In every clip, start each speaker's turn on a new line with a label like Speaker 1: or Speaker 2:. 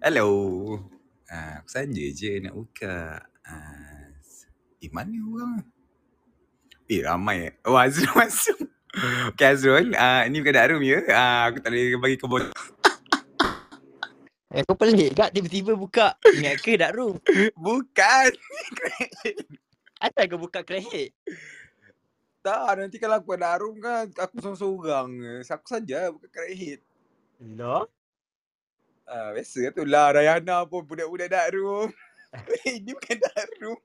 Speaker 1: Hello. Ah, aku saja je nak buka. Ah, s- eh, mana orang? ni? Eh, ramai. eh. Oh, Azrul masuk. Okay, Azrul. Ah, ini bukan dark room ya. Ah, aku tak boleh bagi kau bocor.
Speaker 2: Eh, kau pelik tak tiba-tiba buka. Ingat ke dark room?
Speaker 1: Bukan.
Speaker 2: Asal kau buka credit?
Speaker 1: Tak, nanti kalau aku ada room kan, aku seorang-seorang. Aku saja bukan kerek hit.
Speaker 2: Lah.
Speaker 1: Ah, biasa tu lah. Rayana pun budak-budak dark room. ini bukan dark room.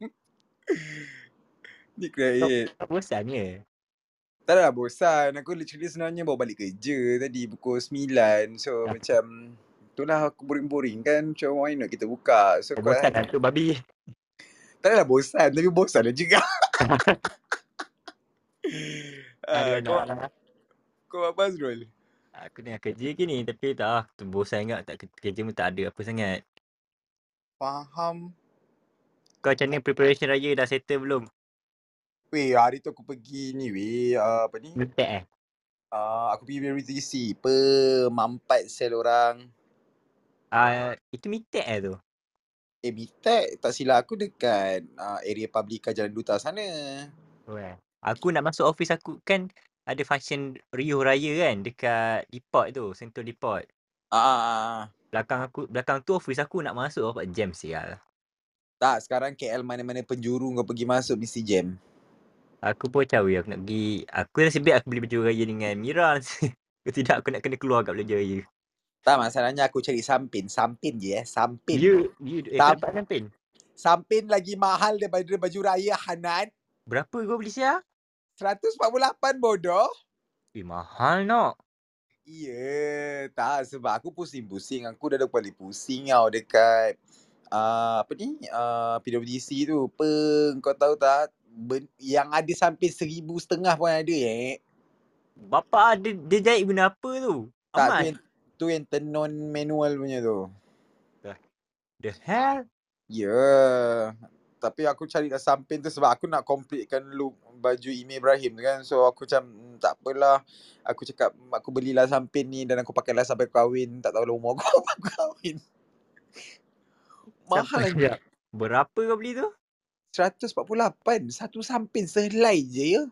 Speaker 1: Ni kerek hit.
Speaker 2: Kau bosan ke?
Speaker 1: Tak ada lah bosan. Aku literally sebenarnya baru balik kerja tadi pukul 9. So
Speaker 2: Ah.
Speaker 1: macam itulah aku boring-boring kan. Macam why not kita buka. So
Speaker 2: Kau
Speaker 1: aku
Speaker 2: bosan lah tu babi.
Speaker 1: tak ada lah bosan tapi bosan lah juga. Ah,
Speaker 2: Aduh,
Speaker 1: kau,
Speaker 2: nak lah.
Speaker 1: kau apa Azrul?
Speaker 2: Aku tengah kerja ke ni tapi tak ah, tu bosan ingat tak ke- kerja pun tak ada apa sangat.
Speaker 1: Faham.
Speaker 2: Kau macam ni preparation raya dah settle belum?
Speaker 1: Weh hari tu aku pergi ni weh ah, apa ni?
Speaker 2: Metek eh.
Speaker 1: Ah, aku pergi BRTC. Pemampat sel orang.
Speaker 2: Ah, itu metek eh tu.
Speaker 1: Eh BTEC tak silap aku dekat ah, area Publica Jalan Duta sana.
Speaker 2: Oh, eh. Aku nak masuk office aku kan ada function Rio Raya kan dekat depot tu, Sentul Depot.
Speaker 1: Ah, ah, ah, ah.
Speaker 2: Belakang aku belakang tu office aku nak masuk dapat jam sial.
Speaker 1: Tak, sekarang KL mana-mana penjuru kau pergi masuk mesti jam.
Speaker 2: Aku pun cawi aku nak pergi. Aku rasa baik aku beli baju raya dengan Mira. Kalau tidak aku nak kena keluar kat baju raya.
Speaker 1: Tak, masalahnya aku cari sampin. Sampin je eh. Sampin.
Speaker 2: You, you, eh, kau
Speaker 1: Tam-
Speaker 2: dapat kan pin?
Speaker 1: Sampin lagi mahal daripada baju raya Hanan.
Speaker 2: Berapa kau beli sial?
Speaker 1: 148 bodoh.
Speaker 2: Eh, mahal nak.
Speaker 1: Ya, tak sebab aku pusing-pusing. Aku dah dah balik pusing tau dekat uh, apa ni? Uh, PWDC tu. Apa kau tahu tak? Ben, yang ada sampai seribu setengah pun ada eh.
Speaker 2: Bapa dia, dia jahit guna apa tu?
Speaker 1: Tak, tu
Speaker 2: Aman.
Speaker 1: yang, tu yang tenon manual punya tu.
Speaker 2: The hell?
Speaker 1: Ya. Tapi aku cari kat samping tu sebab aku nak completekan look baju Imi Ibrahim tu kan. So aku macam "Hmm, tak apalah. Aku cakap "Hmm, aku belilah samping ni dan aku pakailah sampai aku kahwin. Tak tahu lah umur aku aku kahwin. Mahal
Speaker 2: Sampai siap. Berapa kau beli tu?
Speaker 1: 148 satu samping sehelai je ya.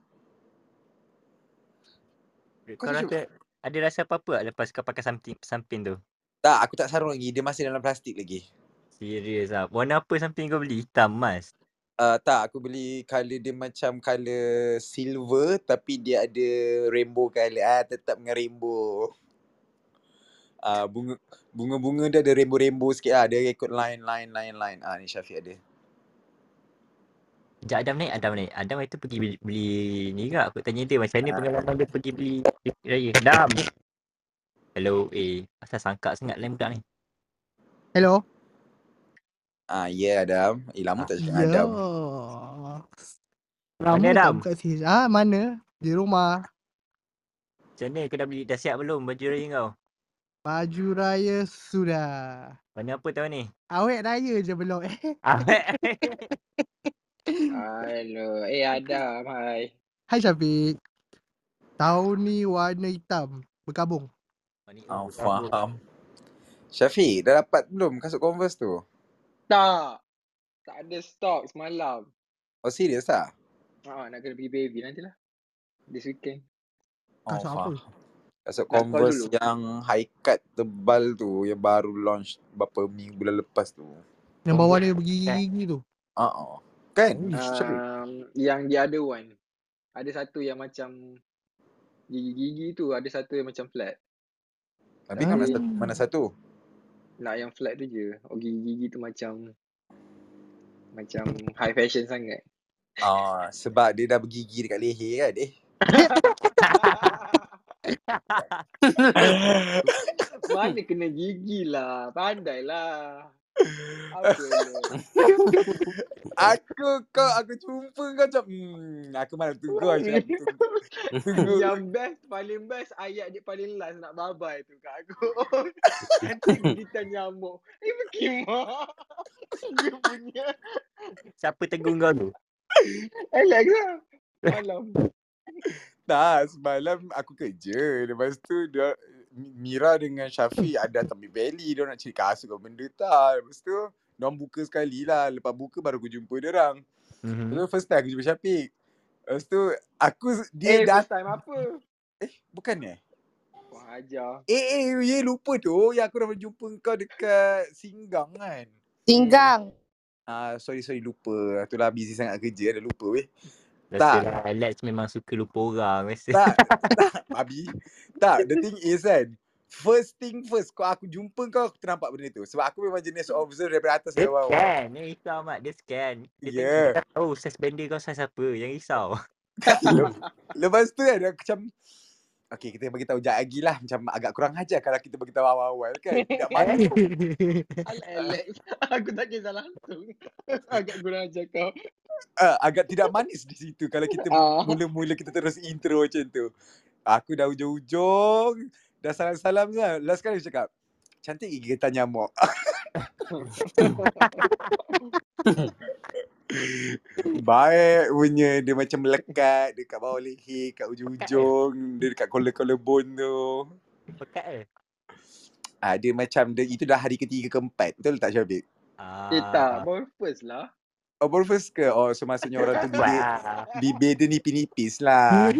Speaker 1: Kau
Speaker 2: Kau
Speaker 1: jujur-
Speaker 2: rasa ada rasa apa-apa tak lepas kau pakai samping, samping tu?
Speaker 1: Tak, aku tak sarung lagi. Dia masih dalam plastik lagi.
Speaker 2: Serius lah. Warna apa samping kau beli? Hitam, mas.
Speaker 1: Uh, tak, aku beli colour dia macam colour silver tapi dia ada rainbow colour. Ah, tetap dengan rainbow. Ah bunga bunga-bunga dia ada rainbow-rainbow sikit lah. Dia ikut line line line line. Ah ni Syafiq ada.
Speaker 2: Sekejap Adam naik, Adam naik. Adam itu pergi beli, beli ni kak. Aku tanya dia macam
Speaker 1: Ah.
Speaker 2: mana pengalaman dia pergi beli raya. Adam! Hello, eh. Asal sangka sangat lain budak ni.
Speaker 3: Hello.
Speaker 1: Ah ya yeah, Adam. Eh lama
Speaker 2: Ah,
Speaker 1: tak cakap
Speaker 3: Ya.
Speaker 1: Adam.
Speaker 3: Lama
Speaker 2: Mana Adam?
Speaker 3: tak buka sini. Ah, mana? Di rumah.
Speaker 2: Macam mana kau dah beli? Dah siap belum baju raya kau?
Speaker 3: Baju raya sudah.
Speaker 2: Warna apa tahun ni?
Speaker 3: Awet raya je belum. Eh,
Speaker 1: Ah.
Speaker 4: Hello. Eh Adam, hai.
Speaker 3: hai Syafiq. Tahun ni warna hitam. Berkabung.
Speaker 2: Warna
Speaker 1: Ah
Speaker 2: ungu, rambut.
Speaker 1: faham. Syafiq dah dapat belum kasut Converse tu?
Speaker 4: Tak. Tak ada stok semalam.
Speaker 1: Oh serius tak?
Speaker 4: Ha, nak kena pergi baby nantilah. This weekend.
Speaker 1: Oh
Speaker 3: Kasut apa?
Speaker 1: faham. Kasut
Speaker 4: Nak call
Speaker 1: Converse
Speaker 4: dulu.
Speaker 1: yang high cut tebal tu yang baru launch berapa minggu bulan lepas tu.
Speaker 3: Yang
Speaker 4: Oh,
Speaker 3: bawah
Speaker 4: ya.
Speaker 3: dia bergigi tu.
Speaker 1: Ah ah. Kan?
Speaker 3: Ish,
Speaker 1: Syafiq.
Speaker 4: Um, yang the other one. Ada satu yang macam gigi-gigi tu, ada satu yang macam flat.
Speaker 1: Tapi kan mana
Speaker 4: Ah.
Speaker 1: satu, mana satu?
Speaker 4: Nak yang flat tu je. Oh gigi-gigi tu macam macam high fashion sangat.
Speaker 1: Ah sebab dia dah bergigi dekat leher kan. Eh.
Speaker 4: Mana kena gigi lah. Pandai lah. Apa lah.
Speaker 1: Aku kau aku jumpa kau macam hmm, aku mana tu kau macam tu. Tunggu.
Speaker 4: Yang best, paling best ayat dia paling last nak babai tu kat aku. Nanti kita nyamuk. Eh, berkimak. dia punya.
Speaker 2: Siapa tegur kau tu?
Speaker 4: Alex lah. Malam.
Speaker 1: Eh, Tak, semalam aku kerja. Lepas tu dia Mira dengan Syafiq ada atas ambil belly dia nak cari kasut ke benda tak lepas tu Diorang buka sekali lah Lepas buka baru aku jumpa dia orang
Speaker 2: Mhm.
Speaker 1: Lepas tu first time aku jumpa Syafiq Lepas tu aku
Speaker 4: Eh,
Speaker 1: dia dah
Speaker 4: first time apa?
Speaker 1: eh bukan eh
Speaker 4: Wah, ajar.
Speaker 1: Eh, eh, ye, lupa tu yang aku dah jumpa kau dekat Singgang kan.
Speaker 5: Singgang.
Speaker 1: Ah, sorry sorry lupa. Itulah busy sangat kerja dah lupa weh. Tak.
Speaker 2: Biasalah lah, Alex memang suka lupa orang biasa.
Speaker 1: Tak, tak babi. Tak, the thing is kan. First thing first, kau aku jumpa kau aku ternampak benda tu. Sebab aku memang jenis observe daripada atas
Speaker 2: Dia
Speaker 1: sampai bawah. Ya.
Speaker 2: scan, yang risau Mat, dia scan. Dia
Speaker 1: Yeah.
Speaker 2: yeah. tahu size benda kau size apa, yang risau.
Speaker 1: Lepas tu kan aku macam Okay, kita bagi tahu jap lagi lah. Macam agak kurang ajar kalau kita bagi tahu awal-awal kan. Tak mana
Speaker 4: Alex, aku tak kisah langsung. Agak kurang ajar kau.
Speaker 1: uh, agak tidak manis di situ kalau kita
Speaker 4: Ah.
Speaker 1: mula-mula kita terus intro macam tu. Aku dah ujung-ujung, dah salam-salam je. Last kali aku cakap, cantik gigi getah nyamuk. Baik punya dia macam melekat dekat bawah leher, kat ujung-ujung, dia dekat collar-collarbone tu.
Speaker 2: Pekat ke?
Speaker 1: Ah, dia macam dia, itu dah hari ketiga keempat. Betul tak Syafiq?
Speaker 2: Ah.
Speaker 4: Eh tak, baru first lah.
Speaker 1: Oh, baru first ke? Oh, so maksudnya orang tu bibir,
Speaker 2: Wah.
Speaker 1: bibir dia nipis-nipis lah.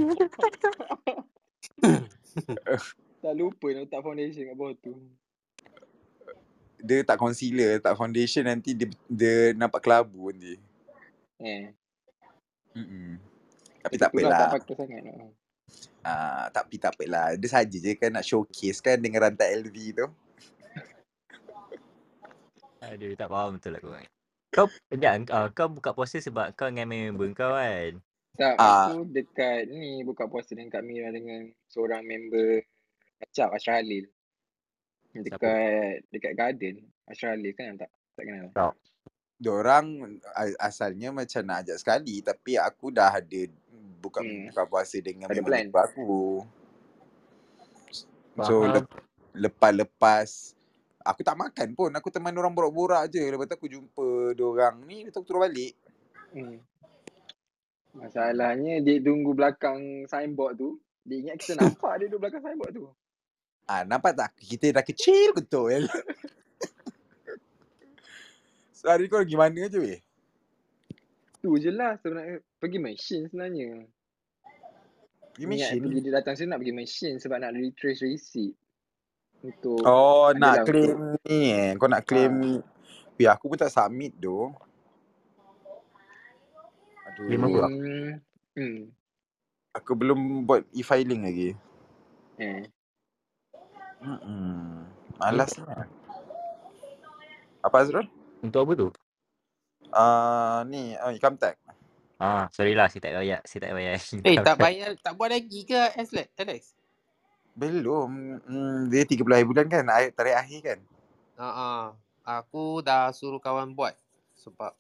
Speaker 4: Tak lupa nak letak foundation kat bawah tu.
Speaker 1: dia tak concealer, tak foundation nanti dia, dia nampak kelabu nanti.
Speaker 4: Eh,
Speaker 1: Mm-mm. Tapi tak
Speaker 4: tu lah, Tak
Speaker 1: apalah.
Speaker 4: pakai sangat lah.
Speaker 1: Ah, tapi tak apalah. Dia saja je kan nak showcase kan dengan rantai LV tu.
Speaker 2: Aduh, tak faham betul lah korang. Kau, sekejap, uh, kau buka puasa sebab kau dengan member kau kan?
Speaker 4: Tak,
Speaker 1: Ah.
Speaker 4: aku dekat ni buka puasa dengan Kak Mira dengan seorang member Acap, Ashraf Halil. Dekat dekat garden. Ashraf Halil kan tak? Tak kenal.
Speaker 1: Diorang a- asalnya macam nak ajak sekali tapi aku dah ada buka
Speaker 4: Hmm.
Speaker 1: hmm. buka puasa dengan
Speaker 4: Ada
Speaker 1: member
Speaker 4: plan.
Speaker 1: member aku. So
Speaker 2: Faham.
Speaker 1: lep- lepas-lepas aku tak makan pun. Aku teman orang borak-borak je. Lepas tu aku jumpa diorang ni, lepas tu aku turun balik.
Speaker 4: Hmm. Masalahnya dia tunggu belakang signboard tu. Dia ingat kita nampak dia duduk belakang signboard tu.
Speaker 1: Ah, nampak tak? Kita dah kecil betul. so, hari ni kau pergi mana je weh?
Speaker 4: Tu je lah sebenarnya. Pergi machine sebenarnya.
Speaker 1: Pergi
Speaker 4: Niat
Speaker 1: mesin.
Speaker 4: Bila dia datang sini nak eh, pergi machine sebab nak retrace receipt. Untuk
Speaker 1: Oh,
Speaker 4: Ada
Speaker 1: nak
Speaker 4: lah
Speaker 1: claim ni eh. Kau nak claim. Ya, aku pun tak submit tu.
Speaker 2: Lima
Speaker 1: Aduh,
Speaker 2: bulan.
Speaker 4: Hmm. hmm.
Speaker 1: aku belum buat e-filing lagi.
Speaker 4: Eh.
Speaker 1: Mm-mm. Malas lah. Apa Azrul?
Speaker 2: Untuk apa tu?
Speaker 1: Ah, ni, uh, income tax.
Speaker 2: Ah, sorry lah, saya tak payah. Saya tak payah.
Speaker 6: Eh tak bayar tak buat lagi ke Alex? Alex.
Speaker 1: Belum. Mm, dia 30 hari bulan kan? akhir- Tarikh akhir kan?
Speaker 6: Ha ah. Aku dah suruh kawan buat sebab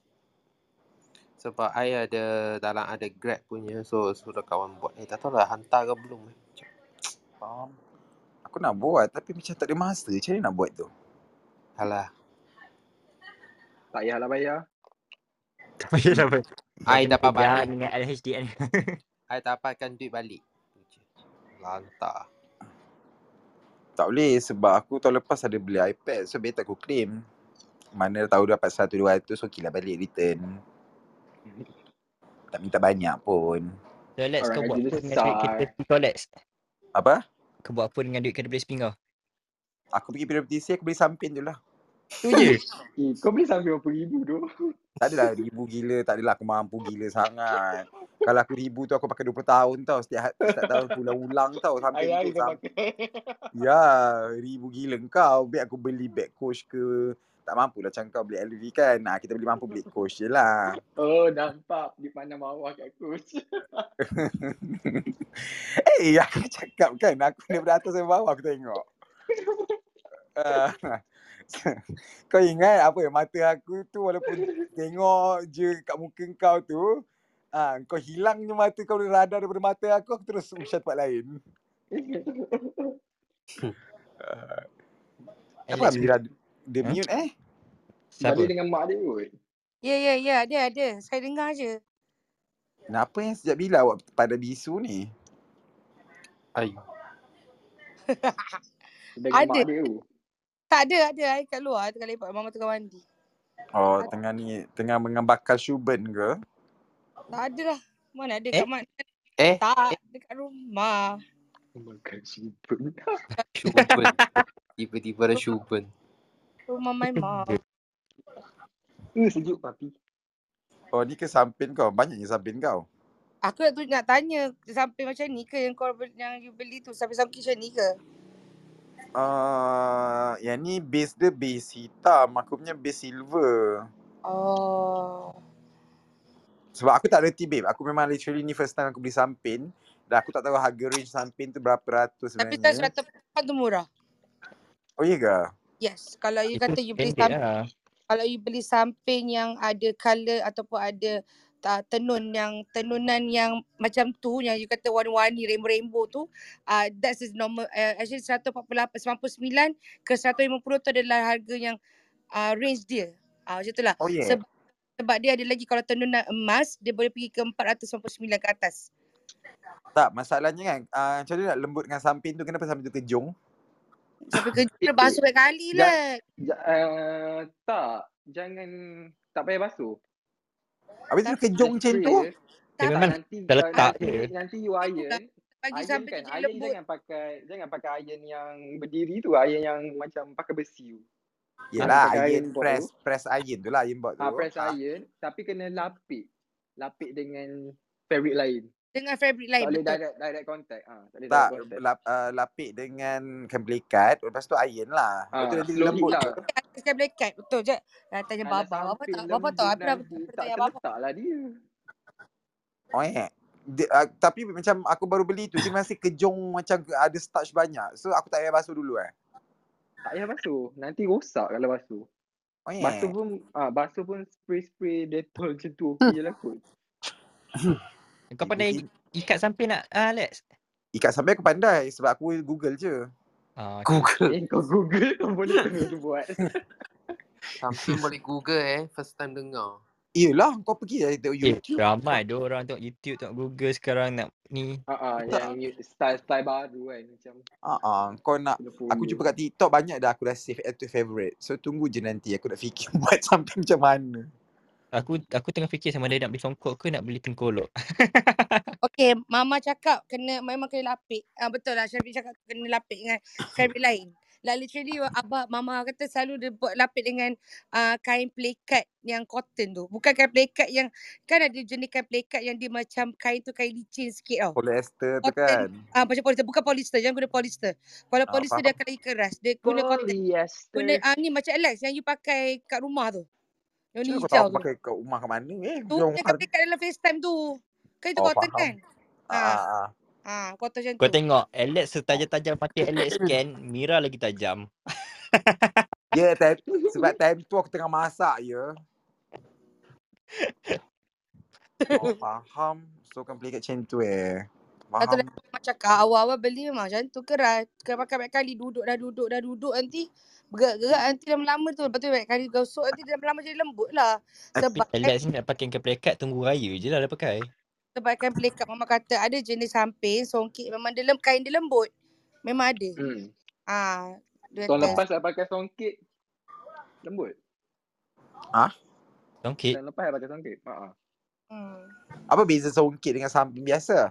Speaker 6: sebab I ada dalam ada Grab punya so suruh kawan buat. Eh tak tahu lah hantar ke belum eh.
Speaker 1: Faham. Aku nak buat tapi macam tak ada masa. Macam mana nak buat tu?
Speaker 6: Alah,
Speaker 4: Tak payahlah bayar.
Speaker 2: Tak payah tak payah.
Speaker 6: I dapat
Speaker 2: Jangan
Speaker 6: balik.
Speaker 2: dengan LHDN.
Speaker 6: I dapatkan duit balik. Lantak.
Speaker 1: Tak boleh sebab aku tahun lepas ada beli iPad so better aku claim. Mana tahu dapat 1 200 so okeylah lah balik return. Tak minta banyak pun.
Speaker 2: So Alex, kau
Speaker 4: Orang
Speaker 2: buat apa
Speaker 4: gaji
Speaker 2: dengan duit
Speaker 4: besar.
Speaker 2: kereta spin kau Alex?
Speaker 1: Apa?
Speaker 2: Kau buat apa dengan duit kereta beli spin kau?
Speaker 1: Aku pergi PWTC aku beli sampin tu lah.
Speaker 2: Tu je.
Speaker 4: Eh, kau beli sampai berapa ribu tu?
Speaker 1: Tak adalah ribu gila, tak adalah aku mampu gila sangat. Kalau aku ribu tu aku pakai 20 tahun tau. Setiap, ha- setiap tahun aku ulang-ulang tau. Sampai
Speaker 4: Hari-hari
Speaker 1: tu
Speaker 4: kau
Speaker 1: sampai
Speaker 4: pakai.
Speaker 1: Ya, ribu gila kau. Biar aku beli bag coach ke. Tak mampu lah macam kau beli LV kan. Nah, kita beli mampu beli coach je lah.
Speaker 4: Oh, nampak. Dia pandang bawah kat coach.
Speaker 1: eh, aku cakap kan. Aku daripada atas sampai bawah aku tengok. Ah, kau ingat apa mata aku tu walaupun tengok je kat muka kau tu. Ah, kau hilangnya mata kau dari radar daripada mata aku, aku terus usah tempat lain. Ah, apa
Speaker 2: Alex,
Speaker 1: Mira dia
Speaker 2: Huh?
Speaker 1: mute eh?
Speaker 2: siapa?
Speaker 4: Balik dengan mak dia kot.
Speaker 5: Ya, ya, ya. Ada, ada. Saya dengar je.
Speaker 1: Kenapa yang sejak bila awak pada bisu ni?
Speaker 6: Ayo.
Speaker 4: Sedang ada.
Speaker 5: Ada.
Speaker 4: mak dia tu.
Speaker 5: Tak ada, ada. Saya kat luar tengah lepak. Mama tengah mandi.
Speaker 1: Oh, tengah ni tengah mengembakar Shuben ke?
Speaker 5: Tak ada lah. Mana ada
Speaker 6: Eh?
Speaker 5: kat mana?
Speaker 6: Eh,
Speaker 5: Tak, dekat rumah.
Speaker 4: Makan sibuk.
Speaker 6: Shuben. Tiba-tiba ada Shuben.
Speaker 5: Rumah my mom.
Speaker 4: Eh, sejuk papi.
Speaker 1: Oh, ni ke sampin kau? Banyaknya sampin kau.
Speaker 5: Aku nak, tu, nak tanya sampai macam ni ke yang kau be- yang you beli tu sampai sampai macam ni ke?
Speaker 1: Ah, uh, yang ni base dia base hitam, aku punya base silver.
Speaker 5: Oh.
Speaker 1: Sebab aku tak reti babe. Aku memang literally ni first time aku beli sampin dan aku tak tahu harga range sampin tu berapa ratus
Speaker 5: Tapi kan
Speaker 1: sebenarnya.
Speaker 5: seratus perempuan tu murah.
Speaker 1: Oh iya ke?
Speaker 5: Yes. Kalau you
Speaker 2: Itu
Speaker 5: kata you beli
Speaker 2: standard
Speaker 5: samping,
Speaker 2: lah.
Speaker 5: kalau you beli samping yang ada colour ataupun ada uh, tenun yang tenunan yang macam tu yang you kata warna-warni rainbow-rainbow tu uh, that's is normal uh, actually 148 99 ke 150 tu adalah harga yang uh, range dia. Ah uh, macam itulah.
Speaker 1: Oh yeah.
Speaker 5: Sebab sebab dia ada lagi kalau tenunan emas dia boleh pergi ke 499 ke atas.
Speaker 1: Tak, masalahnya kan uh, macam mana nak lembut dengan sampin tu kenapa sampin tu kejung?
Speaker 5: Sampai kerja dah basuh banyak kali
Speaker 4: Ya.
Speaker 5: lah.
Speaker 4: Ja, uh, tak, jangan tak payah basuh.
Speaker 1: Habis tu kejung
Speaker 4: Just
Speaker 1: macam
Speaker 4: spray
Speaker 1: tu.
Speaker 4: je.
Speaker 2: Dia
Speaker 5: Tak
Speaker 4: Tak
Speaker 2: memang
Speaker 4: nanti
Speaker 2: dah
Speaker 4: uh,
Speaker 2: letak
Speaker 4: nanti
Speaker 2: je.
Speaker 4: nanti you iron.
Speaker 5: bagi
Speaker 4: Iron
Speaker 5: sampai
Speaker 4: kan,
Speaker 5: dia jadi
Speaker 4: iron
Speaker 5: lembut.
Speaker 4: jangan pakai jangan pakai iron yang berdiri tu, iron yang macam pakai besi tu.
Speaker 1: Yelah,
Speaker 4: Pakai
Speaker 1: iron
Speaker 4: iron board
Speaker 1: press,
Speaker 4: tu.
Speaker 1: press iron tu lah iron board tu.
Speaker 4: Ah, press
Speaker 1: Ah,
Speaker 4: iron tapi kena lapik. Lapik dengan fabric lain.
Speaker 5: Dengan fabric
Speaker 4: Tak
Speaker 5: lain
Speaker 4: boleh
Speaker 5: Eh, betul.
Speaker 4: direct direct contact. Ah, tak boleh direct
Speaker 1: tak,
Speaker 4: contact.
Speaker 1: lap, uh, lapik dengan kemplikat, lepas tu iron lah. Lepas tu
Speaker 4: Ah,
Speaker 1: nanti
Speaker 4: slow heat
Speaker 1: lembut
Speaker 4: lah.
Speaker 1: je.
Speaker 5: Saya boleh cut betul je. Nak tanya
Speaker 4: Kalau
Speaker 5: baba.
Speaker 1: lah
Speaker 4: samping
Speaker 5: Baba tak baba tak
Speaker 4: lembut
Speaker 5: apa dah
Speaker 4: nanti tak
Speaker 5: tanya baba.
Speaker 4: terletak lah dia.
Speaker 1: Oh eh. Dia, uh, tapi macam aku baru beli tu dia masih kejong macam ke- ada starch banyak. So aku tak payah basuh dulu eh.
Speaker 4: Tak payah basuh. Nanti rosak kalau basuh.
Speaker 1: Oh
Speaker 4: Basuh
Speaker 1: eh.
Speaker 4: pun ah basuh pun spray-spray Dettol macam tu okey je lah kot.
Speaker 2: Kau pandai
Speaker 1: Ini-
Speaker 2: ikat sampai nak ah, Alex?
Speaker 1: Ikat sampai aku pandai sebab aku Google je.
Speaker 2: Ah, okay.
Speaker 6: Google.
Speaker 4: Eh kau Google kau boleh terus buat.
Speaker 6: Sampai boleh Google eh. First time dengar.
Speaker 1: Yelah kau pergi lah tengok
Speaker 2: Eh,
Speaker 1: YouTube.
Speaker 2: ramai dia orang tengok YouTube, tengok Google sekarang nak ni.
Speaker 4: Ha ah
Speaker 1: Tak.
Speaker 4: yang new- style-style baru kan macam
Speaker 1: Ah ah, kau nak
Speaker 4: kena
Speaker 1: aku
Speaker 4: follow.
Speaker 1: jumpa kat TikTok banyak dah aku dah save add to favorite. So tunggu je nanti aku nak fikir buat sampai macam mana.
Speaker 2: Aku aku tengah fikir sama ada nak beli songkok ke nak beli tengkolok.
Speaker 5: Okey, mama cakap kena memang kena lapik. Ah betul lah Syafiq cakap kena lapik dengan fabric lain. Like literally abah mama kata selalu dia buat lapik dengan uh, kain pelikat yang cotton tu. Bukan kain pelikat yang kan ada jenis kain pelikat yang dia macam kain tu kain licin sikit tau.
Speaker 1: Polyester tu kan.
Speaker 5: cotton ah macam polyester bukan polyester jangan guna polyester kalau
Speaker 1: Ah,
Speaker 5: polyester dia
Speaker 1: faham.
Speaker 5: akan lagi keras dia
Speaker 4: Oh,
Speaker 5: guna cotton guna
Speaker 4: Polyester.
Speaker 5: ah ni macam Alex yang you pakai kat rumah tu
Speaker 1: Macam
Speaker 5: yang ni
Speaker 1: mana kau tahu
Speaker 5: hijau
Speaker 1: aku
Speaker 5: tu
Speaker 1: pakai kat rumah kat mana eh?
Speaker 5: tu
Speaker 1: Jom
Speaker 5: yang
Speaker 1: har.
Speaker 5: kata kat dalam FaceTime tu kan itu
Speaker 1: Oh
Speaker 5: cotton
Speaker 1: faham.
Speaker 5: kan
Speaker 1: Ah
Speaker 5: ah
Speaker 1: ah ah.
Speaker 5: ah cotton macam
Speaker 2: Kau
Speaker 5: tu
Speaker 2: tengok Alex setajam-tajam mati Alex kan, Mira lagi tajam.
Speaker 1: Ya, yeah, time, sebab time tu aku tengah masak ya. Oh, faham. So kan play kat macam tu eh.
Speaker 5: satu lagi
Speaker 1: Faham.
Speaker 5: mama cakap awal-awal beli memang macam tu keras kena pakai banyak kali duduk dah duduk dah duduk nanti bergerak-gerak nanti lama-lama tu lepas tu banyak kali gosok nanti dia lama-lama jadi lembut lah
Speaker 2: Tapi
Speaker 5: sebab kan
Speaker 2: Alex ni nak pakai kain pelekat tunggu raya je lah dia pakai.
Speaker 5: sebabkan pelikat mama kata ada jenis samping songkik memang dia lem, kain dia lembut memang ada
Speaker 4: Hmm.
Speaker 5: ah dia
Speaker 4: Tahun
Speaker 5: kata
Speaker 4: lepas saya pakai songkit lembut.
Speaker 2: Songkit.
Speaker 3: Eh.
Speaker 4: Tahun lepas saya pakai songkit. Ha ah.
Speaker 5: hmm
Speaker 1: Apa beza songkit dengan samping biasa?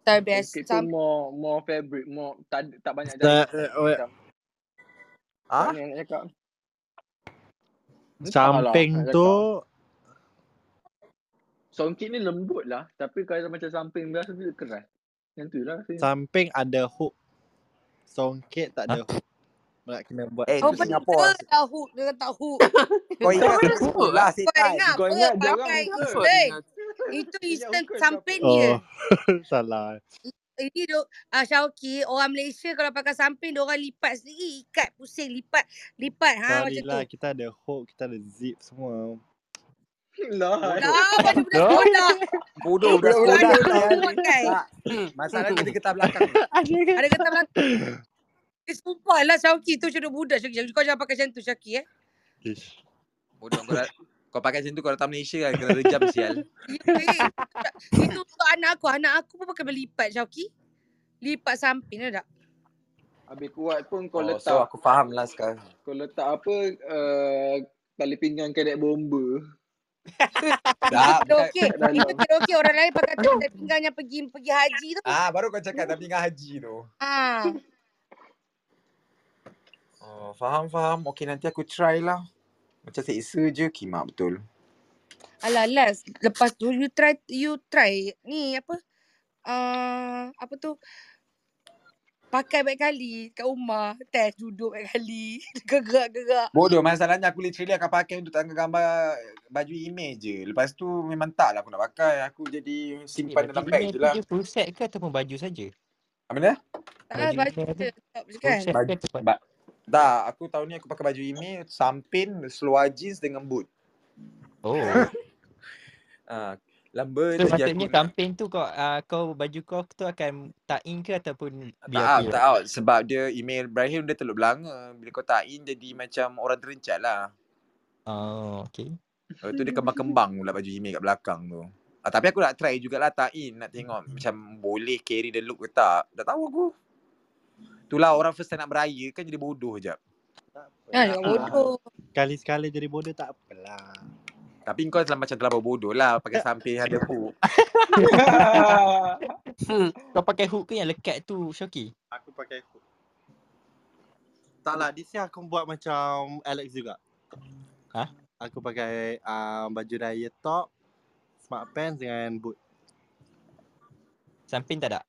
Speaker 5: tak
Speaker 4: Songkit
Speaker 5: biasa
Speaker 4: tu
Speaker 5: sam
Speaker 4: more more fabric, more tak ada- tak banyak
Speaker 3: Tak,
Speaker 4: jahit.
Speaker 3: eh, oh,
Speaker 4: Macam tak
Speaker 1: Ha?
Speaker 4: ni nak cakap. Entah lah nak
Speaker 3: Samping
Speaker 4: cakap.
Speaker 3: tu
Speaker 4: Songkit ni lembut lah. Tapi kalau macam samping biasa tu dia keras. Yang tu lah rasanya.
Speaker 3: samping ada hook. Songket tak
Speaker 2: Ha?
Speaker 3: ada hook. Nak kena buat
Speaker 1: Eh,
Speaker 5: Oh
Speaker 1: tu
Speaker 3: sendiri.
Speaker 1: Singapura.
Speaker 5: benda lah hook Dia kata hook
Speaker 1: Kau
Speaker 6: Dia
Speaker 1: ingat
Speaker 6: orang
Speaker 1: Singapura
Speaker 6: hook
Speaker 1: lah
Speaker 6: ah.
Speaker 5: Kau
Speaker 1: setan.
Speaker 5: ingat
Speaker 4: Kau
Speaker 5: apa
Speaker 4: ingat dia orang
Speaker 5: Pakai
Speaker 4: hook.
Speaker 6: Kenapa dia
Speaker 5: Eastern
Speaker 6: nak
Speaker 4: Dia
Speaker 5: Itu
Speaker 4: ingat
Speaker 5: Eastern
Speaker 4: hook
Speaker 5: samping
Speaker 4: siapa?
Speaker 5: dia
Speaker 3: Oh, salah.
Speaker 5: Ini duk uh, Syauki Orang Malaysia Kalau pakai samping Dia orang lipat sendiri Ikat pusing Lipat Lipat ha
Speaker 3: Sorry
Speaker 5: macam
Speaker 3: lah,
Speaker 5: tu
Speaker 3: kita ada hook, kita ada zip semua.
Speaker 4: Lah.
Speaker 1: Bodoh.
Speaker 5: Lah mana
Speaker 2: Loh.
Speaker 5: budak sekolah
Speaker 1: Bodoh budak
Speaker 4: Budak-budak
Speaker 1: sekolah
Speaker 4: sekolah
Speaker 1: kau.
Speaker 5: Orang
Speaker 4: ni.
Speaker 5: pakai
Speaker 1: Tak. Masalahnya dia getah belakang.
Speaker 5: Ada kata belakang Eh, sumpah lah Syauki tu macam budak Syauki. Kau jangan pakai macam tu Syauki eh.
Speaker 3: Ish.
Speaker 1: Bodoh kau dah- kau pakai macam tu kau datang Malaysia kan kena rejam sial.
Speaker 5: Ya, eh. Itu untuk anak aku. Anak aku pun pakai berlipat Syauki. Lipat samping ada tak?
Speaker 4: Habis kuat pun kau
Speaker 1: Oh,
Speaker 4: letak
Speaker 1: so aku faham lah sekarang.
Speaker 4: kau letak apa uh, tali pinggang kedai bomba.
Speaker 1: Tak,
Speaker 5: Kita
Speaker 1: bukan.
Speaker 5: okey.
Speaker 4: kat dalam.
Speaker 5: Kita terokey orang lain pakai tu tali pinggang yang pergi pergi haji tu.
Speaker 1: Ah, baru kau cakap tapi dengan haji tu.
Speaker 5: Ah.
Speaker 1: Oh, faham, faham. Okey, nanti aku try lah. Macam seksa je, kimak betul.
Speaker 5: Alah last lepas tu you try you try ni apa? Uh, apa tu? Pakai baik kali kat rumah. Test duduk baik kali. Gerak-gerak.
Speaker 1: Bodoh, masalahnya aku literally akan pakai untuk tangga gambar baju imej je. Lepas tu memang tak lah aku nak pakai. Aku jadi
Speaker 2: Eh,
Speaker 1: simpan
Speaker 2: baju
Speaker 1: dalam bag
Speaker 2: email
Speaker 1: je
Speaker 2: tu
Speaker 1: lah.
Speaker 2: dia full set ke ataupun baju saja?
Speaker 1: Apa dia?
Speaker 5: Tak lah
Speaker 2: Baju
Speaker 5: baju
Speaker 2: email tu
Speaker 5: je. Top je
Speaker 2: full
Speaker 5: kan?
Speaker 2: set ke
Speaker 1: Baju,
Speaker 2: ataupun
Speaker 1: ba- tak, aku tahun ni aku pakai baju imej, sampin, seluar jeans dengan boot.
Speaker 2: Oh.
Speaker 1: Ah, lamba
Speaker 2: So
Speaker 1: lagi aku
Speaker 2: maksudnya
Speaker 1: nak
Speaker 2: campaign tu kau uh, kau baju kau tu akan tak in ke ataupun
Speaker 1: tak
Speaker 2: biar ya?
Speaker 1: out, tak out. Sebab dia email Ibrahim dia teluk belanga. Bila kau tak in jadi macam orang terencat lah.
Speaker 2: Oh, okay.
Speaker 1: Lepas tu dia kembang-kembang pula baju email kat belakang tu. Ah, tapi aku nak try jugalah tak in. Nak tengok
Speaker 2: Hmm.
Speaker 1: macam boleh carry the look ke tak. Dah tahu aku. Itulah orang first time nak beraya kan jadi bodoh je.
Speaker 7: Tak
Speaker 5: Ha,
Speaker 7: apa lah.
Speaker 3: Ah,
Speaker 5: jangan bodoh.
Speaker 7: Kali-sekala jadi bodoh tak apalah.
Speaker 1: Tapi kau telah macam terlalu bodoh lah pakai samping ada hook.
Speaker 2: Kau pakai hook ke yang lekat tu Shoki?
Speaker 7: Aku pakai hook. Tak lah, this year aku buat macam Alex juga.
Speaker 2: Hah?
Speaker 7: Aku pakai um, baju raya top, smart pants dengan boot.
Speaker 2: Samping tak ada?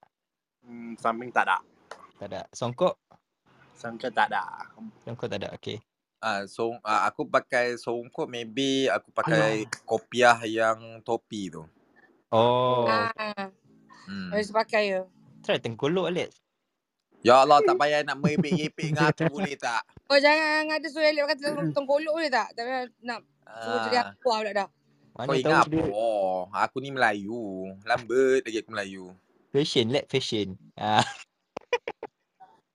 Speaker 7: Hmm, samping tak ada.
Speaker 2: Tak ada. Songkok?
Speaker 7: Samping tak ada.
Speaker 2: Songkok tak ada. Okay.
Speaker 1: Ah, so ah, aku pakai songkok maybe aku pakai kopiah yang topi tu.
Speaker 2: Oh.
Speaker 5: Ah,
Speaker 1: Hmm.
Speaker 5: harus pakai ya.
Speaker 2: Try tengkolok Alex.
Speaker 1: Ya Allah tak payah nak merepek-repek dengan aku boleh tak?
Speaker 5: Oh jangan ada suruh elok kata tong- tongkolok boleh tak? Tapi nak suruh jadi
Speaker 1: Ah,
Speaker 5: aku pula dah.
Speaker 1: kau
Speaker 2: Mana tahu
Speaker 1: ingat apa? Oh,
Speaker 2: dia
Speaker 1: Aku ni Melayu. Lambat lagi aku Melayu.
Speaker 2: fashion, let fashion. Ah,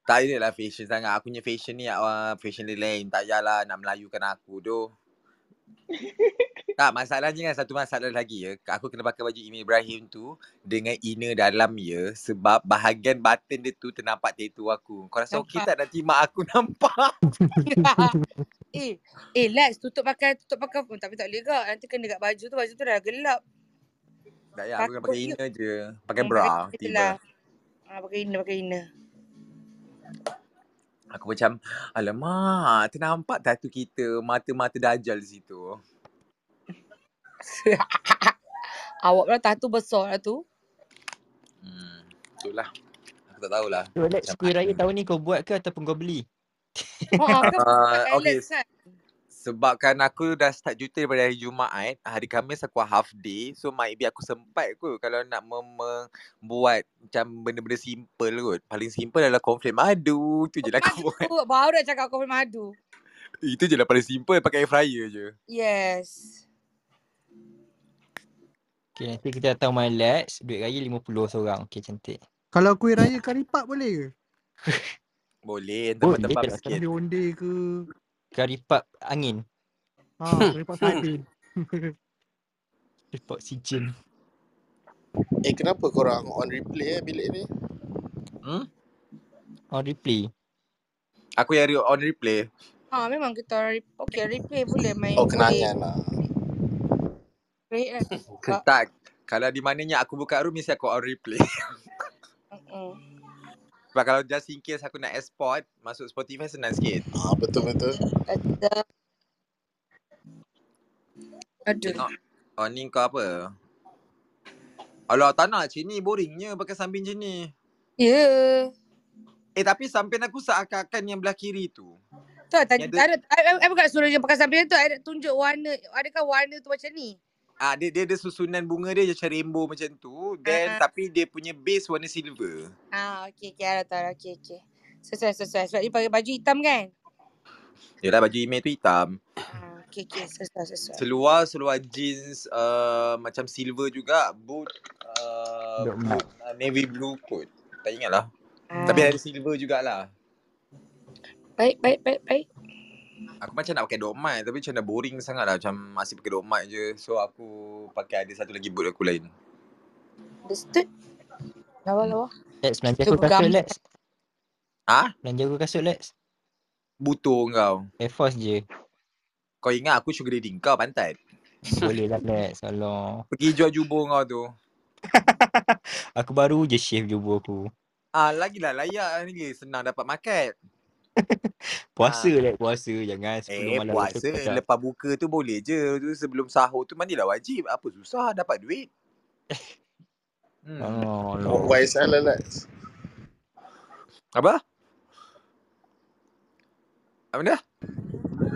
Speaker 1: Tak ada lah fashion sangat. Aku punya fashion ni uh, fashion dia lain. Tak payahlah nak Melayukan aku tu. Tak, masalahnya kan satu masalah lagi ya. Aku kena pakai baju Imi Ibrahim tu dengan inner dalam ya. Sebab bahagian batin dia tu ternampak tattoo aku. Kau rasa okey
Speaker 5: Nampak.
Speaker 1: tak nanti mak aku nampak?
Speaker 5: eh, eh Lex tutup pakai tutup pakai pun tapi tak boleh kak. Nanti kena kat baju tu, baju tu dah gelap.
Speaker 1: Tak payah, aku kena
Speaker 5: Takut
Speaker 1: pakai
Speaker 5: you.
Speaker 1: inner je. Pakai
Speaker 5: Hmm, pakai
Speaker 1: bra,
Speaker 5: inner je lah.
Speaker 1: tiba.
Speaker 5: Ha, pakai inner, pakai inner.
Speaker 1: Aku macam, alamak, ternampak tattoo kita. Mata-mata dajal di situ.
Speaker 5: Awak pula tattoo besar lah tu.
Speaker 1: Hmm, itulah. Aku tak tahulah.
Speaker 2: so Alex
Speaker 1: Macam
Speaker 2: kuih
Speaker 1: mana.
Speaker 2: raya tahun ni kau buat ke ataupun kau beli?
Speaker 5: Ha, kan
Speaker 1: Uh, okay,
Speaker 5: Alex kan?
Speaker 1: Sebabkan aku dah start cuti daripada hari Jumaat, hari Khamis aku half day. So might be aku sempat kot kalau nak membuat macam benda-benda simple kot. Paling simple adalah konflik madu. Itu je
Speaker 5: Kopi
Speaker 1: lah
Speaker 5: madu.
Speaker 1: aku buat.
Speaker 5: Baru dah cakap kopi madu.
Speaker 1: Itu je lah paling simple pakai air fryer je.
Speaker 5: Yes.
Speaker 2: Okay, nanti kita datang rumah Alex. Duit raya RM50 seorang. Okay, cantik.
Speaker 3: Kalau kuih raya karipap boleh ke?
Speaker 1: Boleh,
Speaker 2: Boleh
Speaker 1: tebak-tebak
Speaker 2: tak salah.
Speaker 1: sikit.
Speaker 3: Ambil onde ke?
Speaker 2: Karipap angin. Hmm.
Speaker 3: Ha, karipap sardin.
Speaker 2: Karipap oksigen.
Speaker 8: Eh kenapa korang on replay eh bilik ni?
Speaker 1: Hmm?
Speaker 2: On Oh, replay.
Speaker 1: Aku yang re- on replay.
Speaker 5: Ha, memang kita re- okay, replay boleh main
Speaker 8: Oh
Speaker 5: boleh.
Speaker 8: kenangan lah.
Speaker 5: Rehat lah kita buka.
Speaker 1: Ketak. Kalau di mananya aku buka room, mesti aku on replay.
Speaker 5: Uh-uh.
Speaker 1: Sebab kalau just in case aku nak export, masuk Spotify senang sikit.
Speaker 8: Ah betul betul.
Speaker 5: Ada. Ada.
Speaker 1: Tengok. Oh, ni kau apa? Alah, tak nak. Cik ni boringnya pakai samping macam ni.
Speaker 5: Ya. Yeah.
Speaker 1: Eh tapi samping aku seakan-akan yang belah kiri tu.
Speaker 5: Tu lah, tadi
Speaker 1: Yang ada
Speaker 5: ada ada apa kat suruh je pakai samping tu ada tunjuk warna adakah warna tu macam ni.
Speaker 1: ah dia dia ada susunan bunga dia macam rainbow macam tu. Then
Speaker 5: Ah
Speaker 1: tapi dia punya base warna silver.
Speaker 5: ah okey okey ada tahu okey okey. Sesuai sesuai sebab dia pakai baju hitam kan.
Speaker 1: Yalah baju email tu hitam.
Speaker 5: Ah okey okey sesuai sesuai.
Speaker 1: Seluar seluar jeans uh, macam silver juga, boot uh,
Speaker 2: Dok
Speaker 1: boot
Speaker 2: mak.
Speaker 1: uh, navy blue kot. Tak ingat lah. Tapi
Speaker 5: Ah
Speaker 1: ada silver jugalah.
Speaker 5: baik baik baik baik.
Speaker 1: Aku macam nak pakai dokmat tapi macam dah boring sangat lah. Macam masih pakai dokmat je. So aku pakai ada satu lagi boot aku lain.
Speaker 5: Understood. Lawa
Speaker 1: Hmm.
Speaker 5: lawa.
Speaker 2: Alex, nanti
Speaker 5: Tu
Speaker 2: aku kata
Speaker 5: gambar
Speaker 2: Alex.
Speaker 1: Ha?
Speaker 2: Belanja aku kasut Lex.
Speaker 1: Butuh kau.
Speaker 2: Air Force je.
Speaker 1: Kau ingat aku sugar daddy kau pantat.
Speaker 2: Boleh lah Lex. Alah.
Speaker 1: Pergi jual jubur kau tu.
Speaker 2: Aku baru je shave jubur aku.
Speaker 1: Ah, lagilah layak ni senang dapat market.
Speaker 2: Puasa ha. Lex. Puasa. Jangan sebelum
Speaker 1: Eh
Speaker 2: malam.
Speaker 1: puasa
Speaker 2: betul kau dah-
Speaker 1: lepas buka tu boleh je tu sebelum sahur tu mandilah wajib apa susah dapat duit. Hmm.
Speaker 2: Alah.
Speaker 8: Buat
Speaker 2: alah.
Speaker 8: YSL lah Lex.
Speaker 1: Apa? Apa benda?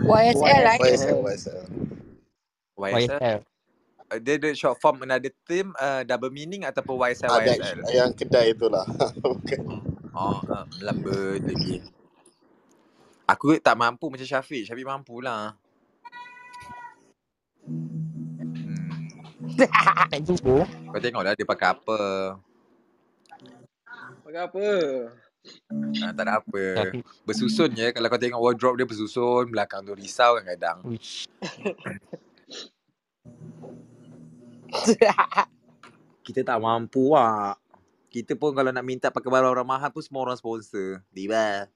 Speaker 5: YSL lah. eh.
Speaker 8: YSL, YSL.
Speaker 2: Ah,
Speaker 1: YSL.
Speaker 2: YSL.
Speaker 1: Uh, Dia ada short form another term uh, double meaning ataupun
Speaker 2: Ah,
Speaker 1: YSL
Speaker 8: Ada
Speaker 1: YSL.
Speaker 8: yang kedai tu lah. Bukan.
Speaker 1: Oh, uh, lambat lagi. Aku tak mampu macam Syafiq. Syafiq mampu lah. Hmm.
Speaker 2: Nak jubur?
Speaker 1: Kau tengoklah dia pakai apa.
Speaker 4: Pakai apa?
Speaker 1: Ah, tak ada apa.
Speaker 2: Tapi.
Speaker 1: Bersusun je. Kalau kau tengok wardrobe dia bersusun. Belakang tu risau kan kadang-kadang.
Speaker 2: Uish.
Speaker 1: Kita tak mampu lah. Kita pun kalau nak minta pakai barang-barang mahal pun semua orang sponsor. Tiba.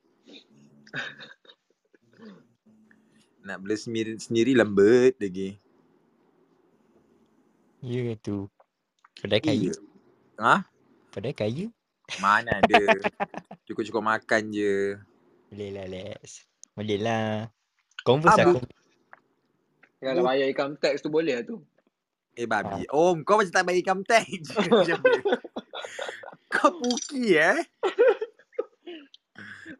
Speaker 1: Nak beli sendiri, sendiri lambat lagi.
Speaker 2: Ya tu. Kedai kayu.
Speaker 1: Iya. Ha?
Speaker 2: Kedai kayu.
Speaker 1: Mana ada. Cukup-cukup makan je.
Speaker 2: Boleh lah Lex. Boleh lah. Converse
Speaker 1: Ah,
Speaker 2: aku.
Speaker 1: bu-
Speaker 4: Kalau bayar income tax tu boleh lah tu.
Speaker 1: eh babi. Oh kau macam tak bagi income tax je. Macam tu. Kau puki eh.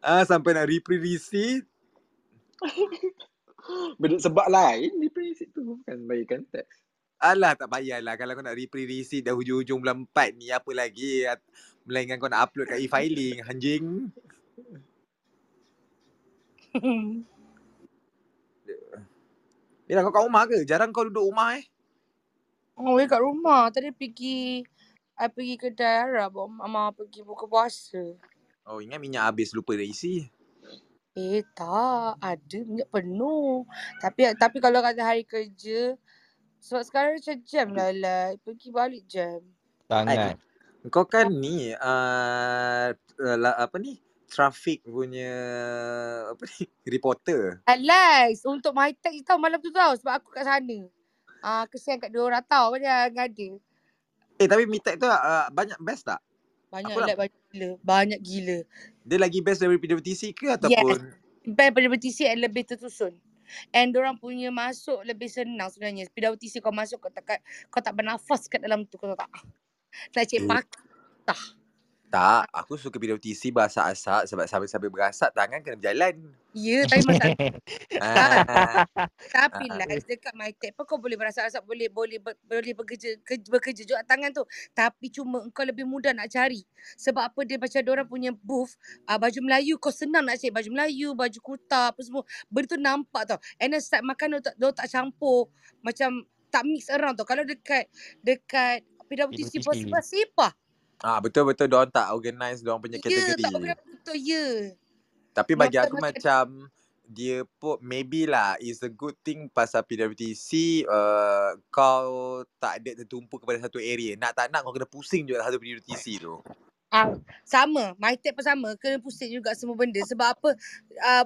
Speaker 1: Ah, sampai nak reprint receipt.
Speaker 4: Benda sebab lain di prinsip tu bukan bayarkan tax.
Speaker 1: Alah tak payahlah kalau kau nak reprint receipt dah hujung-hujung bulan 4 ni apa lagi At- melainkan kau nak upload kat e-filing anjing. Bila kau kat rumah ke? Jarang kau duduk rumah eh.
Speaker 5: Oh, dia kat rumah. Tadi pergi... I pergi kedai Arab. bawa Mama pergi buka puasa.
Speaker 1: Oh ingat minyak habis lupa dah isi.
Speaker 5: Eh tak, ada minyak penuh. Tapi tapi kalau kata hari kerja, sebab sekarang macam jam lah lah. Pergi balik jam.
Speaker 1: Ai,
Speaker 2: Sangat.
Speaker 1: Kau kan ni uh, apa ni? Traffic punya apa ni? Reporter.
Speaker 5: Alex, untuk my tech je tau malam tu tau sebab aku kat sana. Ah kesian kat dua orang tau padahal ada.
Speaker 1: Eh tapi Mitek tu uh, banyak best tak?
Speaker 5: Banyak
Speaker 1: Aku
Speaker 5: like banyak gila. Banyak gila.
Speaker 1: Dia lagi best daripada PWTC ke
Speaker 5: Yes.
Speaker 1: ataupun
Speaker 5: Band pada BTC and lebih tersusun. And orang punya masuk lebih senang sebenarnya. PWTC kau masuk kau tak kau tak bernafas kat dalam tu kau tak. Tak
Speaker 1: Eh,
Speaker 5: cek pak.
Speaker 1: Tak, aku suka PWTC berasak-asak sebab sambil-sambil berasak tangan kena berjalan.
Speaker 5: Ya, tapi masalah
Speaker 1: Ah.
Speaker 5: Tapi
Speaker 1: Ah.
Speaker 5: lah dekat MyTech pun kau boleh berasap-asap boleh boleh ber, boleh bekerja ke, bekerja jual tangan tu. Tapi cuma engkau lebih mudah nak cari. Sebab apa dia macam orang punya booth uh, baju Melayu kau senang nak cari baju Melayu, baju kurta apa semua. Benda tu nampak tau. And then start makan dia tak, dia tak campur macam tak mix around tau. Kalau dekat dekat PWTC pun
Speaker 2: PWTC.
Speaker 5: sebab sepah.
Speaker 1: Ah betul betul Diorang tak organize diorang punya
Speaker 5: Ya, tak
Speaker 1: kategori.
Speaker 5: orang betul ya.
Speaker 1: Tapi
Speaker 5: Dia
Speaker 1: bagi
Speaker 5: macam
Speaker 1: aku
Speaker 5: macam
Speaker 1: macam dia pun maybe lah is a good thing pasal PWTC uh, kau tak ada tertumpu kepada satu area. Nak tak nak kau kena pusing juga satu PWTC tu.
Speaker 5: Ah, sama. Mindset pun sama. Kena pusing juga semua benda. Sebab apa, uh,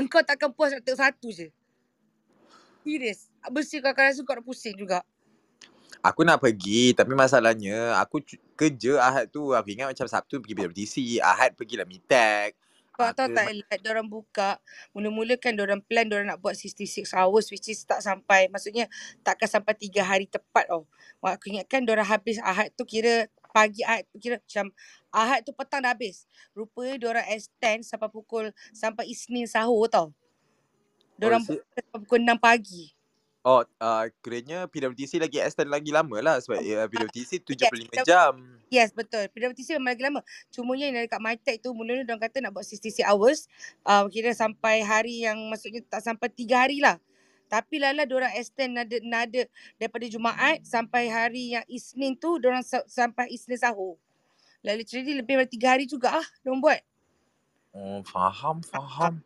Speaker 5: engkau takkan puas nak tengok satu je. Serius. Mesti kau akan rasa kau nak pusing juga.
Speaker 1: Aku nak pergi tapi masalahnya aku cu- kerja Ahad tu aku ingat macam Sabtu pergi PWTC, Ahad pergilah Mitek.
Speaker 5: Kau
Speaker 1: Ah,
Speaker 5: tahu
Speaker 1: ke
Speaker 5: tak, like, diorang buka. Mula-mula kan diorang plan diorang nak buat 66 hours which is tak sampai. Maksudnya, takkan sampai 3 hari tepat tau. Wah, aku ingatkan diorang habis Ahad tu kira pagi Ahad tu kira macam Ahad tu petang dah habis. Rupanya diorang extend sampai pukul, sampai Isnin sahur tau.
Speaker 1: oh,
Speaker 5: Diorang
Speaker 1: si,
Speaker 5: buka sampai pukul 6 pagi.
Speaker 1: Oh, uh, kiranya PWTC lagi extend lagi lama lah sebab
Speaker 5: Oh.
Speaker 1: uh, PWTC
Speaker 5: Yes,
Speaker 1: 75
Speaker 5: PWTC
Speaker 1: jam.
Speaker 5: Yes, betul. PWTC memang lagi lama. Cuma yang dekat MyTech tu, mula-mula diorang kata nak buat 66 hours. Uh, kira sampai hari yang maksudnya tak sampai 3 hari lah. Tapi lala diorang extend nada, nada daripada Jumaat sampai hari yang Isnin tu, diorang sa- sampai Isnin sahur. Lalu literally lebih dari 3 hari juga ah diorang buat.
Speaker 1: Oh, faham, faham.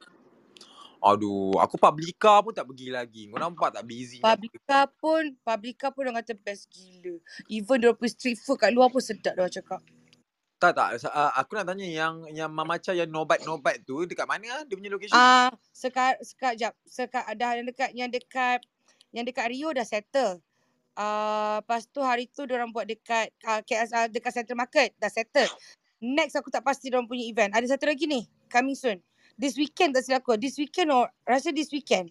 Speaker 1: Aduh, aku Publica pun tak pergi lagi. Kau nampak tak busy nak pergi.
Speaker 5: Publica pun, Publica pun diorang kata best gila. Even diorang punya street food kat luar pun sedap diorang cakap.
Speaker 1: Tak tak sa- ah, aku nak tanya yang yang Mama Cha yang nobat-nobat tu dekat mana ah dia punya location?
Speaker 5: Ah, sekarang sekarang jap. Sekarang ada yang dekat yang dekat yang dekat Rio dah settle. Ah, uh, lepas tu hari tu orang buat dekat uh, KS ah, dekat Central Market dah settle. Next aku tak pasti orang punya event. Ada satu lagi ni, coming soon. This weekend tak silap aku. This weekend or rasa this weekend.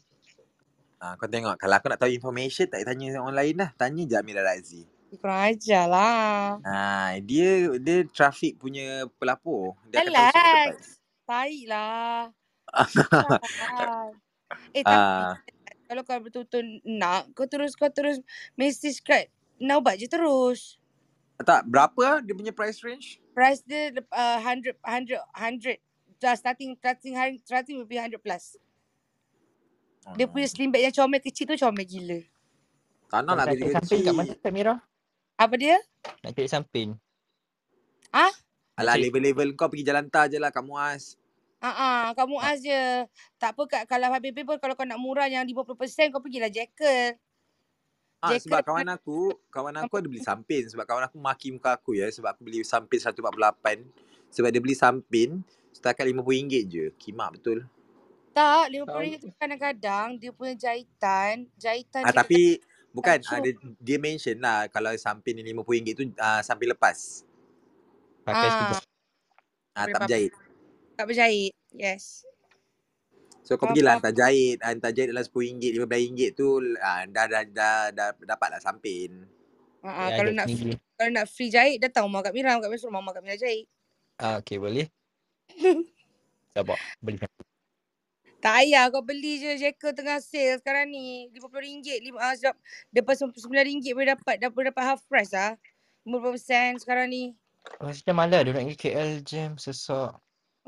Speaker 1: Ah, kau tengok kalau aku nak tahu information tak payah tanya orang lain dah. Tanya je Amira Razi.
Speaker 5: Ya, Kurang ajar lah.
Speaker 1: Ah, dia dia trafik punya pelapor. Dia akan tahu semua tempat.
Speaker 5: Relax. Taik lah. Relax. eh tapi
Speaker 1: Ah,
Speaker 5: kalau kau betul-betul nak, kau terus kau terus message kat Naubat je terus.
Speaker 1: tak berapa ah dia punya price range?
Speaker 5: price dia uh, 100 100 100 Just starting starting hari starting will be 100 plus. Dia punya
Speaker 1: Hmm.
Speaker 5: slim bag yang comel kecil tu comel gila.
Speaker 1: tak nak lah
Speaker 2: nak cari samping kat mana
Speaker 1: kecil-kecil.
Speaker 2: Kak Mira?
Speaker 5: Apa dia?
Speaker 2: Nak cari samping. Nak
Speaker 5: Ah?
Speaker 1: Alah
Speaker 2: cari-
Speaker 1: level-level kau pergi jalan tar je lah kat Muaz.
Speaker 5: Ah ah, kamu az je. Tak apa kat kalau habis pun kalau kau nak murah yang 50% kau lah pergilah Jekyll.
Speaker 1: Ah,
Speaker 5: Jekyll
Speaker 1: sebab kawan aku, kawan aku ada beli sampin sebab kawan aku maki muka aku ya sebab aku beli sampin 148 sebab dia beli sampin setakat RM50 je. Kimak betul.
Speaker 5: tak, RM50 tu kadang-kadang dia punya jahitan, jahitan
Speaker 1: Ah
Speaker 5: dia
Speaker 1: tapi bukan ah,
Speaker 5: Kacau.
Speaker 1: dia, dia mention lah kalau sampin ni RM50 tu ah, sampin lepas.
Speaker 2: Pakai sekejap.
Speaker 5: ah
Speaker 1: Ah,
Speaker 5: boleh
Speaker 1: tak
Speaker 5: pakai.
Speaker 1: berjahit.
Speaker 5: tak berjahit. Yes.
Speaker 1: So kau
Speaker 5: Faham,
Speaker 1: pergilah
Speaker 5: faham.
Speaker 1: hantar jahit, Ah, hantar jahit dalam RM10, RM15 tu ah, dah, dah, dah, dah, dapatlah sampin.
Speaker 5: Ah, ah,
Speaker 2: Ya,
Speaker 5: kalau
Speaker 2: kat
Speaker 5: nak
Speaker 2: sini.
Speaker 5: kalau nak free jahit datang rumah kat Mira, kat Mira suruh mama kat Mira jahit.
Speaker 2: Ah, okay, boleh. Sabar. Beli.
Speaker 5: Tak payah lah, kau beli je jacker tengah sale sekarang ni. RM50. Lima, ah, sebab lepas RM9 boleh dapat dah boleh dapat half price ah. 50% sekarang ni.
Speaker 2: Macam malah dia nak pergi KL jam sesak.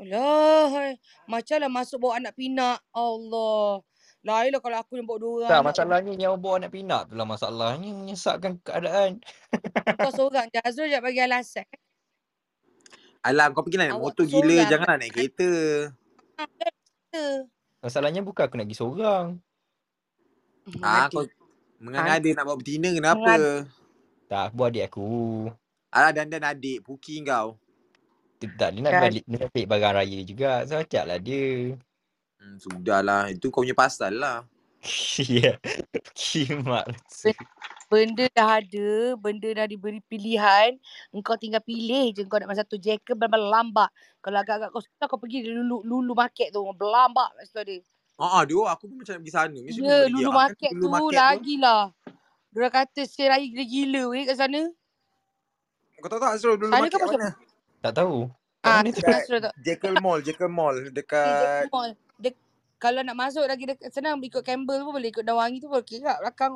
Speaker 5: Alah. Macam lah masuk bawa anak pinak. Allah. Lain lah kalau aku yang bawa dua orang
Speaker 2: Tak,
Speaker 5: anak.
Speaker 2: masalahnya yang bawa anak pinak tu lah masalahnya. Menyesakkan keadaan.
Speaker 1: lah.
Speaker 5: Kau seorang je. Azrul jangan bagi alasan.
Speaker 1: Alah kau pergilah naik
Speaker 5: Awak
Speaker 1: motor
Speaker 5: tu
Speaker 1: gila,
Speaker 5: seorang.
Speaker 1: janganlah naik kereta.
Speaker 2: Masalahnya bukan aku nak pergi seorang.
Speaker 5: Hmm,
Speaker 1: Ah,
Speaker 5: Mengadu.
Speaker 1: kau mengada
Speaker 5: Kan?
Speaker 1: nak buat betina kenapa?
Speaker 5: Mengadu.
Speaker 2: Tak, buat adik aku.
Speaker 1: Alah dan dan adik, puki kau.
Speaker 2: Dia, tak, dia nak
Speaker 5: Kan.
Speaker 2: balik, dia nak balik barang raya juga. So, acak lah dia.
Speaker 1: Hmm, sudahlah, itu kau punya pasal lah.
Speaker 2: ya. Kimak. rasa.
Speaker 5: Benda dah ada, benda dah diberi pilihan, engkau tinggal pilih je kau nak makan satu jacket berlambak. Kalau agak-agak kau susah kau pergi lulu lulu market tu, berlambak kat situ ada.
Speaker 1: Ah, ah dia orang, aku pun macam nak pergi sana. Mesti aku
Speaker 5: Ya,
Speaker 1: pergi.
Speaker 5: lulu
Speaker 1: Ah, kan
Speaker 5: market
Speaker 1: dulu
Speaker 5: tu lah.
Speaker 1: market tu.
Speaker 5: lagilah. Diorang kata sale raya gila-gila weh kat sana.
Speaker 1: Kau tahu tak Azrul dulu
Speaker 5: Sana
Speaker 1: market
Speaker 5: kau
Speaker 1: kat
Speaker 5: masuk
Speaker 1: mana?
Speaker 2: Tak tahu. Kat
Speaker 5: ah
Speaker 2: mana tu?
Speaker 1: Dekat
Speaker 5: Astro tu.
Speaker 1: Jekyll Mall, Jekyll Mall
Speaker 5: Di Jack
Speaker 1: dekat
Speaker 5: Mall. Dek, kalau nak masuk lagi dekat sana ikut Campbell pun boleh ikut Dawangi tu boleh kira kat belakang.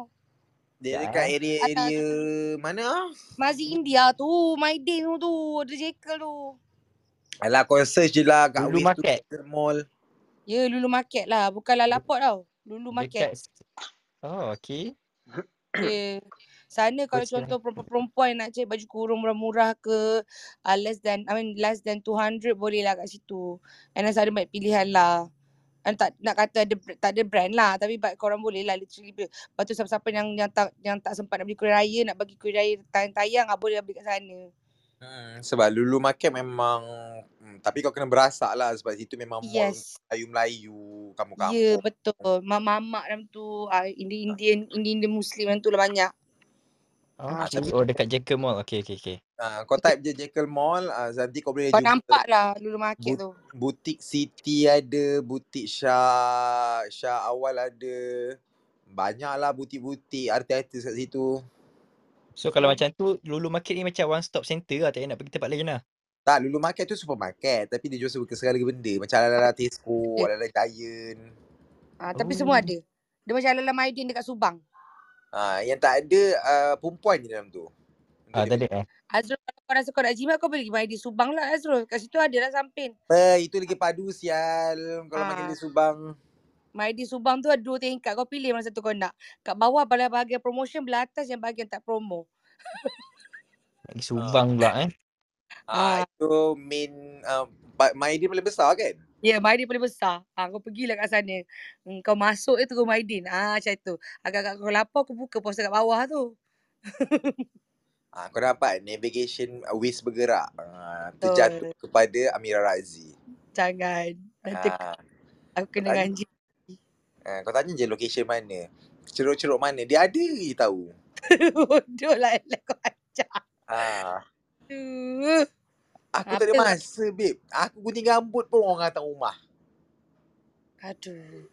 Speaker 1: dia dekat
Speaker 2: Ya.
Speaker 5: Atas
Speaker 1: area-area mana? ah?
Speaker 5: Masjid India tu, My Day tu, tu ada jacket tu.
Speaker 1: Alah kau search je lah kat
Speaker 2: Dulu
Speaker 1: ways tu
Speaker 2: market.
Speaker 1: Jekyll Mall.
Speaker 5: Ya, Lulu Market lah. Bukan lalapot tau. Lulu Market.
Speaker 2: Dekat. Oh, okay.
Speaker 5: Ya. Sana kalau
Speaker 2: What's
Speaker 5: contoh perempuan-perempuan nak cari baju kurung murah-murah ke uh, less than I mean less than 200 boleh lah kat situ. And then ada banyak pilihan lah. And tak nak kata ada br- tak ada brand lah tapi but korang boleh lah literally beli. Lepas tu siapa-siapa yang yang tak yang tak sempat nak beli kuih raya nak bagi kuih raya tayang-tayang ah boleh lah beli kat sana.
Speaker 1: Hmm, sebab Lulu Market memang hmm, tapi kau kena berasak lah sebab situ memang mall untuk
Speaker 5: Yes.
Speaker 1: Melayu-Melayu,
Speaker 5: Ya yeah,
Speaker 1: kampung-kampung.
Speaker 5: betul. Mak-mak dalam tu ah Indian Indian Indian Muslim dalam tu lah banyak.
Speaker 1: Ah,
Speaker 5: Ah,
Speaker 2: Okay.
Speaker 1: tapi
Speaker 2: Oh, dekat Jekyll Mall. Okay, okay, okay.
Speaker 1: ah, kau type je Jekyll Mall, ah, nanti kau boleh
Speaker 5: Kau
Speaker 1: jumpa
Speaker 5: nampak lah Lulu Market
Speaker 1: but,
Speaker 5: tu.
Speaker 1: butik Siti ada, butik Shah, Shah Awal ada. Banyak lah butik-butik artis-artis kat situ.
Speaker 2: So, kalau macam tu, Lulu Market ni macam one stop center lah. Tak payah nak pergi tempat lain lah.
Speaker 1: Tak, Lulu Market tu supermarket tapi dia jual segala segala benda. Macam ala-ala Tesco,
Speaker 5: Ya.
Speaker 1: ala-ala Giant.
Speaker 5: Ah, tapi semua
Speaker 2: Oh.
Speaker 5: ada. Dia macam Lala Maidin dekat Subang.
Speaker 1: Ah, yang tak ada ah, perempuan je dalam tu. Untuk
Speaker 2: Ah,
Speaker 1: dia
Speaker 2: tak
Speaker 1: beli.
Speaker 2: ada eh.
Speaker 5: Azrul kalau kau rasa kau nak jimat kau boleh pergi Maidin Subang lah Azrul. Kat situ ada lah samping.
Speaker 1: Apa, itu lagi padu sial. Kalau makin
Speaker 5: Ah,
Speaker 1: dia subang.
Speaker 5: Maidin Subang tu ada dua tingkat. Kau pilih mana satu kau nak. Kat bawah pada bahagian promotion, belah atas yang bahagian tak promo.
Speaker 2: Nak pergi
Speaker 1: Ah,
Speaker 2: Subang pula eh.
Speaker 1: ah
Speaker 5: Ah,
Speaker 1: itu main ah, ba- Maidin paling besar kan?
Speaker 5: ya yeah, Maidin paling besar. Ah, kau pergilah kat sana. Hmm, kau masuk je tunggu Ha, Maidin. Ah, macam tu. Agak-agak kau lapar kau buka poster kat bawah tu.
Speaker 1: Ah, kau dapat navigation ah, waist bergerak. Ah, terjatuh kepada Amira Razi.
Speaker 5: Jangan. Nanti
Speaker 1: Ah,
Speaker 5: aku kena
Speaker 1: tanya.
Speaker 5: ganji.
Speaker 1: ah, kau tanya je location mana. Ceruk-ceruk mana. Dia ada je tahu.
Speaker 5: Bodoh lah Ella kau ajak
Speaker 1: Ah,
Speaker 5: tu.
Speaker 1: aku tak ada
Speaker 5: Apa?
Speaker 1: masa, babe. Aku gunting rambut pun orang datang rumah.
Speaker 5: Aduh.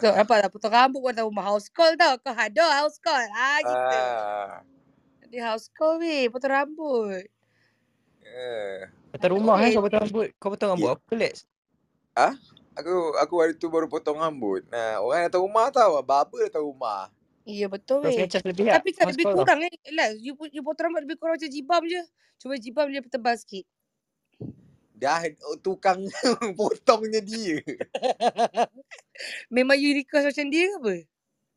Speaker 5: Tu nampak tak potong rambut kau tahu rumah house call tau. Kau hado house call. Ah
Speaker 1: Ha,
Speaker 5: gitu.
Speaker 1: Ah,
Speaker 5: Nanti house call weh potong rambut.
Speaker 1: eh.
Speaker 2: Atas rumah eh
Speaker 5: Weh.
Speaker 2: kau potong rambut. Kau potong rambut
Speaker 1: Ya.
Speaker 2: apa Lex?
Speaker 1: Aku aku hari tu baru potong rambut. Nah, orang datang rumah tau. Barber datang rumah.
Speaker 5: Ya betul
Speaker 2: Kau
Speaker 5: weh.
Speaker 2: kena charge lebih tak?
Speaker 5: Tapi kan
Speaker 2: House
Speaker 5: lebih
Speaker 2: call tau.
Speaker 5: kurang eh. Lah, you, pu- you potong rambut lebih kurang macam jibam je. Cuma jibam dia tebal sikit.
Speaker 1: Dah oh, tukang potongnya dia.
Speaker 5: Memang you request macam dia ke apa?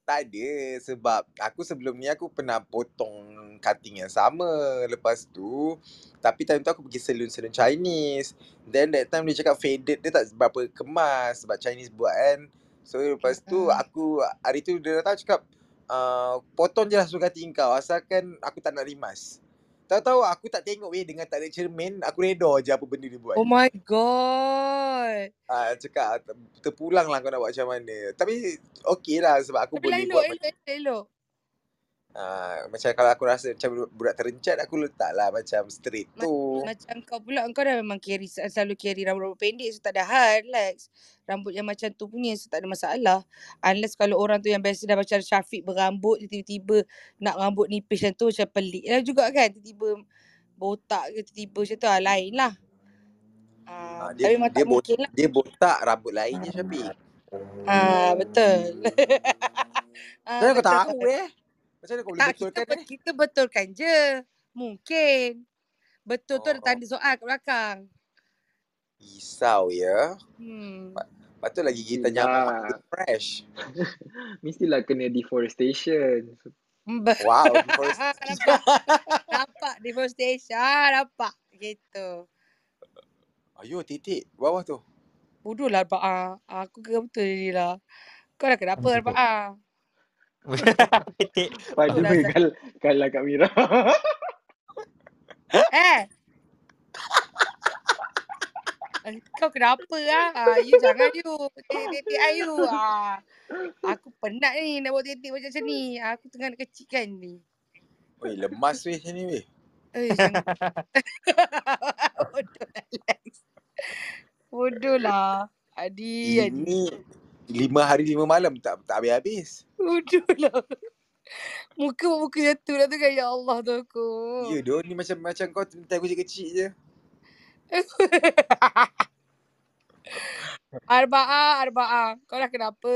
Speaker 1: Tak ada sebab aku sebelum ni aku pernah potong cutting yang sama lepas tu tapi time tu aku pergi salon-salon Chinese then that time dia cakap faded dia tak berapa kemas sebab Chinese buat kan so lepas tu
Speaker 5: Ah.
Speaker 1: aku hari tu dia datang cakap uh, potong je lah suruh cutting kau asalkan aku tak nak rimas tahu-tahu aku tak tengok weh dengan tak ada cermin aku redor je apa benda dia buat
Speaker 5: Oh my god.
Speaker 1: Ah, cakap "Ter- terpulang lah kau nak buat macam mana tapi okey lah sebab aku
Speaker 5: Tapi lah
Speaker 1: boleh
Speaker 5: elok,
Speaker 1: buat
Speaker 5: elok, elok, elok.
Speaker 1: Ah, macam kalau aku rasa macam budak budak terencat aku letaklah macam straight
Speaker 5: Ma-
Speaker 1: tu.
Speaker 5: macam kau pula kau dah memang carry selalu carry rambut-rambut pendek so tak ada hal Lex. Rambut yang macam tu punya so tak ada masalah. Unless kalau orang tu yang biasa dah macam Syafiq berambut dia tiba-tiba nak rambut nipis macam tu macam pelik lah juga kan tiba-tiba botak ke tiba-tiba macam tu ah, lain lah.
Speaker 1: Ah,
Speaker 5: Ah,
Speaker 1: dia
Speaker 5: tapi memang
Speaker 1: dia
Speaker 5: tak
Speaker 1: bot,
Speaker 5: mungkin lah.
Speaker 1: dia botak rambut lain je Syafiq.
Speaker 5: Ah, betul. ah,
Speaker 1: Saya kau
Speaker 5: betul.
Speaker 1: tahu eh. Macam mana kau boleh
Speaker 5: Tak kita
Speaker 1: betulkan
Speaker 5: bet-
Speaker 1: eh?
Speaker 5: kita betulkan je. Mungkin. Betul tu ada
Speaker 1: Oh,
Speaker 5: tanda soal kat belakang.
Speaker 1: risau ya.
Speaker 5: Hmm.
Speaker 1: Pa- Patut lagi kita nyaman makin
Speaker 4: Mestilah.
Speaker 1: fresh.
Speaker 4: Mestilah kena deforestation.
Speaker 1: Wow,
Speaker 5: nampak
Speaker 1: deforestation.
Speaker 5: nampak deforestation Ah, nampak gitu.
Speaker 1: Ayuh, titik bawah tu.
Speaker 5: Bodoh lah Abang ah. Aku ke betul dia lah. Kau dah kenapa
Speaker 2: Apa tu?
Speaker 5: Abang ah?
Speaker 2: Petik.
Speaker 5: Betul
Speaker 4: Padu
Speaker 5: lah Zat.
Speaker 4: kal kalah Kak Mira.
Speaker 5: Eh, eh, kau kenapa ah? ah you jangan you. Titik-titik ah you. Ah. Aku penat ni nak buat titik macam macam ni. Aku tengah nak kecilkan ni.
Speaker 1: Oi, lemas weh sini weh.
Speaker 5: Eh, jangan. Bodoh lah Lex. Bodoh lah. Adi, adi.
Speaker 1: Ini lima hari lima malam tak tak habis-habis.
Speaker 5: Bodoh lah. Muka muka macam tu lah tu kan. Ya Allah tu aku.
Speaker 1: Ya, doh ni macam macam kau minta aku kecil je.
Speaker 5: Arba'ah, Arba'ah. Kau dah kenapa?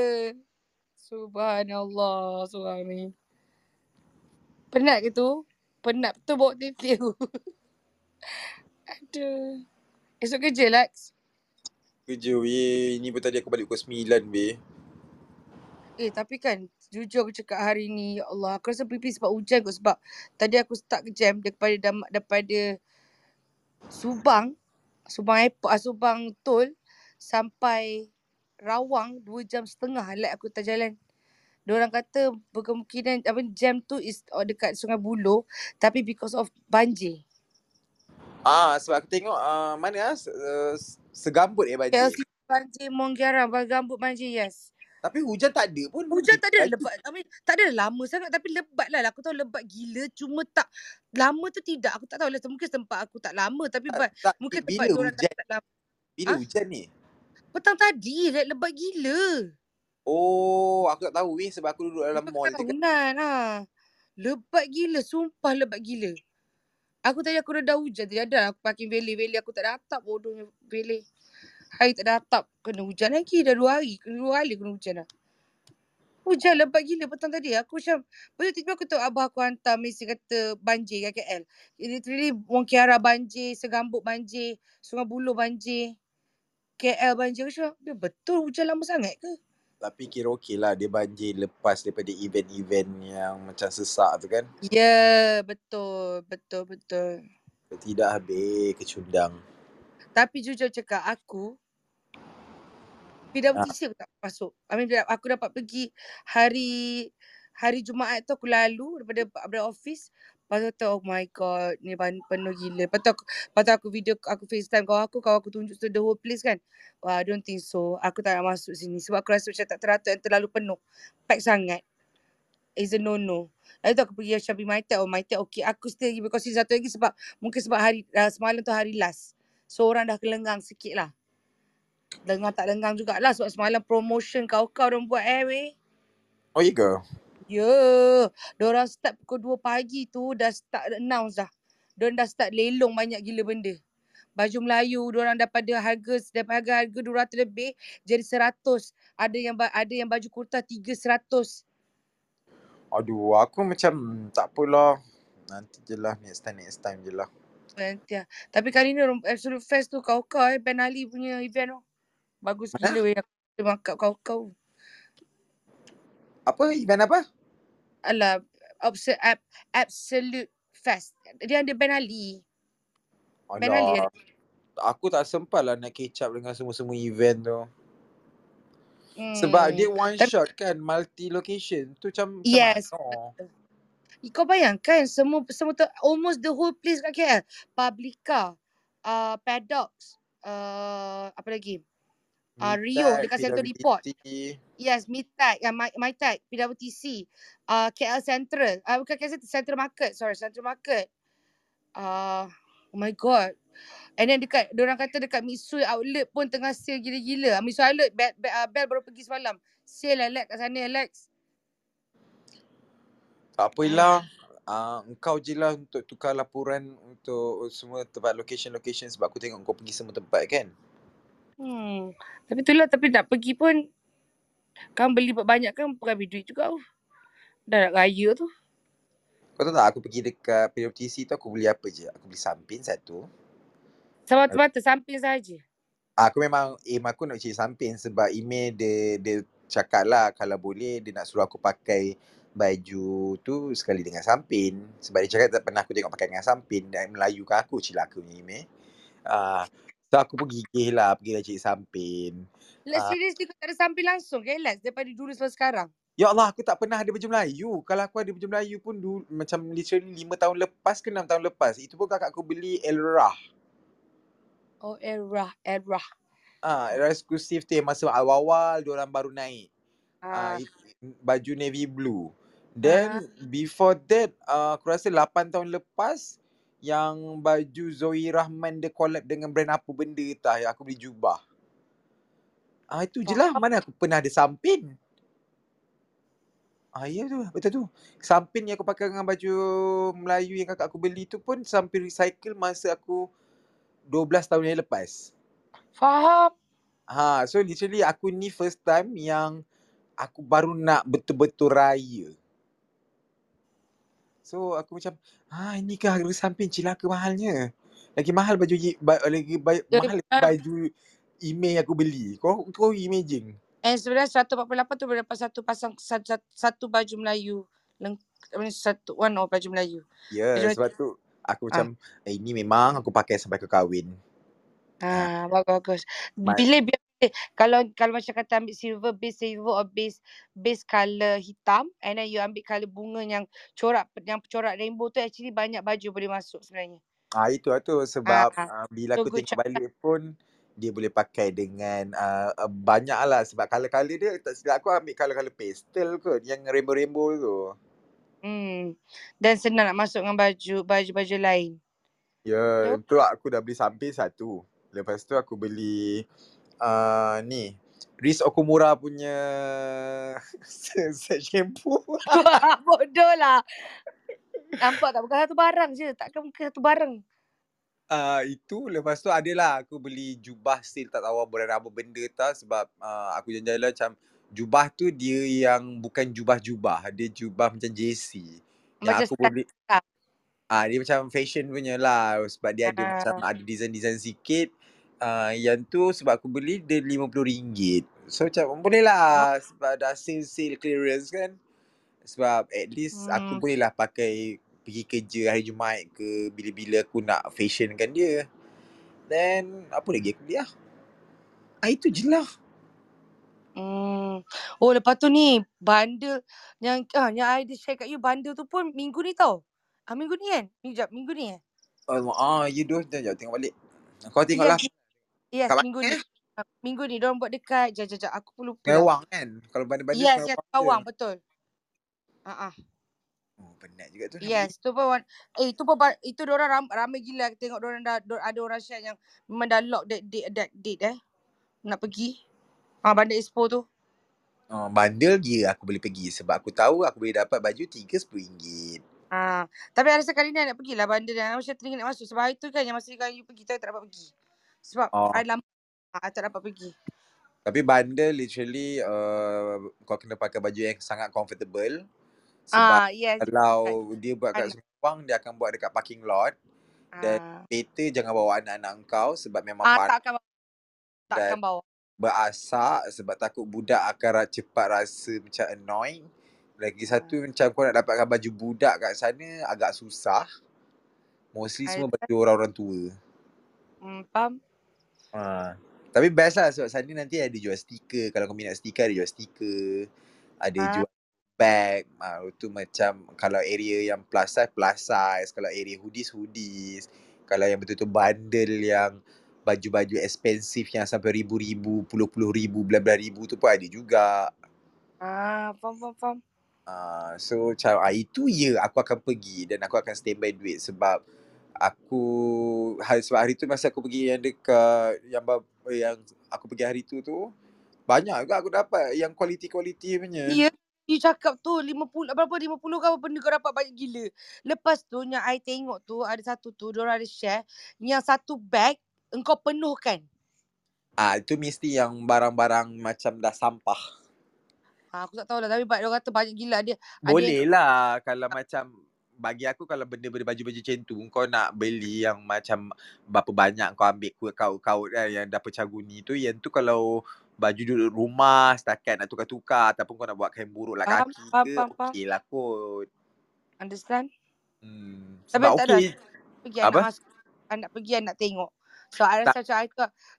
Speaker 5: Subhanallah, seorang ni. Penat ke tu? Penat betul bawa titik tu. Aduh. Esok kerja, Lex.
Speaker 1: Kerja weh. Ini pun tadi aku balik pukul 9 weh.
Speaker 5: Eh, tapi kan, jujur aku cakap hari ni, ya Allah, aku rasa pipi sebab hujan kot sebab tadi aku start ke jam daripada, dam, daripada Subang, Subang Airport, ah, Subang Tol sampai Rawang dua jam setengah lah aku tak jalan. Diorang kata berkemungkinan apa jam tu is oh, dekat Sungai Buloh tapi because of banjir.
Speaker 1: Ah, sebab aku tengok uh, mana ah se- uh, segambut eh banjir.
Speaker 5: KLC banjir Monggaram gambut banjir yes.
Speaker 1: Tapi hujan tak ada pun.
Speaker 5: Hujan tak ada
Speaker 1: Banjir.
Speaker 5: lebat. I mean, tak ada lama sangat tapi lebat lah. Aku tahu lebat gila cuma tak lama tu tidak. Aku tak tahu lah mungkin tempat aku tak lama tapi
Speaker 1: Tak,
Speaker 5: but,
Speaker 1: tak,
Speaker 5: mungkin tempat
Speaker 1: Eh, bila
Speaker 5: diorang
Speaker 1: hujan?
Speaker 5: kata tak lama.
Speaker 1: Bila
Speaker 5: Ah,
Speaker 1: hujan ni?
Speaker 5: petang tadi like, lebat gila.
Speaker 1: Oh, aku tak tahu weh sebab aku duduk dalam
Speaker 5: Lepas
Speaker 1: mall
Speaker 5: kat
Speaker 1: je kan.
Speaker 5: Hunan ha. Lebat gila, sumpah lebat gila. Aku tadi aku reda hujan tadi ada aku parking valley-valley aku tak ada atap bodohnya valley. Hari tak ada atap kena hujan lagi dah dua hari, kena dua hari kena hujan dah. Hujan lebat gila petang tadi. Aku macam Lepas tu tiba aku tahu abah aku hantar mesej kata banjir kat KL. Literally Wong Kiara banjir, Segambut banjir, Sungai Buloh banjir, KL banjir. Aku macam, dia betul hujan lama sangat ke?
Speaker 1: Tapi kira okey lah dia banjir lepas daripada event-event yang macam sesak tu kan.
Speaker 5: Ya, yeah, betul, betul, betul.
Speaker 1: Tidak habis kecundang.
Speaker 5: Tapi jujur cakap aku
Speaker 1: Ah,
Speaker 5: PWTC aku tak masuk. I mean bila aku dapat pergi hari hari Jumaat tu aku lalu daripada daripada office. Lepas tu, aku, oh my god, ni ban- penuh gila. Lepas tu, aku, lepas tu aku video, aku FaceTime kawan aku, kawan aku tunjuk tu the whole place kan. Wah, I don't think so. Aku tak nak masuk sini sebab aku rasa macam tak teratur dan terlalu penuh. Pack sangat. It's a no-no. Lepas tu aku pergi yang Shabby My Tech. Oh, My Tech okay. Aku still pergi berkongsi satu lagi sebab mungkin sebab hari uh, semalam tu hari last. So, orang dah kelenggang sikit lah. Lengang tak lengang jugalah sebab semalam promotion kau-kau orang buat eh weh.
Speaker 1: Oh, you go.
Speaker 5: Ya, yeah. diorang start pukul 2 pagi tu dah start announce dah. Diorang dah start lelong banyak gila benda. Baju Melayu diorang daripada harga daripada harga harga 200 lebih jadi 100. Ada yang ba- ada yang baju kurta 300.
Speaker 1: Aduh, aku macam tak apalah. Nanti je lah, next time, next time je lah.
Speaker 5: Nanti lah. Tapi kali ni orang Absolute Fest tu kau kau eh Ben Ali punya event tu. Bagus
Speaker 1: Mana?
Speaker 5: gila weh aku boleh mangkap kau kau.
Speaker 1: Apa? Event apa?
Speaker 5: Alah abs- ab- Absolute Fest. Dia ada Ben Ali. Ben Ali ada.
Speaker 1: Alah, aku tak sempat lah nak catch up dengan semua-semua event tu. Sebab
Speaker 5: Hmm.
Speaker 1: dia one
Speaker 5: Tapi
Speaker 1: shot kan, multi location. Tu macam, macam mana? Oh,
Speaker 5: yes, betul. Kau bayangkan semua semua tu almost the whole place kat KL. Publica, uh, Paddocks, uh, apa lagi?
Speaker 1: mm,
Speaker 5: Uh, Rio
Speaker 1: Meetup,
Speaker 5: dekat Central Depot.
Speaker 1: PWTC.
Speaker 5: Yes, Mitek, uh, My, Mytek, PWTC, uh, KL Central. Uh, bukan KL Central, Central Market. Sorry, Central Market. Uh, oh my god. And then dekat, orang kata dekat Mitsui Outlet pun tengah sale gila-gila. Ah, Mitsui Outlet, Bel, Bel, uh, Bel baru pergi semalam. Sale Alex kat sana Alex.
Speaker 1: Tak
Speaker 5: Ah,
Speaker 1: apalah. Uh, engkau je lah untuk tukar laporan untuk semua tempat location-location sebab aku tengok kau pergi semua tempat kan.
Speaker 5: Hmm. Tapi itulah tapi nak pergi pun kan beli banyak kan bukan habis duit juga tu. Dah nak raya tu.
Speaker 1: Kau tahu tak aku pergi dekat PWTC tu aku beli apa je? Aku beli sampin satu.
Speaker 5: Semata-mata samping saja.
Speaker 1: Aku memang aim aku nak cari sampin sebab email dia dia cakap lah kalau boleh dia nak suruh aku pakai baju tu sekali dengan sampin sebab dia cakap tak pernah aku tengok pakai dengan sampin dan Melayu ke aku celaka punya email. Ah, so aku pergi gigih lah pergi lah cari sampin.
Speaker 5: Let's
Speaker 1: Ah,
Speaker 5: seriously kau tak ada samping langsung ke Lex daripada dulu sampai sekarang.
Speaker 1: ya Allah aku tak pernah ada baju Melayu. Kalau aku ada baju Melayu pun dulu, macam literally 5 tahun lepas ke 6 tahun lepas. Itu pun kakak aku beli Elra.
Speaker 5: Oh era era.
Speaker 1: Ah, Elra eksklusif tu yang masa awal-awal dia orang baru naik. Ah,
Speaker 5: Ah
Speaker 1: it, baju navy blue.
Speaker 5: ah
Speaker 1: Then before that, uh, aku rasa 8 tahun lepas yang baju Zoe Rahman dia collab dengan brand apa benda tah yang aku beli jubah. Ah itu je lah
Speaker 5: faham.
Speaker 1: mana aku pernah ada sampin. Ah ya tu betul tu. Sampin yang aku pakai dengan baju Melayu yang kakak aku beli tu pun sampin recycle masa aku 12 tahun yang lepas.
Speaker 5: Faham.
Speaker 1: Ha so literally aku ni first time yang aku baru nak betul-betul raya. So aku macam ah ini ke harga samping celaka mahalnya. Lagi mahal baju ye- ba, lagi ba,
Speaker 5: Jadi
Speaker 1: mahal
Speaker 5: benar.
Speaker 1: baju email yang aku beli. Kau kau imagine.
Speaker 5: And sebenarnya 148 tu berdapat satu pasang satu, satu, satu baju Melayu. Leng, apa ni, satu one of baju Melayu.
Speaker 1: Ya, yeah,
Speaker 5: Baju Melayu.
Speaker 1: sebab tu aku
Speaker 5: Ah.
Speaker 1: macam eh, ini memang aku pakai sampai aku kahwin. Ha,
Speaker 5: Ah, bagus bagus.
Speaker 1: ma-
Speaker 5: Pilih biar pilih. Kalau kalau macam kata ambil silver base silver or base base colour hitam and then you ambil colour bunga yang corak yang corak rainbow tu actually banyak baju boleh masuk sebenarnya.
Speaker 1: ah itu lah tu
Speaker 5: Ah,
Speaker 1: sebab ah, bila
Speaker 5: so
Speaker 1: aku tengok
Speaker 5: good choice.
Speaker 1: balik pun dia boleh pakai dengan ah, ah, banyak lah sebab kala-kala dia tak silap aku ambil kala-kala pastel kot yang rainbow-rainbow tu.
Speaker 5: Hmm. Dan senang nak masuk dengan baju baju-baju lain.
Speaker 1: Ya,
Speaker 5: No?
Speaker 1: yeah, tu aku dah beli samping satu. Lepas tu aku beli uh, ni Riz Okumura punya set set shampoo.
Speaker 5: Bodoh lah. Nampak tak bukan satu barang je. Takkan bukan satu barang.
Speaker 1: Uh, itu lepas tu adalah aku beli jubah still tak tahu brand apa benda tau sebab uh, aku janjilah macam jubah tu dia yang bukan jubah-jubah. Dia jubah macam JC. Yang
Speaker 5: Macam
Speaker 1: aku
Speaker 5: style
Speaker 1: boleh
Speaker 5: tak.
Speaker 1: Ah dia macam fashion punya lah sebab dia ada macam
Speaker 5: Ah,
Speaker 1: ada design-design sikit. Ah yang tu sebab aku beli dia RM50. So macam boleh
Speaker 5: Oh.
Speaker 1: lah sebab dah sale sale clearance kan. Sebab at least aku
Speaker 5: Hmm.
Speaker 1: boleh lah pakai pergi kerja hari Jumaat ke bila-bila aku nak fashion kan dia. Then apa lagi aku beli lah. Ah itu je lah.
Speaker 5: Hmm. Oh lepas tu ni bundle yang ah yang I ada share kat you bundle tu pun minggu ni tau. Ah, minggu ni kan? Minggu jap, minggu ni eh?
Speaker 1: Oh, ah, you dua jom jom tengok balik.
Speaker 5: Ya,
Speaker 1: Kau tengok lah.
Speaker 5: Yes,
Speaker 1: Kat
Speaker 5: minggu ni. Ah, Minggu ni, diorang buat dekat. Jap, jap, jap. Aku pun lupa lah.
Speaker 1: Ngewang kan? Kalau bandar-bandar
Speaker 5: Yes,
Speaker 1: Sungei
Speaker 5: yes,
Speaker 1: Wang je.
Speaker 5: Kawang, betul. Ah, ah.
Speaker 1: Oh, penat juga tu.
Speaker 5: Yes, tu pun one. Eh, tu pun ba- itu diorang ram, ramai gila. Aku tengok diorang dah, dor, ada orang share yang memang dah lock that date, that date eh. Nak pergi. Ah, Bandar Expo tu.
Speaker 1: Oh, bandel dia aku boleh pergi sebab aku tahu aku boleh dapat baju RM3.10.
Speaker 5: Ah, tapi ada sekali ni I nak pergilah bandar dan macam teringin nak masuk sebab hari tu kan yang masa kan you pergi tu I tak dapat pergi. Sebab
Speaker 1: Oh.
Speaker 5: I lama ah, I tak dapat pergi.
Speaker 1: Tapi bandel literally uh, kau kena pakai baju yang sangat comfortable sebab
Speaker 5: Ah, yes.
Speaker 1: kalau dia buat kat
Speaker 5: Anak.
Speaker 1: Sungei Wang dia akan buat dekat parking lot dan
Speaker 5: Ah,
Speaker 1: kereta jangan bawa anak-anak kau sebab memang
Speaker 5: ah
Speaker 1: panas
Speaker 5: tak akan bawa, tak
Speaker 1: dan
Speaker 5: akan bawa.
Speaker 1: berasak sebab takut budak akan ra- cepat rasa macam annoying. Lagi satu
Speaker 5: Hmm.
Speaker 1: macam kau nak dapatkan baju budak kat sana agak susah. Mostly
Speaker 5: I
Speaker 1: semua baju orang-orang tua.
Speaker 5: mm, faham.
Speaker 1: Ha. Tapi best lah sebab sana nanti ada jual stiker. Kalau kau minat stiker ada jual stiker. Ada
Speaker 5: Ah,
Speaker 1: jual bag. Ha, tu macam kalau area yang plus size, plus size. Kalau area hoodies, hoodies. Kalau yang betul-betul bundle yang baju-baju expensive yang sampai ribu-ribu, puluh-puluh ribu, belah-belah ribu tu pun ada juga.
Speaker 5: ah faham faham faham.
Speaker 1: Uh, so macam ah, itu ya aku akan pergi dan aku akan standby duit sebab aku hari sebab hari tu masa aku pergi yang dekat yang ba- yang aku pergi hari tu tu banyak juga aku dapat yang kualiti-kualiti punya.
Speaker 5: Ya, you cakap tu 50 berapa 50 ke apa benda kau dapat banyak gila. Lepas tu yang I tengok tu ada satu tu diorang ada share yang satu bag engkau penuhkan.
Speaker 1: Ah itu mesti yang barang-barang macam dah sampah.
Speaker 5: Ah, aku tak tahu lah tapi dia orang kata banyak gila dia. Ada yang
Speaker 1: Boleh lah kalau macam bagi aku kalau benda-benda baju-baju macam tu kau nak beli yang macam berapa banyak kau ambil kuat kaut-kaut kan yang dah pecah guni tu yang tu kalau baju duduk rumah setakat nak tukar-tukar ataupun kau nak buat kain buruk lah
Speaker 5: faham
Speaker 1: kaki
Speaker 5: faham
Speaker 1: ke
Speaker 5: faham, faham.
Speaker 1: okey lah kot.
Speaker 5: Understand?
Speaker 1: Hmm.
Speaker 5: Tapi
Speaker 1: Sebab
Speaker 5: I tak ada
Speaker 1: okey
Speaker 5: pergi anak
Speaker 1: apa
Speaker 5: masuk anak pergi anak tengok. So I
Speaker 1: tak
Speaker 5: rasa macam I tu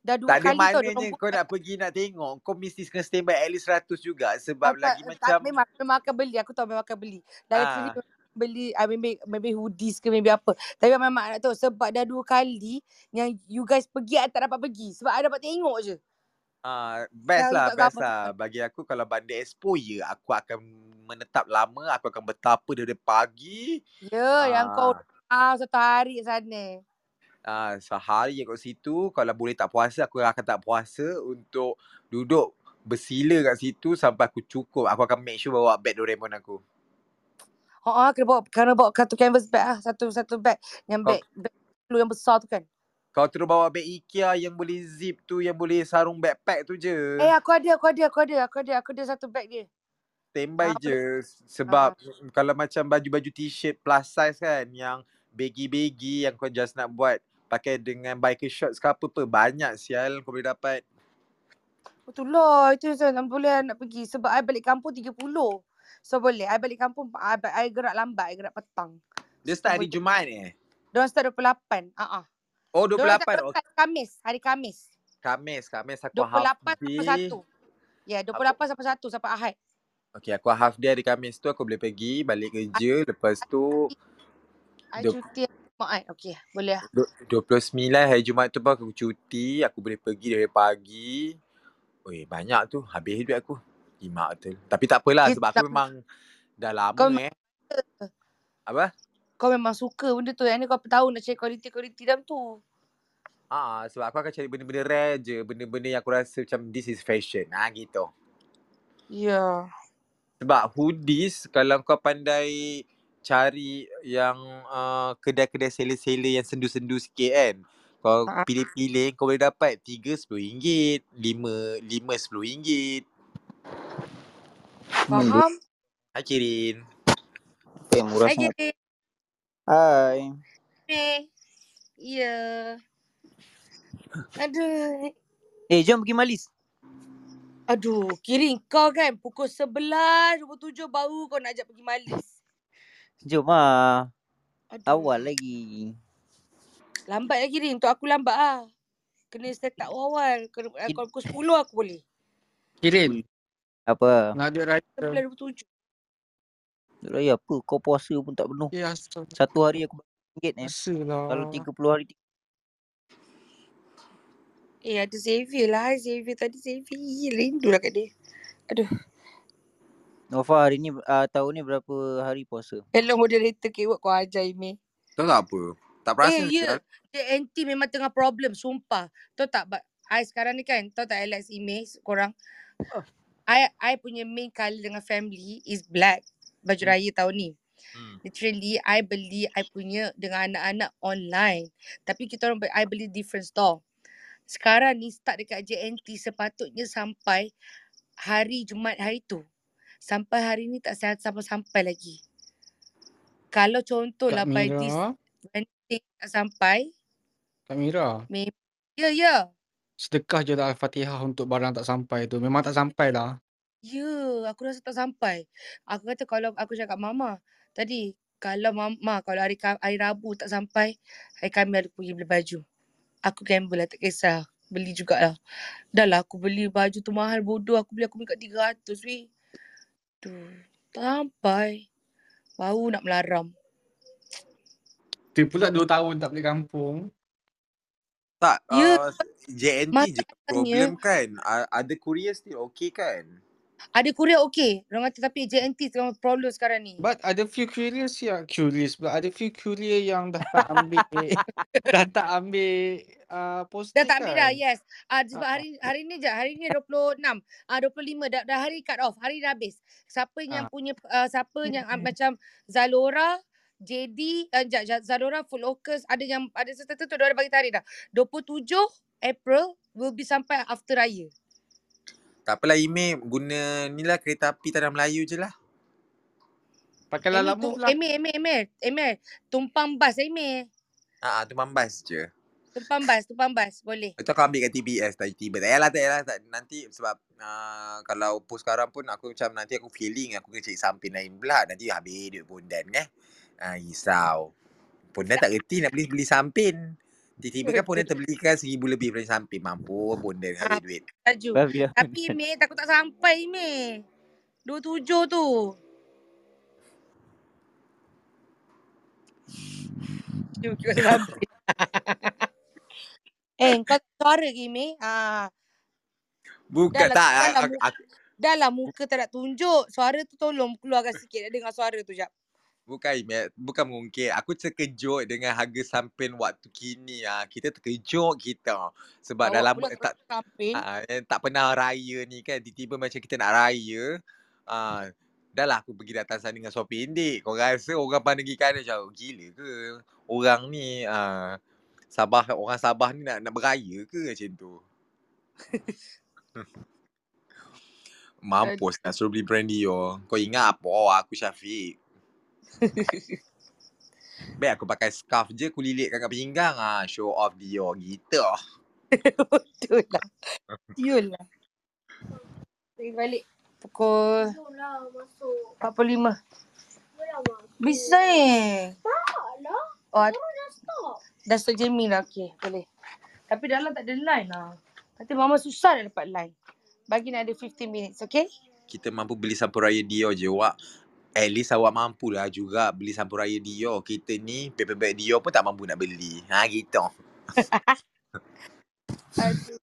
Speaker 5: dah dua
Speaker 1: tak ada
Speaker 5: kali tau dia
Speaker 1: maknanya
Speaker 5: buat
Speaker 1: kau nak pergi nak tengok kau mesti kena standby at least 100 juga sebab
Speaker 5: I tak,
Speaker 1: lagi
Speaker 5: tak
Speaker 1: macam
Speaker 5: memang memang akan beli aku tahu memang akan beli. Dah literally
Speaker 1: ah
Speaker 5: beli I maybe, maybe hoodies ke maybe apa. Tapi memang I nak tahu sebab dah dua kali yang you guys pergi I tak dapat pergi sebab I dapat tengok je.
Speaker 1: Ah, best
Speaker 5: Yang you
Speaker 1: lah,
Speaker 5: kat
Speaker 1: best
Speaker 5: gambar tu.
Speaker 1: lah. Bagi aku kalau bandar expo ya, aku akan menetap lama, aku akan betapa dari pagi.
Speaker 5: Ya, yeah, yang kau
Speaker 1: Ah,
Speaker 5: ah satu hari kat sana.
Speaker 1: ah sehari je kat situ, kalau boleh tak puasa aku akan tak puasa untuk duduk bersila kat situ sampai aku cukup. Aku akan make sure bawa beg Doraemon aku.
Speaker 5: Ha ah, kena bawa kena bawa satu canvas bag ah, satu satu bag yang
Speaker 1: Kau
Speaker 5: bag bag blue yang besar tu kan.
Speaker 1: kau terus bawa beg IKEA yang boleh zip tu, yang boleh sarung backpack tu je.
Speaker 5: Eh aku ada aku ada aku ada aku ada aku ada satu bag dia.
Speaker 1: standby
Speaker 5: Ah boleh.
Speaker 1: je
Speaker 5: Ah.
Speaker 1: sebab kalau macam baju-baju t-shirt plus size kan yang baggy-baggy yang kau just nak buat pakai dengan biker shorts ke apa apa banyak sial kau boleh dapat.
Speaker 5: Betul lah. Itu saya tak boleh nak pergi. Sebab I balik kampung 30. So boleh. I balik kampung, I, ba- I gerak lambat. I gerak petang.
Speaker 1: Dia
Speaker 5: So
Speaker 1: start hari
Speaker 5: boleh.
Speaker 1: Jumaat eh.
Speaker 5: Diorang start 28. Uh-uh.
Speaker 1: Oh
Speaker 5: Diorang
Speaker 1: 28
Speaker 5: start, diorang
Speaker 1: oh
Speaker 5: start Kamis. Hari Kamis.
Speaker 1: Khamis Khamis aku half
Speaker 5: 28 sampai
Speaker 1: day.
Speaker 5: 1. Ya, yeah,
Speaker 1: Aku
Speaker 5: 28 sampai 1 sampai Ahad.
Speaker 1: okey aku half day hari Khamis tu aku boleh pergi
Speaker 5: Ah.
Speaker 1: balik kerja lepas tu
Speaker 5: I
Speaker 1: du-
Speaker 5: cuti hari Jumaat. Okey, boleh lah.
Speaker 1: du- 29 hari Jumaat tu pun aku cuti, aku boleh pergi dari pagi. Oi banyak tu habis duit aku. Lima betul. Tapi tak apalah
Speaker 5: Dia
Speaker 1: sebab aku
Speaker 5: lama.
Speaker 1: memang dah
Speaker 5: Kau
Speaker 1: lama
Speaker 5: memang
Speaker 1: eh. Apa?
Speaker 5: kau memang suka benda tu. Yang ni kau tahu nak cari kualiti-kualiti dalam tu.
Speaker 1: Ah, sebab aku akan cari benda-benda rare je, benda-benda yang aku rasa macam this is fashion. Ah gitu.
Speaker 5: Ya. Yeah.
Speaker 1: Sebab hoodies kalau kau pandai cari yang uh, kedai-kedai seller-seller yang sendu-sendu sikit kan. Kau
Speaker 5: Ha,
Speaker 1: pilih-pilih kau boleh dapat 3 RM10, 5 5 RM10.
Speaker 8: Hmm.
Speaker 5: Faham?
Speaker 1: Hai Kirin.
Speaker 8: Yang murah
Speaker 5: I
Speaker 8: sangat.
Speaker 5: jadi.
Speaker 8: Hai.
Speaker 5: Ya. Yeah. Ya. Aduh.
Speaker 9: Eh, jom pergi Malis.
Speaker 5: Aduh, kiri kau kan pukul 11.27 baru kau nak ajak pergi malis.
Speaker 9: Jom ah.
Speaker 5: Aduh,
Speaker 9: Awal lagi.
Speaker 5: lambat lagi ni. Untuk aku lambat ah. Kena set up awal. Kena, eh,
Speaker 9: Kid-
Speaker 5: kalau pukul 10 aku boleh.
Speaker 7: Kirim.
Speaker 9: Apa?
Speaker 7: Ngajak raya.
Speaker 5: 11.27.
Speaker 10: Duk raya apa kau puasa pun tak penuh.
Speaker 4: Ya, astaga.
Speaker 10: Satu hari aku RM1 eh.
Speaker 4: Puasa lah.
Speaker 10: Kalau 30 hari
Speaker 5: Eh, ada Xavier lah. Xavier tadi Xavier. Rindu lah kat dia.
Speaker 10: Nova hari ni uh, tahun ni berapa hari puasa?
Speaker 5: Hello moderator keyword kau ajar Imi.
Speaker 1: Tahu tak apa? Tak
Speaker 5: Eh,
Speaker 1: perasan
Speaker 5: ya. JNT memang tengah problem. Sumpah. Tahu tak, but I sekarang ni kan. Tahu tak Alex, Imi, korang. I, I punya main colour dengan family is black. Baju
Speaker 1: Hmm.
Speaker 5: raya tahun ni.
Speaker 1: Hmm.
Speaker 5: Literally, I beli I punya dengan anak-anak online. Tapi kita orang, be- I beli different store. Sekarang ni start dekat JNT sepatutnya sampai hari Jumaat hari tu. Sampai hari ni tak sa- sampai-sampai lagi. Kalau
Speaker 4: Kak
Speaker 5: contohlah by this
Speaker 4: Mira.
Speaker 5: Wednesday tak sampai,
Speaker 4: Kak Mira.
Speaker 5: maybe ya ya.
Speaker 4: Sedekah je lah Al-Fatihah untuk barang tak sampai tu. Memang tak sampai lah.
Speaker 5: Ya, aku rasa tak sampai. Aku kata kalau aku cakap kat mama tadi kalau mama kalau hari Ka- hari Rabu tak sampai, hari Khamis aku pergi beli baju. Aku gamble lah tak kisah. Beli jugalah. Dah lah aku beli baju tu mahal bodoh. Aku beli aku beli kat 300 weh. Tu. Tak sampai. Baru nak melaram.
Speaker 4: Tu pula dua tahun tak balik kampung.
Speaker 1: Tak,
Speaker 5: Ya,
Speaker 1: uh, JNT je
Speaker 5: masalahnya
Speaker 1: problem kan. Uh, ada courier still okay kan?
Speaker 5: ada kuria okey. Orang kata tapi JNT tengah problem sekarang ni.
Speaker 4: But ada few curious ya, curious pula. Ada few curious yang dah tak ambil
Speaker 10: Eh,
Speaker 4: dah tak ambil uh,
Speaker 5: Dah
Speaker 4: posting
Speaker 5: tak ambil dah,
Speaker 4: kan.
Speaker 5: yes. Ah, sebab
Speaker 4: Ah, ah,
Speaker 5: hari hari ni je, hari ni 26, ah 25 dah, dah hari cut off, hari dah habis. Siapa
Speaker 4: ah.
Speaker 5: yang punya ah, siapa yang ah, macam Zalora, JD, ah, jap, jap, Zalora Full Locus, ada yang ada serta tu dia orang bagi tarikh dah. 27 April will be sampai after raya.
Speaker 1: Tak apalah Ime guna ni lah kereta api tanah Melayu je lah.
Speaker 4: Pakai
Speaker 5: Amy
Speaker 4: lalat
Speaker 5: tu
Speaker 4: move lah.
Speaker 5: Amy Amy Amy Amy tumpang bas Amy.
Speaker 1: Ah, ah, tu mambas je.
Speaker 5: Tumpang bas, tumpang bas boleh.
Speaker 1: Itu aku ambil kat TBS tadi tiba. Tak payahlah, tak payahlah. Tak, nanti sebab uh, kalau post sekarang pun aku macam nanti aku feeling aku kena cari something lain pula. Nanti habis duit pondan eh. Ah, risau. Pondan tak reti nak beli beli sampin. Tiba-tiba kan pondan terbelikan seribu lebih dari sampin. Mampu pondan
Speaker 5: Ah,
Speaker 1: habis duit.
Speaker 5: laju.
Speaker 10: Babi lah.
Speaker 5: Tapi Amy takut tak sampai Amy. 27 tu. Cuba cuba tak sampai. Eh, kau tak suara ke, Imi? Ha, dah
Speaker 1: Bukan
Speaker 5: lah,
Speaker 1: tak.
Speaker 5: dah
Speaker 1: Aku,
Speaker 5: lah, mu-
Speaker 1: aku,
Speaker 5: dah lah muka tak nak tunjuk. Suara tu tolong keluarkan sikit. Dah dengar suara tu jap.
Speaker 1: bukan Ime. Bukan mengungkit. Aku terkejut dengan harga sampin waktu kini. Ah. Kita terkejut kita. Sebab dah
Speaker 5: Awak
Speaker 1: lama
Speaker 5: Oh, pula tak
Speaker 1: tak
Speaker 5: nak samping.
Speaker 1: Ah, yang tak pernah raya ni kan tiba-tiba macam kita nak raya. Ah, dah lah aku pergi datang sana dengan suara pendek. Kau rasa orang pandang pergi kanan macam "Oh, gila ke? Orang ni ah, Sabah orang Sabah ni nak nak beraya ke macam tu.
Speaker 5: Aduh.
Speaker 1: Mampus nak suruh beli brandy yo. Kau ingat apa? Oh, aku Syafiq. Baik aku pakai scarf je aku lilitkan kat pinggang. Ah, show off dia gitu.
Speaker 5: Betul lah. Betul lah. Pergi balik. Pukul 45. Bisa eh. Oh, ad- dah stop Jamie dah. Okay, boleh. Tapi dalam tak ada line lah. Nanti mama susah nak dapat line. Bagi nak ada 15 minutes, okay?
Speaker 1: Kita mampu beli sampul raya dia je wak. At least awak mampu lah juga beli sampul raya Dior. Kita ni paperback Dior pun tak mampu nak beli. Ha gitu.
Speaker 5: Aduh.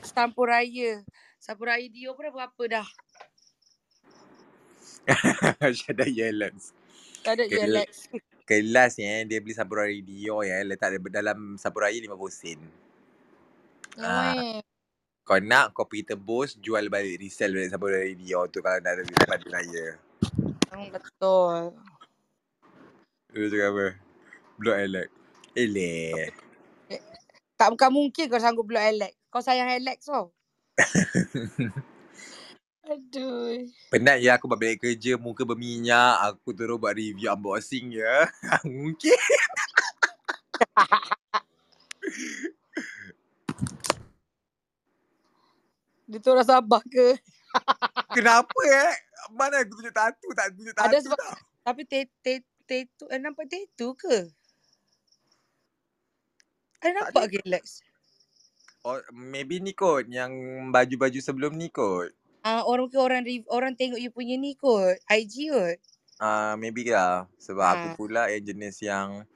Speaker 5: Sampur raya. Sampur raya dia pun dah berapa dah?
Speaker 1: Syada Yelens.
Speaker 5: Tak ada je
Speaker 1: Kel
Speaker 5: Alex.
Speaker 1: kelas ni eh, dia beli sampul raya Dior ya. Letak dia dalam sampul raya 50 sen. Ah,
Speaker 5: Nyawai.
Speaker 1: kau nak kau pergi tebus jual balik resell balik sampul raya Dior tu kalau dah ada pada raya.
Speaker 5: Hmm, betul.
Speaker 1: Dia cakap apa? Blok Alex. Elek.
Speaker 5: Eh, Tak bukan mungkin kau sanggup block Alex. Kau sayang Alex tau. Aduh.
Speaker 1: Penat ya aku balik kerja muka berminyak aku terus buat review unboxing ya. Mungkin
Speaker 5: Dia tu orang Sabah ke?
Speaker 1: Kenapa eh? Mana aku tunjuk tatu, tak tunjuk
Speaker 5: Ada
Speaker 1: tatu
Speaker 5: sebab
Speaker 1: tau.
Speaker 5: tapi te te te tu eh, nampak te tu ke? Ada
Speaker 1: Tak
Speaker 5: nampak
Speaker 1: ada.
Speaker 5: ke Alex?
Speaker 1: Oh, maybe ni kot yang baju-baju sebelum ni kot.
Speaker 5: Ah, orang ke orang rev- orang tengok you punya ni kot. IG kot.
Speaker 1: Ah, maybe lah sebab aku
Speaker 5: Ah.
Speaker 1: pula yang jenis yang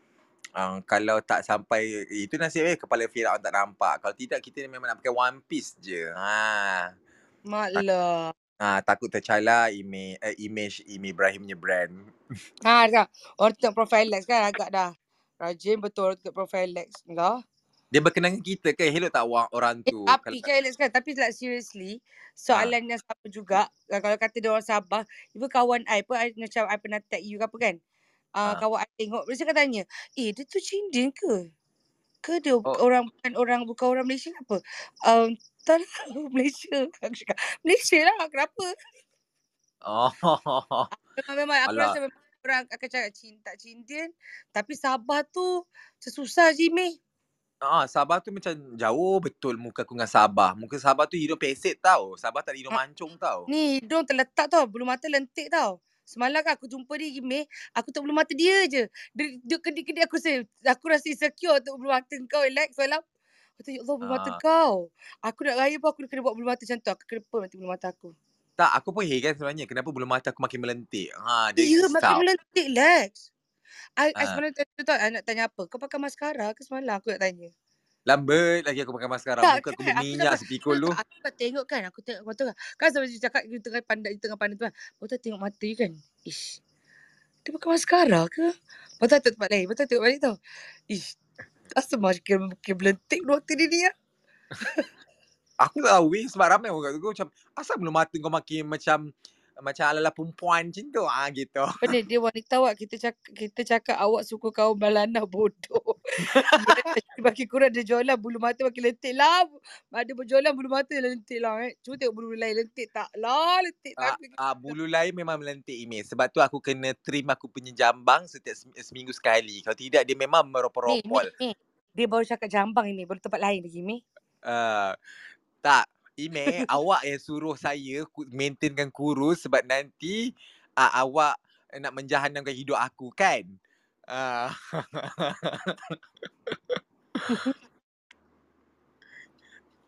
Speaker 1: um, kalau tak sampai itu nasib eh kepala Firaun tak nampak. Kalau tidak kita ni memang nak pakai one piece je. Ha.
Speaker 5: Mak lah.
Speaker 1: Ha, takut tercalar image eh, image Imi Ibrahim punya brand.
Speaker 5: Ha, dah. Orang tengok profile Lex kan agak dah. Rajin betul orang tengok profile Lex. Lah.
Speaker 1: Dia berkenaan dengan kita ke? Hello tak orang, orang
Speaker 5: Eh,
Speaker 1: tu. Ah.
Speaker 5: api je Alex kan. Tapi like seriously, soalan yang sama juga. Uh, Kalau kata dia orang Sabah, even kawan I pun, I, macam I pernah tag you ke apa kan.
Speaker 1: Ah.
Speaker 5: Uh, kawan I tengok, terus dia akan tanya, eh dia tu Chindian ke? Ke dia
Speaker 1: Oh.
Speaker 5: oh. orang bukan orang bukan orang Malaysia ke apa? Um, tak tahu Malaysia. Aku cakap, Malaysia lah kenapa?
Speaker 1: Oh.
Speaker 5: Memang, memang aku
Speaker 1: Alah.
Speaker 5: rasa memang orang akan cakap cinta Chindian. Tapi Sabah tu sesusah je Meh.
Speaker 1: Ah, Sabah tu macam jauh betul muka aku dengan Sabah. Muka Sabah tu hidung pesek tau. Sabah tak ada hidung
Speaker 5: Ah,
Speaker 1: mancung tau.
Speaker 5: Ni hidung terletak tau. Bulu mata lentik tau. Semalam kan aku jumpa dia Jimmy. Aku tengok bulu mata dia je. Dia, dia kedip-kedip aku saya. Aku rasa insecure tengok bulu mata kau Alex. Semalam. Aku tengok Allah bulu mata
Speaker 1: Ah.
Speaker 5: kau. Aku nak raya pun aku kena buat bulu mata macam tu. Aku kena pun nanti bulu mata aku.
Speaker 1: Tak, aku pun hei kan sebenarnya. Kenapa bulu mata aku makin melentik? Ha, dia
Speaker 5: Ya makin
Speaker 1: risau.
Speaker 5: melentik Lex. I, I
Speaker 1: Ha.
Speaker 5: semalam tanya tu tau. I nak tanya apa. Kau pakai maskara ke semalam? Aku nak tanya.
Speaker 1: Lambat lagi aku pakai maskara.
Speaker 5: Tak
Speaker 1: Muka aku
Speaker 5: kan? Aku tak
Speaker 1: berminyak
Speaker 5: pernah.
Speaker 1: sepikul
Speaker 5: Tak,
Speaker 1: tu.
Speaker 5: tak, aku tak tengok kan. Aku tengok kau tu kan. Kan sebab dia cakap you tengah pandai, you tengah pandai tu kan. Lepas tu I tengok mata you kan. Ish. Dia pakai maskara ke? Lepas tu I tengok tempat lain. Lepas tu I tengok balik tau. Ish. Asal makin, makin belentik waktu dia ni lah.
Speaker 1: Aku tak tahu eh, sebab ramai orang kata aku macam asal bulu mata kau makin macam macam ala-ala perempuan macam tu. Ah gitu.
Speaker 5: Benar Kan dia wanita awak. Kita cakap, kita cakap awak suka kaum balana bodoh. ya, makin kurang dia jualan bulu mata makin lentik lah. Ada berjualan bulu mata lentik lah eh. Cuba tengok bulu lain lentik tak lah. Lentik
Speaker 1: Ah,
Speaker 5: sangat.
Speaker 1: ah, bulu lain memang melentik imej. Sebab tu aku kena trim aku punya jambang setiap sem- seminggu sekali. Kalau tidak dia memang
Speaker 5: Ni, ni,
Speaker 1: meropol-ropol.
Speaker 5: ni. Dia baru cakap jambang ni, baru tempat lain lagi ni.
Speaker 1: Ah, tak. Ime, awak yang suruh saya ku- maintainkan kurus sebab nanti uh, awak nak menjahanamkan hidup aku kan? Uh,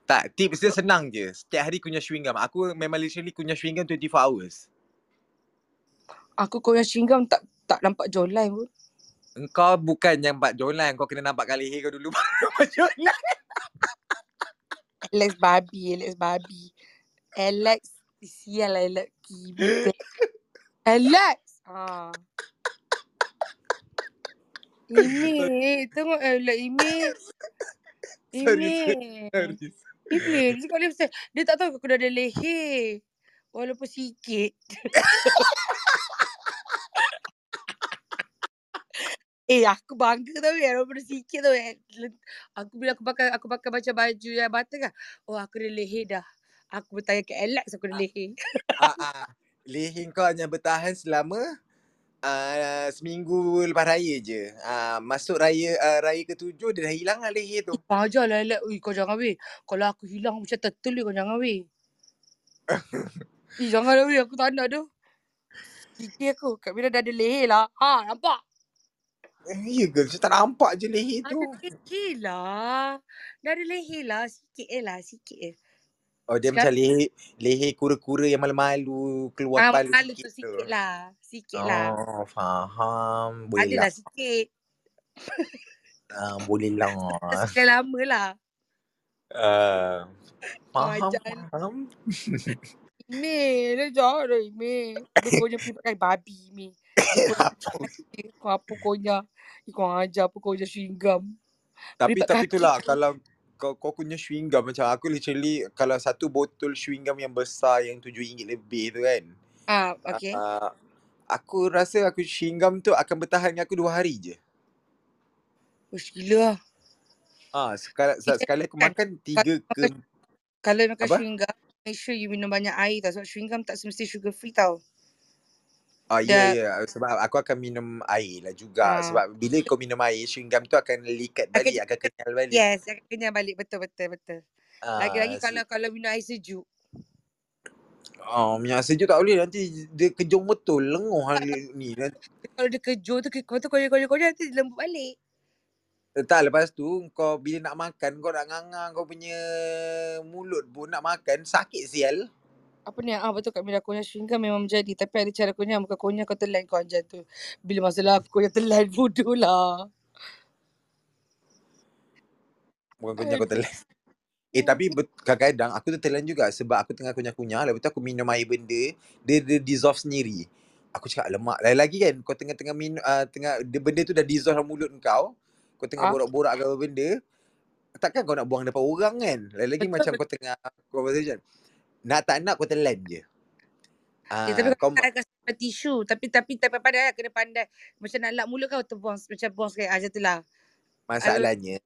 Speaker 1: tak, tips dia senang je. Setiap hari kunyah chewing gum. Aku memang literally kunyah chewing gum 24 hours.
Speaker 5: Aku korang singgam tak tak nampak jawline pun.
Speaker 1: Engkau bukan yang buat jawline. Kau kena nampak kat leher kau dulu baru buat jawline.
Speaker 5: Alex babi, Alex babi. eh, Alex sial lah, Alex kita. Alex. Ha. Imi, tengok Alex Imi.
Speaker 1: sorry,
Speaker 5: Imi.
Speaker 1: sorry, sorry.
Speaker 5: Imi, dia cakap dia pasal dia tak tahu aku dah ada leher. Walaupun sikit. Eh aku bangga tau eh Walaupun sikit tau eh Le- Aku bila aku pakai Aku pakai macam baju yang bata kan Oh aku dah leher dah Aku bertanya ke Alex aku dah leher
Speaker 1: Ah, ah. Leher kau hanya bertahan selama uh, seminggu lepas raya je. Uh, masuk raya uh, raya ketujuh dia dah hilang lah leher tu.
Speaker 5: Eh kau ajar lah Alex Ui, Kau jangan weh Kalau aku hilang macam tertul eh, kau jangan weh Eh jangan lah weh aku tak nak tu Sikit aku Kak Mira dah ada leher lah Ha nampak
Speaker 1: Eh, ya ke? Saya tak nampak je leher
Speaker 5: Ada
Speaker 1: tu.
Speaker 5: leher lah Dah ada leher lah Sikit eh lah sikit eh
Speaker 1: Oh, dia
Speaker 5: Sekarang
Speaker 1: macam leher, leher kura-kura yang malu-malu keluar
Speaker 5: ah,
Speaker 1: kepala
Speaker 5: Malu
Speaker 1: sikit tu.
Speaker 5: tu sikit lah Sikit lah
Speaker 1: Oh, faham. Boleh lah.
Speaker 5: Adalah sikit
Speaker 1: Uh, boleh lah.
Speaker 5: Sekian lama lah
Speaker 1: Uh,
Speaker 5: Kau
Speaker 1: faham,
Speaker 5: ajar
Speaker 1: faham.
Speaker 5: Meh, dia jauh dah Meh. Dia konya pergi pakai babi Meh. Dia konya
Speaker 1: Apa?
Speaker 5: kaki, kau apa konya. Dia kau ajar apa konya chewing-gum. Dia
Speaker 1: tapi
Speaker 5: tak
Speaker 1: tapi
Speaker 5: kaki.
Speaker 1: itulah kalau kau kau punya chewing gum macam aku literally kalau satu botol chewing gum yang besar yang RM7 lebih tu kan.
Speaker 5: Ah, okay.
Speaker 1: Uh, aku rasa aku chewing gum tu akan bertahan dengan aku dua hari je.
Speaker 5: Ush, gila lah.
Speaker 1: Ah, sekali,
Speaker 5: Kita
Speaker 1: sekali aku
Speaker 5: kan,
Speaker 1: makan
Speaker 5: kalau
Speaker 1: tiga
Speaker 5: makan,
Speaker 1: ke
Speaker 5: kalau makan
Speaker 1: apa?
Speaker 5: chewing-gum, make sure you minum banyak air tau. Sebab chewing-gum tak semesti sugar free tau.
Speaker 1: Ah ya
Speaker 5: Dan,
Speaker 1: ya sebab aku akan minum air lah juga
Speaker 5: ah,
Speaker 1: sebab bila kau minum air chewing gum tu akan likat
Speaker 5: akan,
Speaker 1: balik akan kenyal balik.
Speaker 5: yes, akan kenyang balik. Betul, betul, betul.
Speaker 1: Ah
Speaker 5: Lagi-lagi kalau
Speaker 1: se-
Speaker 5: kalau minum air sejuk.
Speaker 1: oh minyak sejuk tak boleh nanti dia kejung betul lenguh hang ni. Nanti-
Speaker 5: Kalau dia kejur tu, kau tu koyak-koyak-koyak, nanti dia lembut balik.
Speaker 1: Eh, Tak lepas tu kau bila nak makan kau nak ngangang kau punya mulut pun nak makan sakit sial.
Speaker 5: apa ni ah betul kat Mira kunyah shrinker memang menjadi tapi ada cara kunyah bukan kunyah kau telan kau anjan tu bila masalah aku kunyah telan bodoh lah
Speaker 1: Bukan kunyah kau
Speaker 5: Hmm.
Speaker 1: telan. Eh tapi bet- kadang-kadang aku tu telan juga sebab aku tengah kunyah-kunyah lepas tu aku minum air benda dia, dia dissolve sendiri. Aku cakap lemak lain lagi kan kau tengah-tengah minum uh, tengah dia, benda tu dah dissolve dalam mulut kau. Kau tengah
Speaker 5: Ah.
Speaker 1: borak-borak ke apa benda takkan kau nak buang depan orang kan. Lain lagi
Speaker 5: Betul,
Speaker 1: macam kau tengah conversation. Nak tak nak kau telan je.
Speaker 5: Ya, tapi
Speaker 1: Ah,
Speaker 5: kau
Speaker 1: kau
Speaker 5: tak akan simpan tisu. Tapi tapi tapi pandai lah, kena pandai. Macam nak lap mulut kau terbuang macam buang sekali aja tu lah. Alah,
Speaker 1: Masalahnya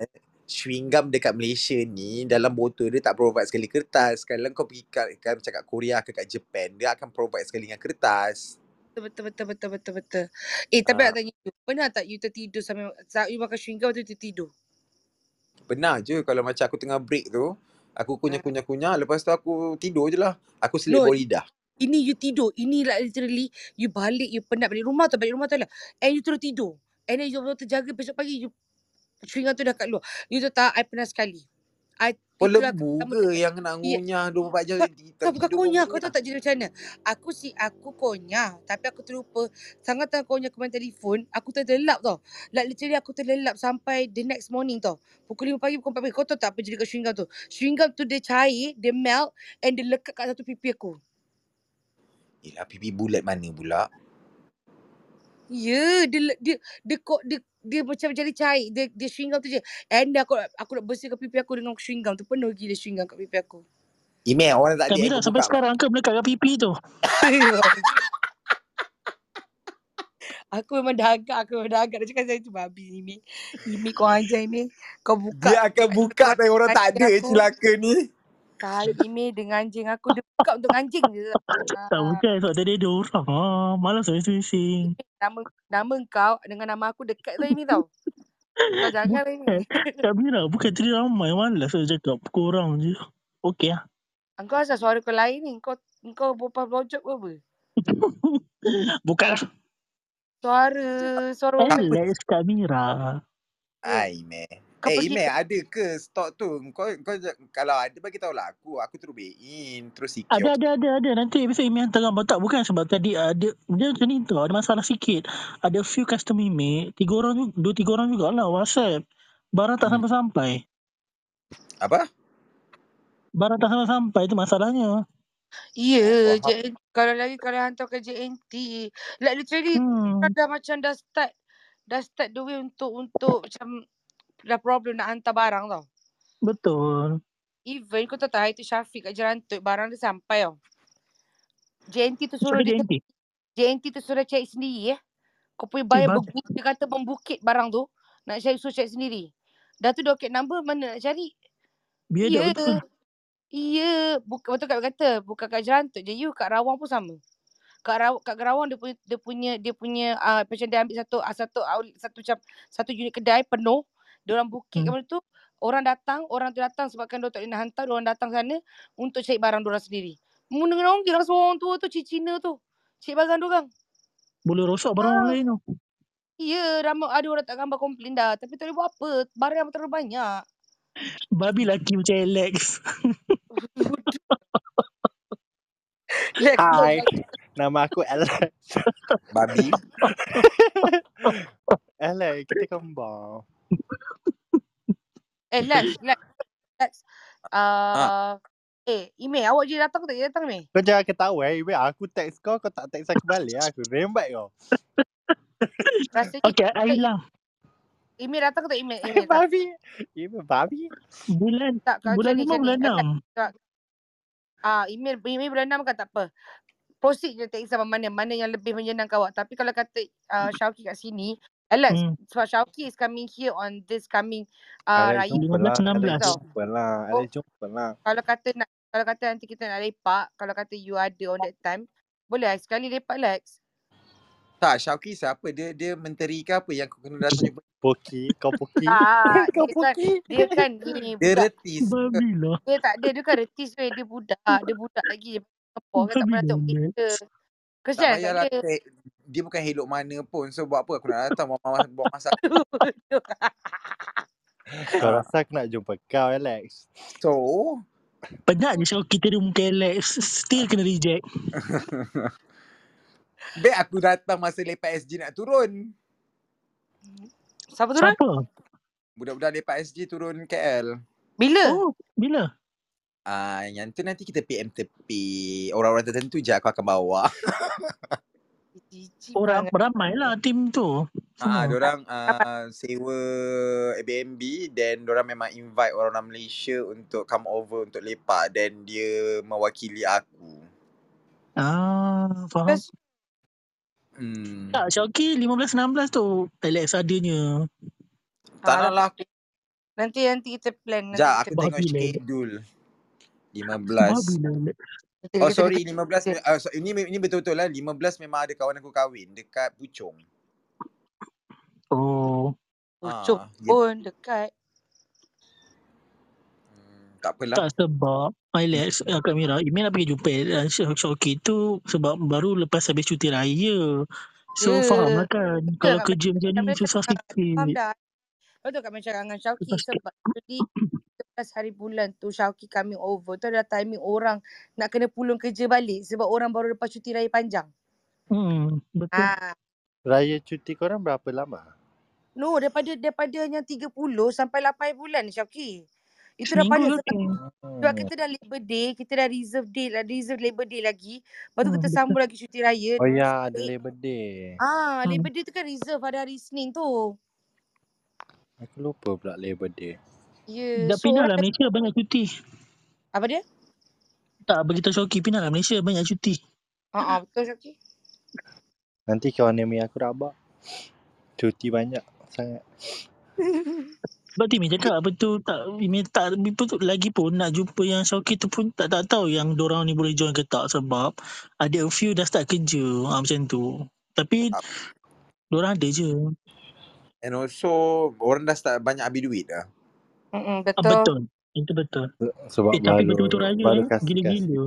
Speaker 1: chewing gum dekat Malaysia ni dalam botol dia tak provide sekali kertas. Kalau kau pergi kat, kat macam kat Korea ke kat Japan, dia akan provide sekali dengan kertas.
Speaker 5: betul betul betul betul betul betul. Eh tapi
Speaker 1: Ah,
Speaker 5: nak tanya you, pernah tak you tertidur sambil saat you makan shrinker tu tertidur?
Speaker 1: pernah je kalau macam aku tengah break tu, aku kunyah-kunyah-kunyah lepas tu aku tidur je lah. Aku selip
Speaker 5: No,
Speaker 1: bawah lidah.
Speaker 5: ini you tidur. Ini like literally you balik you penat balik rumah tu balik rumah tu lah. And you terus tidur. And then you terjaga besok pagi you shrinker tu dah kat luar. You tahu tak I pernah sekali. I
Speaker 1: Kau
Speaker 5: itulah
Speaker 1: lebu
Speaker 5: pertama
Speaker 1: ke yang nak
Speaker 5: Ya,
Speaker 1: ngunyah 24 jam
Speaker 5: Kau,
Speaker 1: tak lah.
Speaker 5: kau
Speaker 1: tidur
Speaker 5: bukan
Speaker 1: pun
Speaker 5: konyah. Kau
Speaker 1: ngunyah?
Speaker 5: tahu tak jadi macam mana? Aku si aku konyah. Tapi aku terlupa. Sangat tengah konyah aku main telefon. Aku terlelap tau. Like literally aku terlelap sampai the next morning tau. Pukul 5 pagi, pukul 4 pagi. Kau tahu tak apa jadi kat chewing gum tu? Chewing gum tu dia cair, dia melt and dia lekat kat satu pipi aku.
Speaker 1: Yelah, pipi bulat mana pula?
Speaker 5: Ya, yeah, dia, le- dia, dia, dia, dia, dia macam jadi cair. Dia, dia chewing gum tu je. And aku, aku nak bersihkan pipi aku dengan chewing gum tu. Penuh gila chewing gum kat pipi aku.
Speaker 1: Email orang
Speaker 3: Kak
Speaker 1: tadi
Speaker 3: Mira
Speaker 1: aku
Speaker 3: sampai
Speaker 1: buka.
Speaker 3: sekarang ke melekat kat pipi tu?
Speaker 5: Aku memang dah agak Aku memang dah agak Dia cakap saya tu babi ni Ini kau ajar ni Kau buka
Speaker 1: Dia akan buka tapi orang tak
Speaker 5: Anjing
Speaker 1: ada eh,
Speaker 5: aku
Speaker 1: celaka ni.
Speaker 5: Kait ini dengan anjing aku Dia buka untuk anjing je
Speaker 3: Tak
Speaker 5: ah,
Speaker 3: bukan sebab tadi ada orang. Ah, malas saya bising.
Speaker 5: Imi, nama, nama kau Dengan nama aku dekat tau ini tau Kau jangan lah
Speaker 3: Bukan.
Speaker 5: ini
Speaker 3: Kak Mira bukan tadi ramai. Malas saya cakap. Pukul orang je. Okey lah.
Speaker 5: Ah, Kau asal suara kau lain ni Kau kau berapa blowjob ke apa
Speaker 3: Bukan Eh, lah.
Speaker 5: Suara Suara macam
Speaker 1: Apa
Speaker 3: Alex Kak Mira.
Speaker 5: Ya
Speaker 1: Ai, meh.
Speaker 5: Kau
Speaker 1: Eh,
Speaker 5: pergi
Speaker 1: Ime,
Speaker 5: ke
Speaker 1: ada ke stok tu? Kau, kau ja- kalau ada bagi tahu lah aku. Aku terus back in, terus secure.
Speaker 3: Ada, ada, ada, ada. Nanti besok email hantar gambar. Tak, bukan sebab tadi ada, dia macam ni tau. Ada masalah sikit. Ada few customer email. Tiga orang, ju- dua, tiga orang jugalah WhatsApp. Barang tak
Speaker 1: Hmm.
Speaker 3: sampai-sampai.
Speaker 1: Apa?
Speaker 3: Barang tak sampai-sampai itu masalahnya.
Speaker 1: Oh,
Speaker 5: Ya,
Speaker 1: faham.
Speaker 5: JN, kalau lagi kalau hantar ke JNT. Like literally
Speaker 3: Hmm.
Speaker 5: kau dah macam dah start dah start the way untuk untuk macam dah problem nak hantar barang tau.
Speaker 3: Betul.
Speaker 5: Even kau tahu tak hari tu Syafiq kat Jerantut barang dia sampai tau. JNT tu suruh
Speaker 3: Siapa
Speaker 5: dia
Speaker 3: JNT?
Speaker 5: JNT tu suruh cari sendiri eh. Kau punya
Speaker 3: Eh,
Speaker 5: bayar
Speaker 3: bas.
Speaker 5: berguna dia kata pembukit barang tu. Nak cari suruh cari sendiri. Dah tu docket number mana nak cari?
Speaker 3: Biadab
Speaker 5: Ya,
Speaker 3: betul.
Speaker 5: iya. Bukan betul kat kata bukan kat Jerantut je you kat Rawang pun sama. kat Raw- kat Gerawang dia punya dia punya dia punya uh, macam dia ambil satu uh, satu outlet- satu macam satu unit kedai penuh dia orang bukit kat
Speaker 3: Hmm.
Speaker 5: mana tu orang datang orang tu datang sebabkan dia tak boleh nak hantar dia orang datang sana untuk cari barang dia orang sendiri muna dengan orang gila semua orang tua tu cik Cina tu cik barang dia orang
Speaker 3: Boleh rosak barang orang
Speaker 5: ha
Speaker 3: lain tu.
Speaker 5: ya ramai ada orang tak gambar komplain dah tapi tak boleh buat apa barang yang terlalu banyak
Speaker 3: Babi laki macam Alex.
Speaker 5: Lex kau
Speaker 7: Hi,
Speaker 5: jangan
Speaker 7: nama aku Alex.
Speaker 1: Babi.
Speaker 7: Alex, kita kembang.
Speaker 5: eh Lex Lex Lex
Speaker 1: Ha.
Speaker 5: uh, eh Ime awak je datang ke tak je datang Ime
Speaker 7: Kau jangan ketawa eh. Wait, aku text kau, kau tak text aku balik. eh. Aku rembat kau.
Speaker 5: rasanya
Speaker 3: Okay, I
Speaker 10: lah.
Speaker 3: hilang.
Speaker 5: Ime datang ke tak Ime Ime
Speaker 7: Eh,
Speaker 5: datang
Speaker 7: babi. Eh, babi.
Speaker 3: Bulan
Speaker 5: Tak, kalau macam
Speaker 3: bulan
Speaker 5: ni,
Speaker 3: lima,
Speaker 5: macam ni.
Speaker 3: bulan
Speaker 5: Alat,
Speaker 3: enam.
Speaker 5: ah, email, email bulan enam kan tak apa. Proceed je tak kisah mana. Mana yang lebih menyenangkan awak. Tapi kalau kata uh, Syauki kat sini, Alex,
Speaker 3: Hmm.
Speaker 5: sebab Syauki is coming here on this coming uh,
Speaker 7: Alex
Speaker 5: raya
Speaker 7: jumpa
Speaker 3: Lima belas,
Speaker 7: lah.
Speaker 3: enam
Speaker 5: tu
Speaker 7: Alex
Speaker 3: belas.
Speaker 5: tau.
Speaker 7: jumpa lah.
Speaker 5: Oh,
Speaker 7: Alex jumpa lah.
Speaker 5: kalau kata nak, kalau kata nanti kita nak lepak, kalau kata you ada on that time, boleh lah sekali lepak Lex.
Speaker 1: Tak, Syauki siapa? Dia dia menteri ke apa yang kau kena datang jumpa?
Speaker 7: Poki, kau poki.
Speaker 5: Tak,
Speaker 7: kau
Speaker 5: dia kan,
Speaker 7: poki.
Speaker 5: dia kan ni
Speaker 1: Dia
Speaker 5: budak.
Speaker 1: retis ke?
Speaker 3: Babi lah.
Speaker 5: Dia tak ada, dia kan retis weh. Dia budak, dia budak lagi. Singapore kan tak
Speaker 3: Babi
Speaker 5: pernah
Speaker 3: lah
Speaker 5: tengok
Speaker 3: Alex.
Speaker 5: kita.
Speaker 1: Tak
Speaker 5: Kesian lah, kat
Speaker 1: payahlah.
Speaker 5: dia.
Speaker 1: Tek. Dia bukan helok mana pun. So, buat apa aku nak datang? Buat, mas- buat masa.
Speaker 5: Bodoh.
Speaker 7: Kau
Speaker 1: Ha.
Speaker 7: rasa aku nak jumpa kau, Alex.
Speaker 1: So,
Speaker 10: Penat je kalau kita dia muka elek. Still kena reject.
Speaker 1: Baik aku datang masa lepak SG nak turun.
Speaker 5: Siapa turun?
Speaker 10: Siapa?
Speaker 1: Budak-budak lepak SG turun KL.
Speaker 5: Bila?
Speaker 10: Oh, bila?
Speaker 1: Ah, yang tu nanti kita PM tepi. Orang-orang tertentu je aku akan bawa.
Speaker 10: Orang ramai lah tim tu.
Speaker 1: Ah,
Speaker 10: Semua.
Speaker 1: orang uh, sewa Airbnb then orang memang invite orang orang Malaysia untuk come over untuk lepak then dia mewakili aku.
Speaker 10: Ah, faham.
Speaker 5: Terus
Speaker 1: Hmm.
Speaker 10: Tak, Syauki 15-16 tu relax adanya.
Speaker 1: Tak
Speaker 5: Ah,
Speaker 1: nak lah aku.
Speaker 5: nanti nanti kita plan nanti
Speaker 1: Sekejap
Speaker 5: kita
Speaker 1: aku
Speaker 10: Bah
Speaker 1: tengok
Speaker 10: bila?
Speaker 1: schedule.
Speaker 10: Bah
Speaker 1: 15.
Speaker 10: bila?
Speaker 5: kita
Speaker 1: Oh
Speaker 5: kita kita,
Speaker 1: sorry 15
Speaker 5: kita.
Speaker 1: me- ah, so, ini ini betul-betul lah 15 memang ada kawan aku kahwin dekat Puchong.
Speaker 10: Oh,
Speaker 5: Pucuk
Speaker 1: Ah, dia
Speaker 5: pun dekat.
Speaker 1: hmm, tak apalah.
Speaker 10: tak sebab Relax uh, Kak Mira Email nak pergi jumpa uh, Syauki tu Sebab baru lepas habis cuti raya So faham
Speaker 5: Ya.
Speaker 10: lah kan
Speaker 5: Betul
Speaker 10: Kalau
Speaker 5: kat
Speaker 10: kerja macam
Speaker 5: Kat
Speaker 10: ni
Speaker 5: Malaysia tak.
Speaker 10: Susah
Speaker 5: Faham
Speaker 10: sikit
Speaker 5: dah. Betul kat macam dengan Syauki
Speaker 10: Susah sikit
Speaker 5: sebab jadi 11 hari bulan tu Syauki coming over tu adalah timing orang nak kena pulung kerja balik sebab orang baru lepas cuti raya panjang.
Speaker 10: Hmm, betul
Speaker 5: Ha.
Speaker 11: Raya cuti korang berapa lama?
Speaker 5: No, daripada daripada yang 30 sampai 8 bulan Syauki. Itu dah panas sebab,
Speaker 10: Seminggu lebih
Speaker 5: sebab
Speaker 11: Hmm.
Speaker 5: kita dah Labor Day, kita dah reserve day, lah, reserve Labor Day lagi. Lepas tu
Speaker 10: hmm,
Speaker 5: kita
Speaker 10: Betul
Speaker 5: sambung lagi cuti raya.
Speaker 11: Oh ya, ada
Speaker 5: Eh,
Speaker 11: Labor Day.
Speaker 5: Ah,
Speaker 10: hmm.
Speaker 5: Labor Day tu kan reserve pada hari Senin tu.
Speaker 4: Ah.
Speaker 11: Aku lupa pula Labor Day.
Speaker 5: Ya, yeah.
Speaker 10: Dah
Speaker 5: so orang
Speaker 10: pindah lah
Speaker 5: dah,
Speaker 10: Malaysia Banyak cuti
Speaker 5: apa dia?
Speaker 10: Tak beritahu Syauki Pindah lah Malaysia Banyak cuti
Speaker 5: Ha ah, betul Syauki.
Speaker 11: Nanti kawan Amy aku rabak. Cuti banyak sangat.
Speaker 10: Sebab Timmy cakap apa tu tak ini tak apa tu lagi pun nak jumpa yang Syauki tu pun tak tak tahu yang dorang ni boleh join ke tak sebab ada a few dah start kerja ha, macam tu. Tapi dorang ada je.
Speaker 1: And also orang dah start banyak habis duit dah.
Speaker 5: Mm-mm,
Speaker 10: Ah,
Speaker 5: betul.
Speaker 10: betul. Itu betul.
Speaker 11: Sebab
Speaker 10: Eh
Speaker 11: baru
Speaker 10: tapi betul-betul raya
Speaker 11: baru
Speaker 10: eh.
Speaker 11: kasih-kasih
Speaker 10: Gila-gila.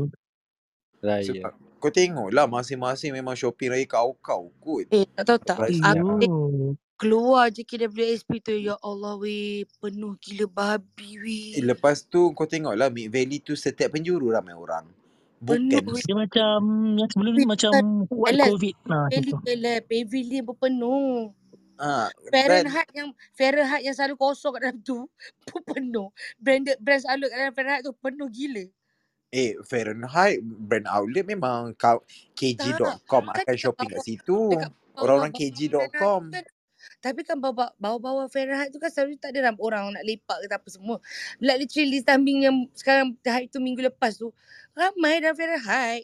Speaker 11: raya.
Speaker 1: Sebab kau tengoklah masing-masing memang shopping raya kau-kau kot.
Speaker 5: Eh, tak tahu tak.
Speaker 1: Raya.
Speaker 11: ya.
Speaker 5: Update
Speaker 3: Oh,
Speaker 10: Iyo.
Speaker 5: Keluar je KWSP tu Ya Allah weh Penuh gila babi weh
Speaker 1: Eh, lepas tu kau tengoklah Mid Valley tu setiap penjuru ramai orang.
Speaker 5: Penuh
Speaker 1: Bukan
Speaker 5: weh
Speaker 10: Dia macam yang sebelum
Speaker 5: Weh,
Speaker 10: ni macam what
Speaker 5: Alex
Speaker 10: covid lah macam
Speaker 5: Valley
Speaker 10: tu.
Speaker 5: Alex Pavilion pun penuh
Speaker 1: ah dan
Speaker 5: Fahrenheit yang Fahrenheit yang selalu kosong kat dalam tu Pun penuh Branded brand selalu kat dalam Fahrenheit tu Penuh gila
Speaker 1: eh Fahrenheit brand outlet memang kau
Speaker 5: Tak
Speaker 1: kg.com
Speaker 5: Kan
Speaker 1: akan
Speaker 5: dekat
Speaker 1: shopping kat
Speaker 5: bawah
Speaker 1: situ.
Speaker 5: Dekat
Speaker 1: Orang-orang
Speaker 5: bawah-bawah Fahrenheit tu
Speaker 1: kg.com.
Speaker 5: kan Tapi kan bawa- bawah-bawah Fahrenheit tu kan selalu tak ada ram- orang nak lepak ke tak apa semua. Like literally samping yang sekarang hari tu minggu lepas tu. Ramai dalam Fahrenheit.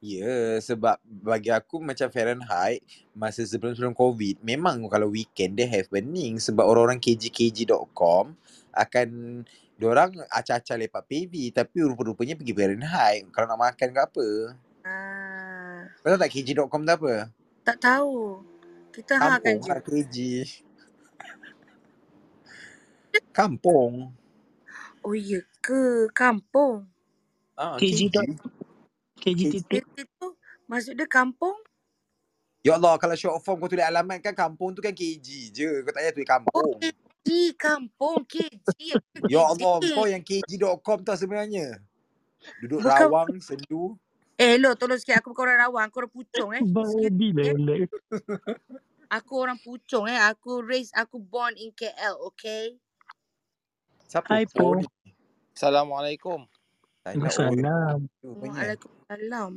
Speaker 1: Ya, sebab bagi aku macam Fahrenheit masa sebelum-sebelum COVID memang kalau weekend dia have burning sebab orang-orang kg.kg.com akan diorang acah-acah lepak PV tapi rupa-rupanya pergi Fahrenheit kalau nak makan ke apa.
Speaker 5: Ah,
Speaker 1: Kau tahu tak kg.com tu apa?
Speaker 5: tak tahu. Kita hang akan
Speaker 1: Kampung
Speaker 5: je.
Speaker 1: lah kg. Kampung.
Speaker 5: Oh ya ke kampung?
Speaker 1: Ah,
Speaker 10: KG
Speaker 1: kg.
Speaker 10: dot KG
Speaker 1: kg.
Speaker 10: titik.
Speaker 5: Kereta tu maksud dia kampung?
Speaker 1: Ya Allah, kalau short form kau tulis alamat kan kampung tu kan kg je. Kau tak payah tulis
Speaker 5: Oh
Speaker 1: kampung.
Speaker 5: KG kampung KG bukan
Speaker 1: Ya
Speaker 5: KJ.
Speaker 1: Allah, kau yang kg.com tu sebenarnya. Duduk
Speaker 5: Bukan
Speaker 1: rawang, sendu.
Speaker 5: Eh lo tolong sikit aku bukan orang Rawang, aku orang Puchong eh. Sikit
Speaker 10: Babi
Speaker 5: eh.
Speaker 10: lele.
Speaker 5: Aku orang Puchong eh. Aku raise aku born in KL, okay?
Speaker 1: Siapa
Speaker 10: Hai
Speaker 1: oh
Speaker 10: po.
Speaker 1: ni?
Speaker 6: Assalamualaikum.
Speaker 1: Saya oh ni.
Speaker 10: Waalaikumsalam.
Speaker 1: Rupanya
Speaker 5: Waalaikumsalam.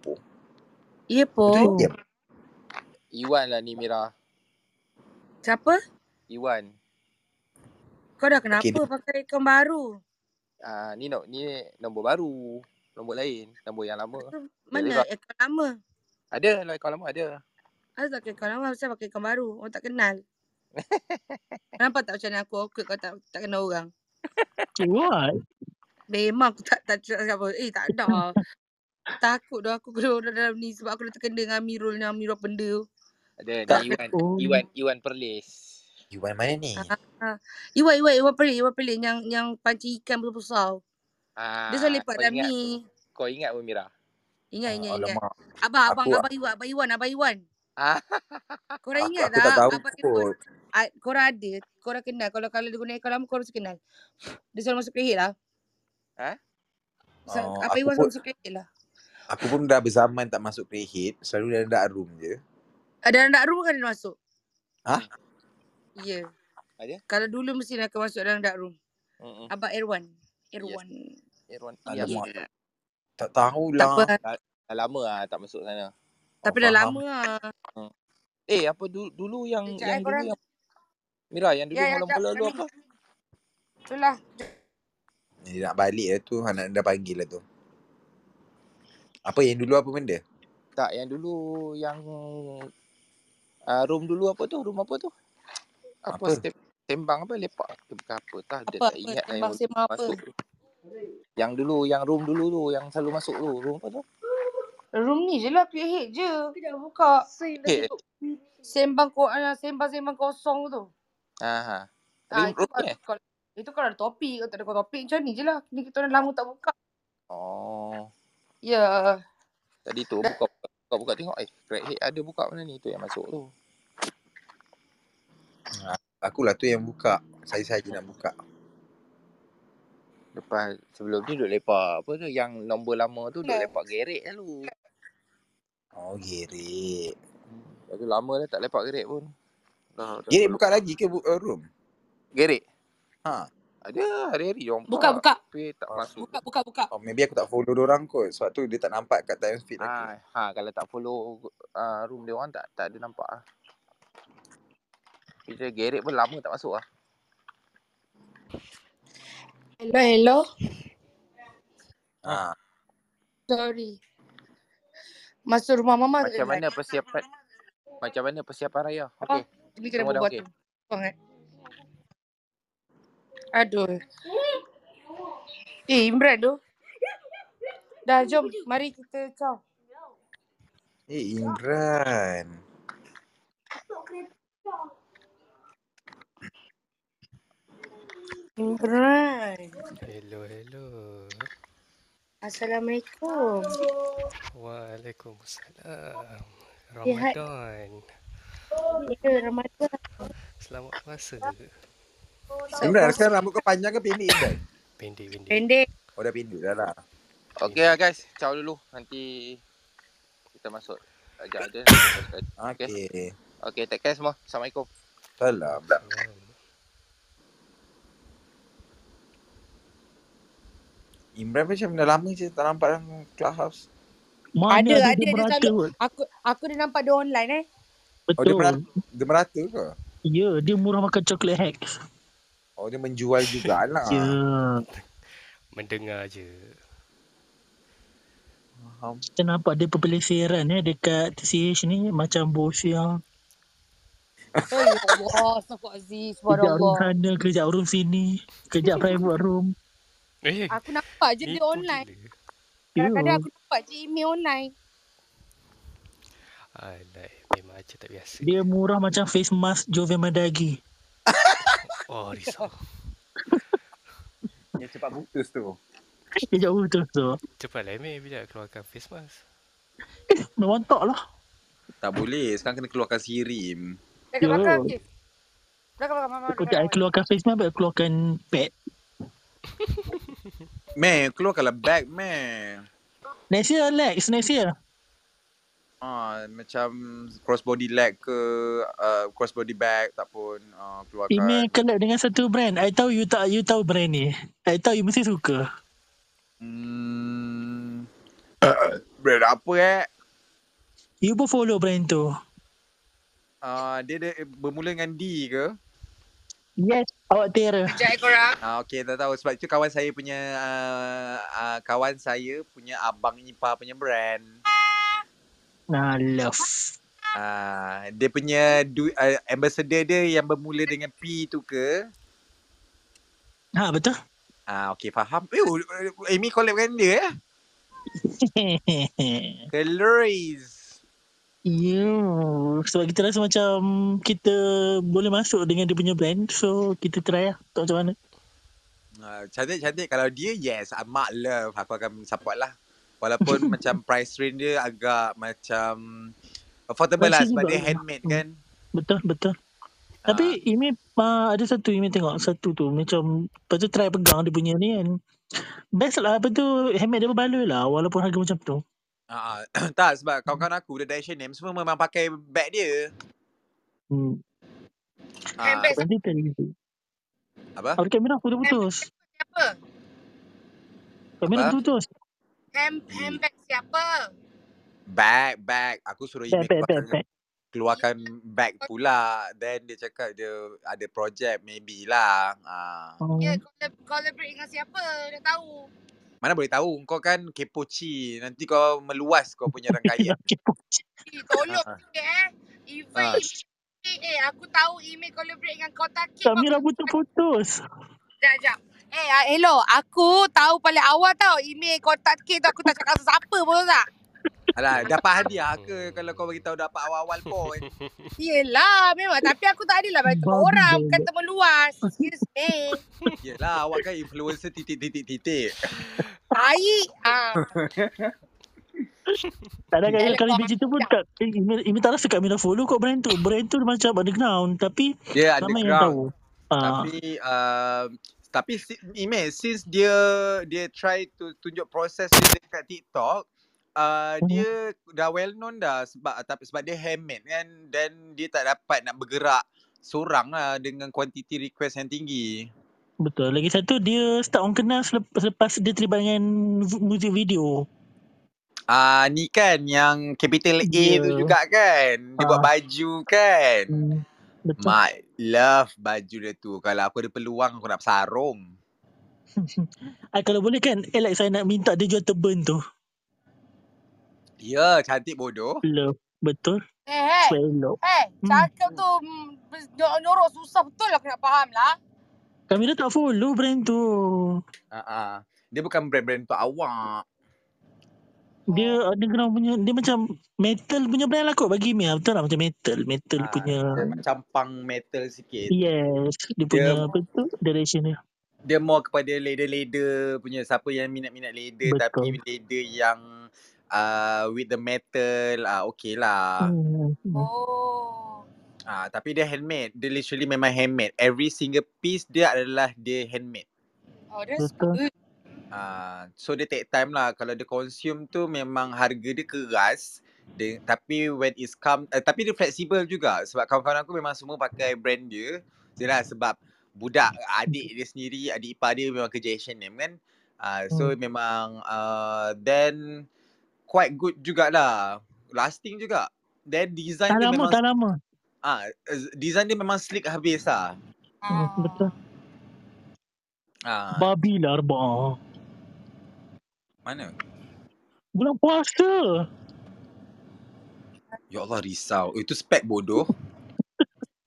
Speaker 1: po.
Speaker 5: Ya
Speaker 1: Betul
Speaker 5: po.
Speaker 1: dia.
Speaker 10: Oh.
Speaker 6: Iwan lah ni Mira.
Speaker 5: Siapa?
Speaker 6: Iwan.
Speaker 5: Kau dah
Speaker 1: Okey
Speaker 5: kenapa
Speaker 1: dia.
Speaker 5: pakai akaun baru?
Speaker 6: Ah, ni no, ni nombor baru. Nombor lain. Nombor yang lama.
Speaker 5: Tu
Speaker 6: Tak
Speaker 5: Mana
Speaker 6: juga.
Speaker 5: akaun lama?
Speaker 6: Ada lah akaun lama ada.
Speaker 5: Aku tak pakai akaun lama, kenapa pakai akaun baru? Orang tak kenal. Kenapa tak macam mana aku awkward kau tak, tak kenal orang?
Speaker 10: Okay, what?
Speaker 5: Memang aku tak tak cakap apa. Eh tak ada lah. Takut dah aku kena orang dalam ni sebab aku dah terkena dengan Amirul ni Amirul benda tu.
Speaker 6: Ada
Speaker 1: Tak.
Speaker 6: ni Iwan.
Speaker 10: Oh.
Speaker 6: Iwan Iwan Perlis.
Speaker 1: Iwan mana ni?
Speaker 5: Ah, ah. Iwan, Iwan, Iwan pelik, Iwan pelik yang, yang pancing ikan besar-besar. Dia
Speaker 6: Ah,
Speaker 5: selalu lepak
Speaker 6: kau
Speaker 5: dalam
Speaker 6: ingat
Speaker 5: ni.
Speaker 6: kau ingat pun Mira.
Speaker 5: Ingat,
Speaker 1: Ah,
Speaker 5: ingat, ingat.
Speaker 1: alamak.
Speaker 5: Abang, abang,
Speaker 1: Aku
Speaker 5: abang Iwan, abang Iwan, abang Iwan.
Speaker 6: Ah,
Speaker 5: Korang
Speaker 1: aku
Speaker 5: ingat
Speaker 1: aku tak
Speaker 5: tak
Speaker 1: tahu
Speaker 5: Abang Iwan?
Speaker 1: kot.
Speaker 5: a- korang ada, korang kenal. Kalau kalau dia guna aircon lama, korang mesti kenal. Dia selalu masuk kereta lah.
Speaker 4: Ha?
Speaker 5: Sa-
Speaker 12: Oh,
Speaker 5: apa
Speaker 12: aku
Speaker 5: Iwan
Speaker 12: pun-
Speaker 5: selalu masuk kereta lah.
Speaker 12: Aku pun dah berzaman tak masuk Greyhead. Selalu dalam dark room je.
Speaker 5: Ada anak room kan dia masuk?
Speaker 12: Hah?
Speaker 5: Ya. Yeah.
Speaker 4: Ada?
Speaker 5: Kalau dulu mesti nak masuk dalam dark room.
Speaker 4: Mm-mm.
Speaker 5: Abang Erwan. Erwan.
Speaker 4: Erwan Ilyas.
Speaker 12: Alamak.
Speaker 5: Yeah.
Speaker 12: Tak tahulah.
Speaker 5: Tak apa.
Speaker 4: Dah, dah lama lah tak masuk sana. Oh,
Speaker 5: Tapi dah lama lah.
Speaker 4: Hmm. Eh, apa dulu, dulu yang
Speaker 5: Sekejap
Speaker 4: yang
Speaker 5: eh,
Speaker 4: dulu
Speaker 5: korang.
Speaker 4: yang Mira yang dulu
Speaker 5: Ya, ya, jap.
Speaker 4: mula-mula dulu
Speaker 5: Kami.
Speaker 4: apa?
Speaker 5: Itulah.
Speaker 12: Dia nak balik lah tu. Anak dah panggil lah tu. Apa yang dulu apa benda?
Speaker 4: Tak, yang dulu yang uh, room dulu apa tu? Room apa tu? Apa,
Speaker 12: Apa?
Speaker 4: stem, tembang apa lepak ke bukan apa tah dia
Speaker 5: Apa,
Speaker 4: tak
Speaker 5: apa,
Speaker 4: ingat lah yang
Speaker 5: tembang sembang apa.
Speaker 4: masuk tu. Yang dulu yang room dulu tu yang selalu masuk tu room apa tu?
Speaker 5: Room ni je lah, pure head je. Kita dah buka.
Speaker 4: Eh,
Speaker 5: Sembang ko, ah, sembang-sembang kosong tu.
Speaker 4: ha ha. Tapi
Speaker 5: Ah, itu
Speaker 4: room
Speaker 5: kalau,
Speaker 4: ni eh?
Speaker 5: kalau itu kalau ada topik, kalau tak ada topik macam ni je lah. Ni kita orang lama tak buka.
Speaker 4: Oh.
Speaker 5: Ya.
Speaker 4: Tadi tu
Speaker 5: Dah-
Speaker 4: buka buka buka, buka tengok eh Crackhead ada buka mana ni tu yang masuk tu.
Speaker 12: Ah, Akulah tu yang buka. Saya-saya je nak buka.
Speaker 4: Lepas sebelum ni duk lepak apa tu yang nombor lama tu duk
Speaker 5: Ya.
Speaker 4: lepak gerek lalu.
Speaker 12: Oh, Gerek.
Speaker 4: Lepas tu Hmm. lama dah tak lepak gerek pun. Dah dah
Speaker 12: Gerek
Speaker 4: belum.
Speaker 12: buka lagi ke bu- uh, room?
Speaker 4: Gerek.
Speaker 12: Ha.
Speaker 4: Ada hari-hari orang buka.
Speaker 5: Buka, buka.
Speaker 4: Tapi Ah, tak
Speaker 12: Oh,
Speaker 4: masuk.
Speaker 5: Buka, buka, buka.
Speaker 12: oh, maybe aku tak follow orang kot. Sebab tu dia tak nampak kat time feed aku.
Speaker 4: Ha, ha kalau tak follow uh, room dia orang tak tak ada nampak ah. Kita gerek pun lama tak masuk ah.
Speaker 5: Hello, hello.
Speaker 4: Ha.
Speaker 12: Ha.
Speaker 5: Sorry. Masuk rumah mama tak
Speaker 4: Macam
Speaker 5: kena.
Speaker 4: mana persiapan macam mana persiapan raya?
Speaker 5: Abang,
Speaker 4: Okey,
Speaker 5: ni kena
Speaker 4: semua dah
Speaker 5: berbuat
Speaker 4: okey.
Speaker 5: tu. Bangat. Aduh. Eh, Imran tu. Dah, jom. Mari kita ciao.
Speaker 12: Eh, Imran.
Speaker 5: Imran.
Speaker 13: Hello, hello.
Speaker 5: Assalamualaikum.
Speaker 13: Waalaikumsalam.
Speaker 5: Sihat?
Speaker 13: Ramadan.
Speaker 5: Ya, Ramadan.
Speaker 13: Selamat puasa.
Speaker 5: Esok
Speaker 12: Imran,
Speaker 5: puasa.
Speaker 12: sekarang rambut kau panjang ke pendek, Imran?
Speaker 13: Pendek, pendek.
Speaker 5: Pendek.
Speaker 12: Oh, dah pendek dah lah.
Speaker 4: Okey
Speaker 13: Pendek.
Speaker 4: lah guys, ciao dulu. Nanti kita masuk ajak ada nanti kita masuk. Okey.
Speaker 12: Okay.
Speaker 4: Okey, take care semua. Assalamualaikum.
Speaker 12: Salam.
Speaker 13: Salam.
Speaker 12: Imran macam dah lama je tak nampak dalam clubhouse.
Speaker 7: Mana
Speaker 5: Ada,
Speaker 7: ada dia
Speaker 5: ada. Dia
Speaker 7: merata
Speaker 5: selalu.
Speaker 7: kot.
Speaker 5: Aku aku dah nampak dia online eh.
Speaker 12: Oh, dia merata,
Speaker 7: Betul.
Speaker 12: dia merata ke?
Speaker 7: Ya, dia murah makan coklat hack.
Speaker 12: Oh, dia menjual
Speaker 1: Ah.
Speaker 7: Ya.
Speaker 12: jugalah.
Speaker 13: Mendengar je.
Speaker 12: Faham.
Speaker 7: Kita nampak dia perpeleseran eh dekat TCH ni macam bosia.
Speaker 5: Oh, ya Allah. Astagfirullahaladzim.
Speaker 7: Kejap room
Speaker 5: Subhanallah.
Speaker 7: sana, kejap room sini, kejap private room.
Speaker 13: Eh,
Speaker 5: Aku nampak je dia
Speaker 13: nipu
Speaker 5: online.
Speaker 13: gila.
Speaker 7: Ya.
Speaker 5: Kadang-kadang aku nampak je email online.
Speaker 13: Alai, memang macam tak biasa.
Speaker 7: Dia murah macam face mask Jove Madagi.
Speaker 13: Oh, risau.
Speaker 12: Yang cepat putus tu.
Speaker 7: Kejap room terus tu.
Speaker 13: Cepat lah, Emil. Bila nak keluarkan face mask?
Speaker 7: Memang tak lah.
Speaker 1: Tak boleh. Sekarang kena keluarkan sirim.
Speaker 5: Belakang,
Speaker 7: Ya.
Speaker 5: belakang. Okay. Belakang, belakang. Mama,
Speaker 7: Kau
Speaker 5: belakang.
Speaker 7: tak
Speaker 5: Mama.
Speaker 7: keluarkan face mask, baik keluarkan pad.
Speaker 1: Meh, keluarkanlah bag, meh.
Speaker 7: Next year, Alex. Next year.
Speaker 1: Ah, macam crossbody leg ke, uh, crossbody bag tak pun ah,
Speaker 7: Email
Speaker 1: keluarkan.
Speaker 7: collab dengan satu brand. I tahu you tak you tahu brand ni. I tahu you mesti suka.
Speaker 1: Hmm, brand apa eh?
Speaker 7: You pun follow brand tu.
Speaker 1: Ah, dia, dia bermula dengan D ke?
Speaker 7: Yes, awak Tera.
Speaker 5: Sekejap eh korang.
Speaker 1: Ah, okay, tak tahu. Sebab itu kawan saya punya, uh, uh, kawan saya punya abang ipar punya brand.
Speaker 7: Nah, love.
Speaker 1: Ah, dia punya du, uh, ambassador dia yang bermula dengan P tu ke?
Speaker 7: Ha, betul?
Speaker 1: Ah, okay, faham. Eh, Amy collab dengan dia eh? Calories.
Speaker 7: you. Sebab kita rasa macam kita boleh masuk dengan dia punya brand. So, kita try lah. Tak macam mana.
Speaker 1: Ah, cantik-cantik. Kalau dia, yes. I Mak love. Aku akan support lah. Walaupun macam price range dia agak macam affordable lah
Speaker 7: Rasa
Speaker 1: sebab
Speaker 7: juga
Speaker 1: dia
Speaker 7: lah.
Speaker 1: handmade
Speaker 7: Hmm.
Speaker 1: kan.
Speaker 7: Betul, betul.
Speaker 4: Ah.
Speaker 7: Tapi Imi uh, ada satu Imi tengok satu tu macam lepas tu try pegang dia punya ni kan. Best lah apa tu handmade dia berbaloi lah walaupun harga macam tu.
Speaker 1: Ah, ah. tak sebab kawan-kawan aku dia direction name semua memang pakai bag dia.
Speaker 7: Hmm.
Speaker 1: Ah,
Speaker 5: Handbag
Speaker 7: Nanti tadi gitu.
Speaker 1: apa?
Speaker 7: Abang kamera aku dah putus.
Speaker 5: siapa?
Speaker 7: Kamera
Speaker 1: Apa?
Speaker 7: aku putus.
Speaker 5: Hand, handbag siapa?
Speaker 1: Bag, bag. Aku suruh
Speaker 7: Back
Speaker 1: email
Speaker 7: back back
Speaker 1: keluarkan keluarkan
Speaker 7: back.
Speaker 1: bag pula. Then dia cakap dia ada projek maybe lah. Ah.
Speaker 5: Ya,
Speaker 7: Oh.
Speaker 5: collab- collaborate dengan siapa? Dah tahu.
Speaker 1: Mana boleh tahu kau kan kepoci. Nanti kau meluas kau punya rangkaian.
Speaker 5: Eh, tolong
Speaker 1: Ah,
Speaker 5: sikit eh. Even
Speaker 1: ah.
Speaker 5: email, eh, aku tahu email collaborate dengan Kota Kek pun
Speaker 7: Kamera
Speaker 5: aku
Speaker 7: putus-putus.
Speaker 5: Sekejap, sekejap. Eh, ah, Elo, aku tahu paling awal tau email kontak K tu aku tak cakap siapa pun tak.
Speaker 1: Alah, dapat Hmm. hadiah ke kalau kau bagi tahu dapat awal-awal point?
Speaker 5: Yelah, memang. Tapi aku tak adalah bagi temu
Speaker 7: Babi
Speaker 5: orang. Bukan
Speaker 7: banyak.
Speaker 5: temu luar. eh. Excuse me.
Speaker 1: Yelah, awak kan influencer titik-titik-titik.
Speaker 5: Baik. Ah,
Speaker 7: Tak ada
Speaker 5: dah
Speaker 7: kali kali
Speaker 5: lepas
Speaker 7: dia cerita pun
Speaker 5: dah.
Speaker 7: tak Imi, Imi tak rasa Kamera follow kot brand tu Brand tu macam underground Tapi
Speaker 1: Dia
Speaker 7: ramai yang
Speaker 1: underground.
Speaker 7: tahu Ah,
Speaker 1: Tapi um, tapi si- Imeh since dia dia try to tunjuk proses dia dekat TikTok, uh,
Speaker 7: uh,
Speaker 1: dia dah well known dah sebab tapi sebab dia handmade kan dan dia tak dapat nak bergerak seorang lah dengan kuantiti request yang tinggi.
Speaker 7: Betul Lagi satu dia start orang kenal selepas, selepas dia terlibat dengan v- Music video
Speaker 1: Ah uh, ni kan yang capital A
Speaker 7: Ya
Speaker 1: tu juga kan. Dia buat
Speaker 7: Ah,
Speaker 1: baju kan.
Speaker 7: hmm, Betul
Speaker 1: My love baju dia tu. Kalau aku ada peluang aku nak sarung.
Speaker 7: ah, Kalau boleh kan Alex saya nak minta dia jual turban tu
Speaker 1: Ya, cantik bodoh.
Speaker 7: Love Betul
Speaker 5: Eh, hey.
Speaker 7: Sebab elok
Speaker 5: Hey,
Speaker 7: hmm.
Speaker 5: cakap tu mm, ber- nyor- nyorok susah betul lah aku nak faham lah.
Speaker 7: Kamera tak follow brand tu
Speaker 1: Uh-uh. Dia bukan brand-brand untuk awak.
Speaker 5: Oh.
Speaker 4: Ah.
Speaker 7: Dia underground punya Dia macam Metal punya brand lah kot Bagi Imi Betul lah macam metal Metal
Speaker 1: Ah,
Speaker 7: punya
Speaker 1: dia macam punk metal sikit.
Speaker 7: Yes, dia
Speaker 1: Dia
Speaker 7: punya apa tu direction dia.
Speaker 1: dia more kepada leather-leather punya siapa yang minat-minat leather tapi
Speaker 7: Betul.
Speaker 1: leather yang uh, with the metal ah uh, okay lah.
Speaker 7: Hmm. hmm.
Speaker 5: Oh.
Speaker 1: Ah tapi dia handmade. Dia literally memang handmade. Every single piece dia adalah dia handmade.
Speaker 5: Oh, that's
Speaker 7: Betul.
Speaker 5: good.
Speaker 7: Hmm.
Speaker 1: Ah so dia take time lah kalau dia consume tu memang harga dia keras.
Speaker 7: Hmm.
Speaker 1: Dia, tapi when it's come uh, tapi dia flexible juga sebab kawan-kawan aku memang semua pakai brand dia. Jelah sebab budak adik dia sendiri, adik ipar dia memang kerja Asian name kan. Ah so
Speaker 7: Hmm.
Speaker 1: memang uh, then quite good jugalah. Lasting juga. Then
Speaker 7: Tak
Speaker 1: design dia
Speaker 7: lama,
Speaker 1: memang
Speaker 7: tak lama.
Speaker 1: ah uh, design dia memang sleek habis lah.
Speaker 7: Hmm, betul.
Speaker 1: Ah
Speaker 5: Ah.
Speaker 7: Babi lah arba'a.
Speaker 1: mana?
Speaker 7: Bulan puasa.
Speaker 1: Ya Allah risau. Eh, Itu spek bodoh.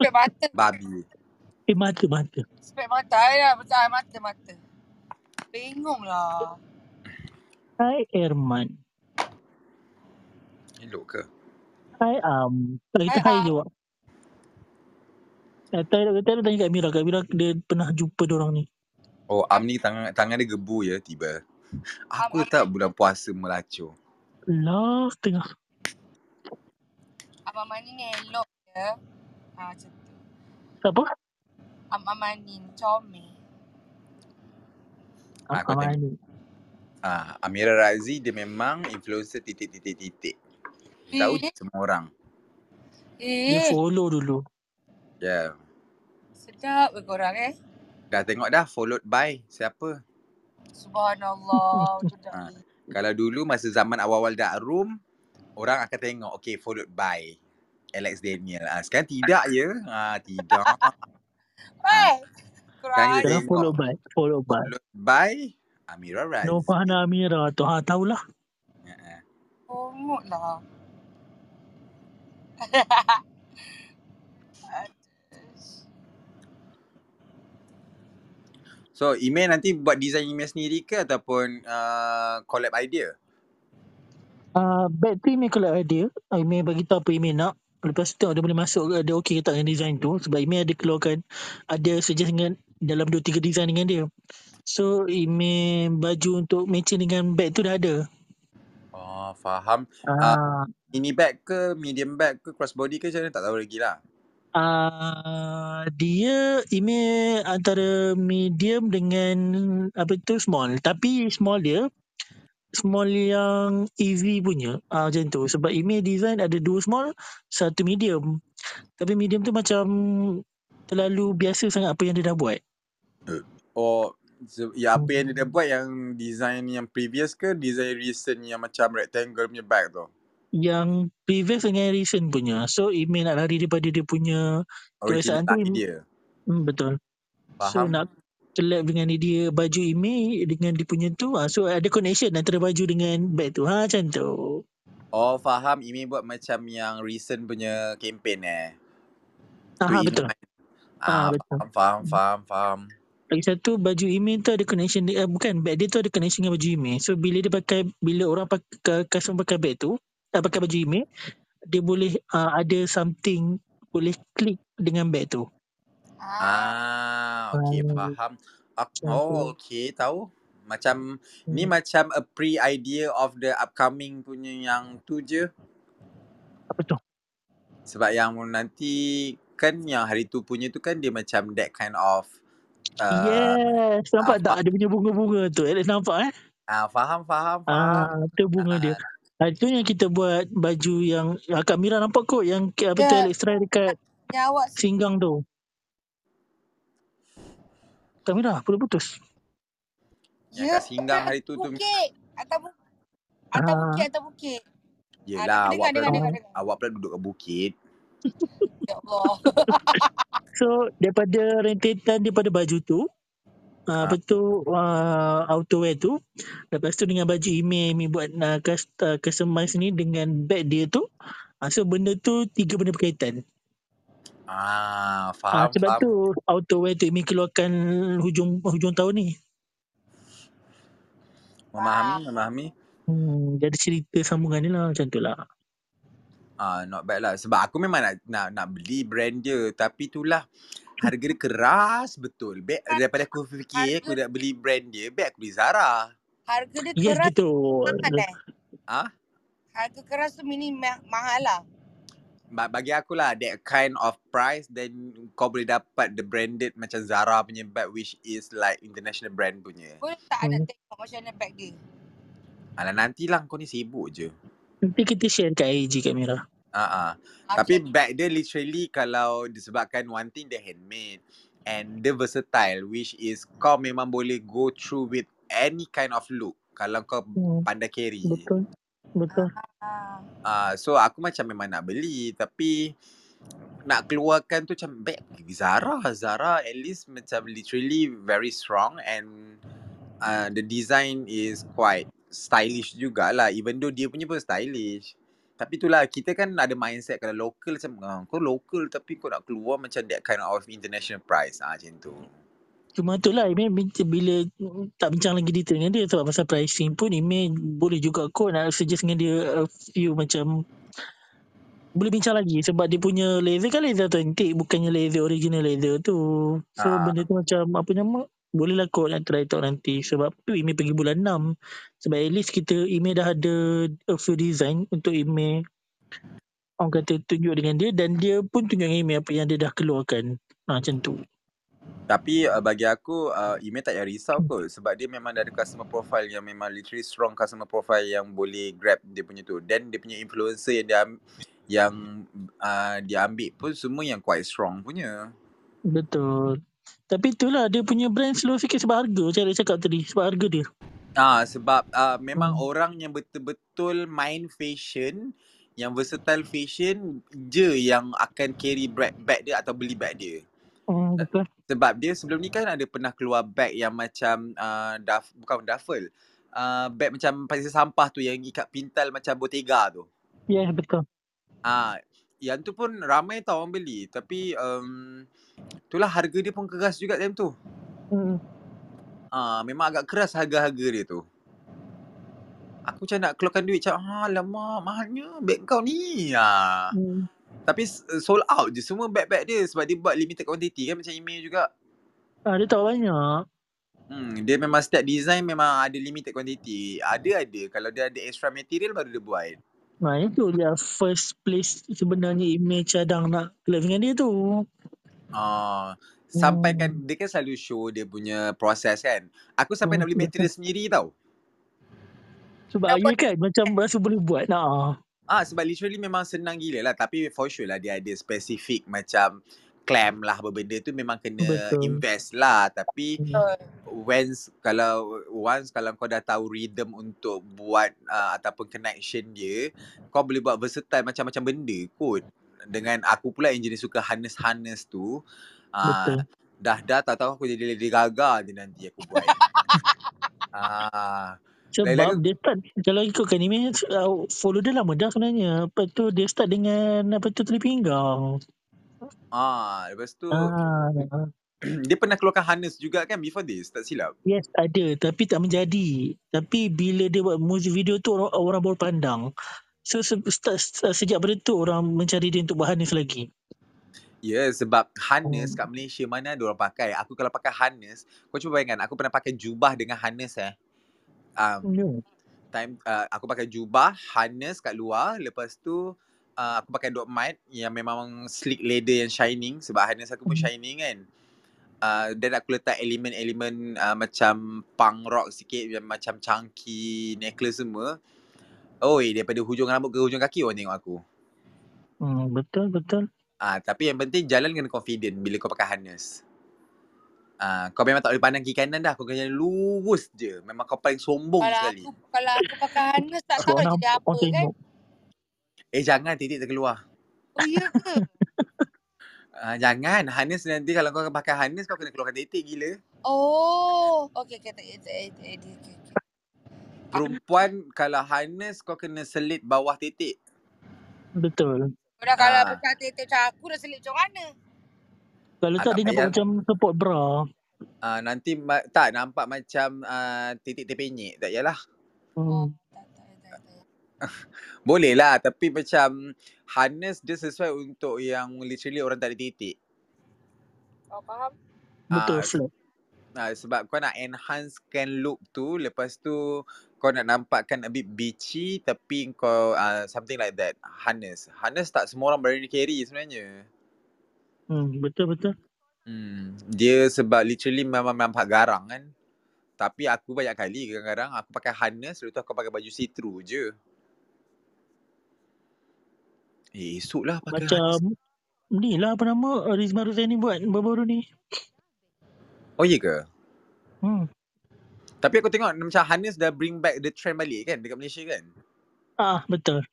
Speaker 5: Spek mata.
Speaker 1: Babi.
Speaker 7: Eh, mata, mata.
Speaker 5: Spek mata. Ayah, betul. lah, Mata, mata. Bingung lah.
Speaker 7: Hai, Erman.
Speaker 1: Elok ke?
Speaker 7: Hai, Am. Kalau kita
Speaker 5: Hai,
Speaker 7: hai
Speaker 5: ah.
Speaker 7: je, Wak. Eh, Tak ada, tak ada tanya Kak Mira. Kak Mira, dia pernah jumpa orang ni.
Speaker 1: Oh, Am ni tangan tangan dia gebu ya tiba.
Speaker 5: Am,
Speaker 1: Aku
Speaker 5: am,
Speaker 1: tak bulan puasa melacur.
Speaker 7: Lah, tengah.
Speaker 5: Abang Mani ni elok je. Ha, macam tu.
Speaker 7: Siapa?
Speaker 5: Abang Mani ni comel.
Speaker 7: Am
Speaker 1: Ah, kau tengok.
Speaker 7: Amani.
Speaker 1: Ah, Amira Razi dia memang influencer titik-titik-titik. Dia tahu
Speaker 5: Eh,
Speaker 1: semua orang.
Speaker 7: Dia
Speaker 5: eh.
Speaker 7: follow dulu.
Speaker 1: Ya. Yeah.
Speaker 5: Sedap ke korang eh?
Speaker 1: Dah tengok dah followed by siapa?
Speaker 5: Subhanallah. Tu dah
Speaker 1: Ah,
Speaker 5: ni.
Speaker 1: kalau dulu masa zaman awal-awal dark room, orang akan tengok okay followed by Alex Daniel. Ah, sekarang tidak ya. Ah, tidak. Ah,
Speaker 5: Weh,
Speaker 1: sekarang kita
Speaker 5: kurang ajar.
Speaker 7: Sekarang
Speaker 1: tengok
Speaker 7: follow by. Follow by.
Speaker 1: followed by Amira Razi.
Speaker 10: lah,
Speaker 7: Novana Amira tu. Ha, tahulah.
Speaker 1: Ah, ah.
Speaker 5: Pungut lah.
Speaker 1: Ah. So email nanti buat design email sendiri ke ataupun uh, collab idea?
Speaker 7: Uh, back to email kalau ada Email bagi tahu apa email nak Lepas tu tengok dia boleh masuk ke, Dia okey ke tak dengan design tu Sebab email ada keluarkan Ada suggest dengan Dalam 2-3 design dengan dia So email baju untuk matching dengan bag tu dah ada
Speaker 1: Oh, faham. Uh,
Speaker 7: Ah,
Speaker 1: mini bag ke, medium bag ke, crossbody ke macam mana tak tahu lagi lah.
Speaker 10: Ah, dia email antara medium dengan apa tu small. Tapi small dia small yang EV punya. Ah macam tu. Sebab email design ada dua small, satu medium. Tapi medium tu macam terlalu biasa sangat apa yang dia dah buat.
Speaker 1: Oh, so, ya apa yang dia dah buat yang design yang previous ke design recent yang macam rectangle punya bag tu?
Speaker 10: Yang previous dengan recent punya. So email nak lari daripada dia punya
Speaker 1: Original
Speaker 10: kebiasaan tu.
Speaker 1: idea.
Speaker 10: Hmm, betul. So
Speaker 1: Faham?
Speaker 10: nak collab dengan ni dia baju email dengan dia punya tu. Ah, so ada connection antara baju dengan bag tu. Ha macam tu.
Speaker 1: Oh, faham. Ini buat macam yang recent punya campaign eh. To
Speaker 10: Ah betul.
Speaker 1: inline.
Speaker 10: Ah
Speaker 1: Ah,
Speaker 10: betul.
Speaker 1: faham, faham, faham, faham.
Speaker 10: Lagi satu baju email tu ada connection dia, eh, bukan bag dia tu ada connection dengan baju email. So bila dia pakai bila orang pakai customer pakai bag tu, uh, pakai baju email, dia boleh uh, ada something boleh klik dengan bag tu.
Speaker 1: Ah, okay,
Speaker 10: Ah,
Speaker 1: faham. Ak-
Speaker 10: macam tu.
Speaker 1: Oh, okay, tahu. Macam ni
Speaker 10: Hmm.
Speaker 1: macam a pre-idea of the upcoming punya yang tu je.
Speaker 10: Apa tu?
Speaker 1: Sebab yang nanti kan yang hari tu punya tu kan dia macam that kind of uh,
Speaker 10: Yes,
Speaker 1: ah,
Speaker 10: nampak tak
Speaker 1: fa-
Speaker 10: ada punya bunga-bunga tu? Alex nampak eh?
Speaker 1: ah, faham, faham, faham.
Speaker 10: Ah, tu bunga dia.
Speaker 1: Ah,
Speaker 10: Ah, tu yang kita buat baju yang ah, Kak Mira nampak kot yang ke- apa tu
Speaker 5: Ya,
Speaker 10: Alex try dekat
Speaker 5: yang awak
Speaker 10: Singgang tu. Kak Mira, perlu putus.
Speaker 1: yang
Speaker 5: Ya,
Speaker 1: kat Singgang hari tu tu
Speaker 5: bukit. Atas bukit. Atas
Speaker 10: Ah,
Speaker 5: bukit, atas bukit. Ah,
Speaker 1: Yelah
Speaker 5: dengar, dengar,
Speaker 1: awak pula
Speaker 5: dengar, dengar,
Speaker 10: oh.
Speaker 5: dengar.
Speaker 1: awak pula duduk kat bukit.
Speaker 5: Ya Allah.
Speaker 10: So, daripada rentetan daripada baju tu, ah,
Speaker 1: Ah,
Speaker 10: apa tu ah, outerwear tu, lepas tu dengan baju email Mi buat uh, customize ni dengan bag dia tu, ah, so benda tu tiga benda berkaitan.
Speaker 1: ah
Speaker 10: Ah,
Speaker 1: faham,
Speaker 10: sebab
Speaker 1: faham.
Speaker 10: tu outerwear tu Mi keluarkan hujung hujung tahun ni.
Speaker 1: Memahami, memahami.
Speaker 10: Hmm, dia ada cerita sambungan ni lah macam tu lah.
Speaker 1: Ah, not bad lah. Sebab aku memang nak nak, nak beli brand dia. Tapi itulah harga dia keras betul. Back, daripada aku fikir
Speaker 5: Harga
Speaker 1: aku nak beli brand dia, baik aku beli Zara.
Speaker 5: harga dia
Speaker 10: Yes
Speaker 5: keras mahal
Speaker 10: betul.
Speaker 5: eh.
Speaker 1: Ah,
Speaker 5: Harga keras tu mini ma- mahal lah.
Speaker 1: ba- bagi aku lah that kind of price then kau boleh dapat the branded macam Zara punya bag which is like international brand punya.
Speaker 5: Boleh tak nak
Speaker 10: Hmm.
Speaker 5: tengok macam mana bag dia?
Speaker 1: Alah nantilah kau ni sibuk je.
Speaker 10: Nanti kita share kat IG Kak Mira.
Speaker 1: Ah, uh
Speaker 5: Macam
Speaker 1: Tapi bag dia literally kalau disebabkan one thing dia handmade and dia versatile which is kau memang boleh go through with any kind of look kalau kau
Speaker 10: Hmm,
Speaker 1: pandai carry.
Speaker 10: betul. Betul.
Speaker 5: ah,
Speaker 1: Ah, so aku macam memang nak beli tapi nak keluarkan tu macam bag pergi Zara. Zara at least macam literally very strong and uh, the design is quite stylish jugalah even though dia punya pun stylish tapi itulah kita kan ada mindset kalau local macam ah, kau local tapi kau nak keluar macam that kind of international price ah macam tu
Speaker 10: Cuma tu lah Email bin- bila tak bincang lagi detail dengan dia sebab pasal pricing pun Email boleh juga kot nak suggest dengan dia a few macam boleh bincang lagi sebab dia punya laser kan laser authentic bukannya laser original laser tu. So
Speaker 1: ah
Speaker 10: benda tu macam apa nama boleh lah kot nak try talk nanti sebab tu email pergi bulan 6 sebab at least kita email dah ada a few design untuk email orang kata tunjuk dengan dia dan dia pun tunjuk dengan email apa yang dia dah keluarkan ha, macam tu
Speaker 1: tapi uh, bagi aku uh, email tak payah risau kot sebab dia memang dari customer profile yang memang literally strong customer profile yang boleh grab dia punya tu dan dia punya influencer yang dia am- yang uh, dia ambil pun semua yang quite strong punya
Speaker 10: betul tapi itulah dia punya brand slow sikit sebab harga macam Alex cakap tadi sebab harga dia
Speaker 1: Ah sebab ah, memang
Speaker 10: hmm.
Speaker 1: orang yang betul-betul main fashion, yang versatile fashion je yang akan carry bag, bag dia atau beli bag dia. Eh,
Speaker 10: Hmm, betul
Speaker 1: Sebab dia sebelum ni kan ada pernah keluar bag yang macam ah, daf, bukan duffel. ah bag macam pasir sampah tu yang ikat pintal macam Bottega tu.
Speaker 10: ya yeah, betul
Speaker 1: Ah yang tu pun ramai tau orang beli tapi um, itulah harga dia pun keras juga time tu.
Speaker 10: hmm.
Speaker 1: Ah memang agak keras harga-harga dia tu. Aku macam nak keluarkan duit macam ah, Alamak mahalnya beg kau ni ah.
Speaker 10: Hmm.
Speaker 1: Tapi s- uh, sold out je semua beg-beg dia Sebab dia buat limited quantity kan macam email juga
Speaker 10: Ah, dia tak banyak
Speaker 1: hmm, Dia memang setiap design memang ada limited quantity Ada-ada kalau dia ada extra material baru dia buat
Speaker 10: Nah Ah, itu dia first place sebenarnya image cadang nak collab dengan dia tu.
Speaker 1: Ah, sampai kan dia kan selalu show dia punya proses kan. Aku sampai nak beli material sendiri tau.
Speaker 10: Sebab Ayah kan macam rasa boleh buat nak.
Speaker 1: Ah sebab literally memang senang gila lah tapi for sure lah dia ada specific macam clam lah apa benda tu memang kena
Speaker 10: Betul.
Speaker 1: invest lah tapi
Speaker 5: Betul.
Speaker 1: once kalau once kalau kau dah tahu rhythm untuk buat uh, ataupun connection dia kau boleh buat versatile macam-macam benda kot dengan aku pula yang jenis suka harness-harness tu uh,
Speaker 10: Betul.
Speaker 1: dah dah tak tahu aku jadi Lady Gaga je nanti aku buat ah
Speaker 10: Sebab
Speaker 1: lain-lain
Speaker 10: dia start kalau ikutkan ni uh, follow dia lama dah sebenarnya. Lepas tu dia start dengan apa tu tali pinggang.
Speaker 1: ah lepas tu hmm,
Speaker 10: Ah,
Speaker 1: dia pernah keluarkan harness juga kan before this tak silap
Speaker 10: yes ada tapi tak menjadi. Tapi bila dia buat music video tu orang, orang baru pandang. So se- start, start, sejak pada tu orang mencari dia untuk bahan ni lagi.
Speaker 1: Ya, yeah, sebab
Speaker 10: Oh.
Speaker 1: harness kat Malaysia mana ada orang pakai. Aku kalau pakai harness, kau cuba bayangkan aku pernah pakai jubah dengan harness eh. Um,
Speaker 10: No.
Speaker 1: time uh, aku pakai jubah, harness kat luar, lepas tu uh, aku pakai dog mite yang memang sleek leather yang shining sebab harness aku pun shining kan. Uh, dan aku letak elemen-elemen uh, macam punk rock sikit yang macam chunky necklace semua. Oi, daripada hujung rambut ke hujung kaki orang tengok aku.
Speaker 10: Hmm, betul betul.
Speaker 1: Ah, tapi yang penting jalan kena confident bila kau pakai harness. Ah, kau memang tak boleh pandang kiri kanan dah. Kau kena jalan lurus je. Memang kau paling sombong
Speaker 5: Kalau
Speaker 1: sekali.
Speaker 5: aku kalau aku pakai harness tak tahu
Speaker 10: Sebab
Speaker 5: nak
Speaker 10: orang
Speaker 5: jadi
Speaker 10: orang
Speaker 5: apa kan.
Speaker 10: tengok.
Speaker 1: Eh jangan titik terkeluar.
Speaker 5: Oh ya ke?
Speaker 1: Ah, jangan. Harness nanti kalau kau pakai harness kau kena keluarkan titik gila.
Speaker 5: Oh, okey okey tak edit edit edit.
Speaker 1: Perempuan kalau harness kau kena selit bawah titik.
Speaker 10: Betul.
Speaker 5: Kalau kalau
Speaker 1: Ah,
Speaker 5: macam titik macam aku dah selit macam mana?
Speaker 10: Kalau
Speaker 1: ah
Speaker 10: tak
Speaker 1: tak
Speaker 10: dia nampak
Speaker 1: payah.
Speaker 10: macam support bra.
Speaker 1: Ah, nanti ma- tak nampak macam ah, titik terpenyek. Tak yalah.
Speaker 5: Oh,
Speaker 10: Hmm.
Speaker 1: Boleh lah tapi macam harness dia sesuai untuk yang literally orang tak ada titik.
Speaker 5: kau Oh, faham?
Speaker 10: Betul
Speaker 1: Ah,
Speaker 10: flat.
Speaker 1: Ha, sebab kau nak enhancekan look tu Lepas tu kau nak nampakkan a bit bitchy Tapi kau uh, something like that Harness Harness tak semua orang berani carry sebenarnya
Speaker 10: Hmm, betul betul.
Speaker 1: hmm. Dia sebab literally memang nampak garang kan Tapi aku banyak kali kadang-kadang Aku pakai harness Lepas tu aku pakai baju see-through je Eh esok lah pakai harness
Speaker 10: Macam ni lah apa nama Rizma Ruzaini buat baru-baru ni.
Speaker 1: Oh iya ke?
Speaker 10: Hmm.
Speaker 1: Tapi aku tengok macam harness dah bring back the trend balik kan Dekat Malaysia kan
Speaker 10: Ah, betul.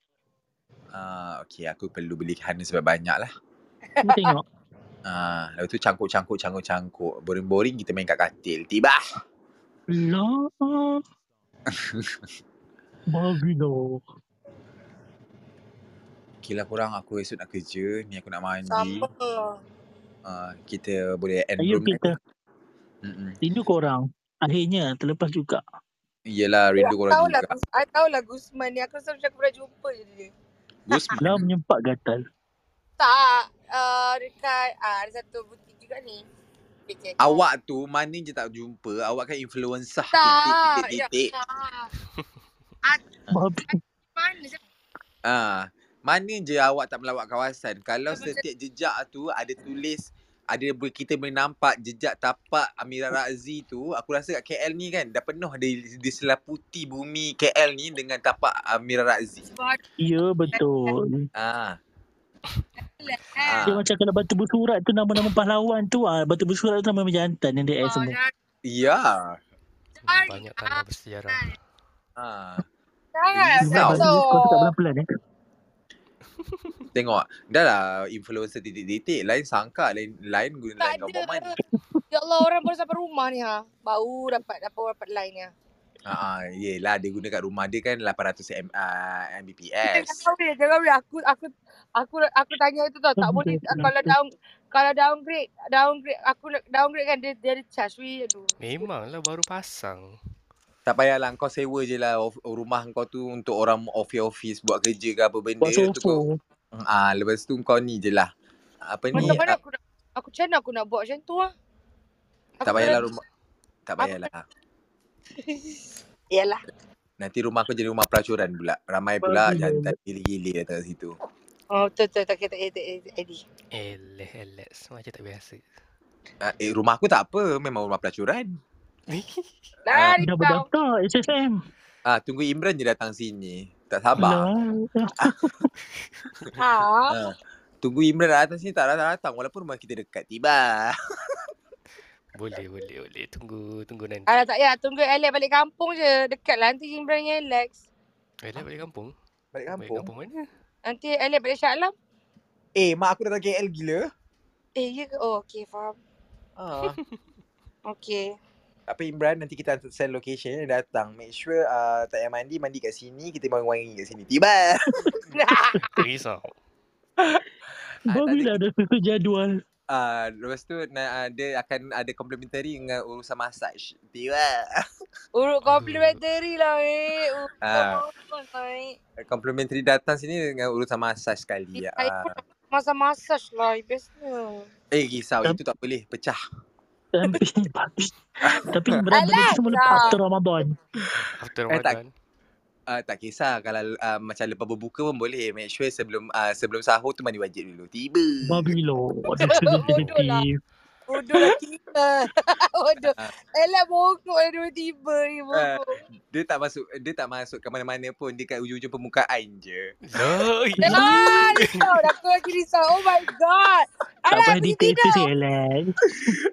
Speaker 1: Ah, Okay aku perlu beli harness banyak-banyak lah
Speaker 10: Cuba tengok.
Speaker 1: Ah, lepas tu cangkuk-cangkuk cangkuk-cangkuk. Boring-boring kita main kat katil. Tiba.
Speaker 10: Lah. Bagino.
Speaker 1: Okay lah korang aku esok nak kerja. Ni aku nak mandi.
Speaker 5: Sama.
Speaker 1: Ah, kita boleh end
Speaker 10: Ayo
Speaker 1: room kan?
Speaker 10: kita
Speaker 1: Mm-mm.
Speaker 10: rindu korang. Akhirnya terlepas juga.
Speaker 1: Yelah
Speaker 5: Eh,
Speaker 1: rindu
Speaker 5: aku
Speaker 1: korang
Speaker 5: tahu lah
Speaker 1: juga.
Speaker 5: Gus, aku tahu lah Gusman ni. Aku rasa macam aku pernah jumpa je dia.
Speaker 1: Gusman.
Speaker 10: Lah menyempat gatal.
Speaker 5: Tak, uh, dekat uh, ada satu butik juga ni. KK.
Speaker 1: Awak tu mana je tak jumpa. Awak kan influencer. Titik, titik,
Speaker 5: Tak, ya
Speaker 1: titik.
Speaker 5: Allah. Ah,
Speaker 10: Babi.
Speaker 5: mana saya
Speaker 1: Ah, mana je awak tak melawat kawasan. Kalau
Speaker 5: macam
Speaker 1: setiap jejak tu ada tulis ada ber- kita boleh nampak jejak tapak Amira Razi tu aku rasa kat KL ni kan dah penuh di, diselaputi bumi KL ni dengan tapak Amira Razi
Speaker 5: sebab
Speaker 10: Ya betul.
Speaker 1: ah
Speaker 5: lah eh.
Speaker 1: ah
Speaker 10: Dia macam kalau batu bersurat tu nama-nama pahlawan tu ah batu bersurat tu nama jantan yang dia add
Speaker 5: Oh,
Speaker 10: Eh, semua.
Speaker 5: jangan
Speaker 1: ya
Speaker 5: cari
Speaker 2: Banyak
Speaker 5: lah.
Speaker 2: tanah bersejarah.
Speaker 1: ah
Speaker 5: Jangan
Speaker 10: Dia nampak
Speaker 1: risau
Speaker 10: ni kau cakap
Speaker 5: besok.
Speaker 10: pelan-pelan eh.
Speaker 1: tengok dah lah influencer titik-titik lain sangka lain lain guna
Speaker 5: Tak
Speaker 1: lain
Speaker 5: ada.
Speaker 1: government
Speaker 5: Ya Allah, orang baru sampai rumah ni ha. Baru dapat dapat orang dapat line ni ha.
Speaker 1: ah ah, yelah dia guna kat rumah dia kan 800 M, ah,
Speaker 5: Jangan
Speaker 1: Mbps
Speaker 5: boleh, jangan boleh. Aku aku aku aku tanya itu tau. Tak boleh kalau down kalau downgrade, downgrade aku nak downgrade kan dia dia ada charge we. Aduh.
Speaker 2: Memanglah baru pasang.
Speaker 1: Tak payahlah kau sewa je lah of- rumah kau tu untuk orang office-office buat kerja ke apa benda.
Speaker 10: Buat
Speaker 1: Lepas tu kau,
Speaker 10: sofo.
Speaker 1: ah, lepas tu kau ni je lah. Apa
Speaker 5: Macam
Speaker 1: ni, ah,
Speaker 5: mana aku nak aku macam mana aku nak buat macam tu ah?
Speaker 1: tak
Speaker 5: Aku kena
Speaker 1: payahlah rumah. Tak
Speaker 5: aku
Speaker 1: payahlah.
Speaker 5: Yalah.
Speaker 1: Nanti rumah aku jadi rumah pelacuran pula. Ramai pula jantan gili-gili datang kat situ.
Speaker 5: Oh, betul betul tak kata Eddie.
Speaker 4: Eleh, eleh. Semua macam tak biasa.
Speaker 1: Ah, eh, rumah aku tak apa. Memang rumah pelacuran.
Speaker 5: Lari
Speaker 7: Dah
Speaker 5: kau.
Speaker 7: berdaftar
Speaker 10: eh,
Speaker 7: SSM.
Speaker 1: Ah, tunggu Imran je datang sini. Tak sabar.
Speaker 7: Alah.
Speaker 5: Ha.
Speaker 1: Ah, tunggu Imran datang sini tak datang-datang. Walaupun rumah kita dekat. Tiba.
Speaker 4: Boleh, boleh, boleh. Tunggu, tunggu nanti.
Speaker 5: Alah tak payah tunggu Alex balik kampung je. Dekat lah nanti Imran dengan Alex.
Speaker 4: Eleh balik kampung?
Speaker 1: Balik
Speaker 4: Balik
Speaker 1: kampung.
Speaker 4: kampung mana?
Speaker 5: Nanti Alex balik Shah Alam.
Speaker 1: Eh, mak aku datang KL gila.
Speaker 5: Eh, ya ke? Oh, okay, faham.
Speaker 1: Ah.
Speaker 5: Okay.
Speaker 1: Apa Imran nanti kita hantar send location dia datang. Make sure uh, tak payah mandi, mandi kat sini, kita wangi-wangi kat sini. Tiba.
Speaker 4: Tak risau.
Speaker 1: ah,
Speaker 7: Babi
Speaker 1: tadi
Speaker 7: dah ada susun jadual.
Speaker 1: ah lepas tu na, ah, dia akan ada complimentary dengan urusan massage. Tiba.
Speaker 5: Urut complimentary lah, eh. Urut
Speaker 1: ah,
Speaker 5: mahal lah, eh.
Speaker 1: complimentary datang sini dengan urusan massage sekali.
Speaker 5: Saya pun
Speaker 1: Ah.
Speaker 5: nak masak-masak lah, bestnya.
Speaker 1: Eh, risau
Speaker 7: Tapi,
Speaker 1: itu tak boleh pecah.
Speaker 7: tapi, tapi, tapi Imran benda tu
Speaker 5: Alex
Speaker 7: semua lepas
Speaker 5: lah.
Speaker 7: after Ramadan.
Speaker 4: After
Speaker 1: Eh tak
Speaker 4: Ramadan.
Speaker 1: ah, tak kisah kalau ah, macam lepas berbuka pun boleh. Make sure sebelum ah, sebelum sahur tu mandi wajib dulu. Tiba.
Speaker 7: Babi lo. Aduh, sensitif.
Speaker 5: Bodoh lah.
Speaker 7: sensitif.
Speaker 5: Bodoh lah kita. Bodoh.
Speaker 1: Ah,
Speaker 5: Alex bongkok lah tiba-tiba ni,
Speaker 1: ah,
Speaker 5: bongkok.
Speaker 1: dia tak masuk dia tak masuk ke mana-mana pun dia kat ujung-ujung permukaan je.
Speaker 4: Lah,
Speaker 5: Dah
Speaker 4: ih.
Speaker 5: risau dah aku lagi risau. Oh my god.
Speaker 7: Tak
Speaker 5: Alah
Speaker 7: payah
Speaker 5: pergi
Speaker 7: detail
Speaker 5: tidur.
Speaker 7: sih, Alex.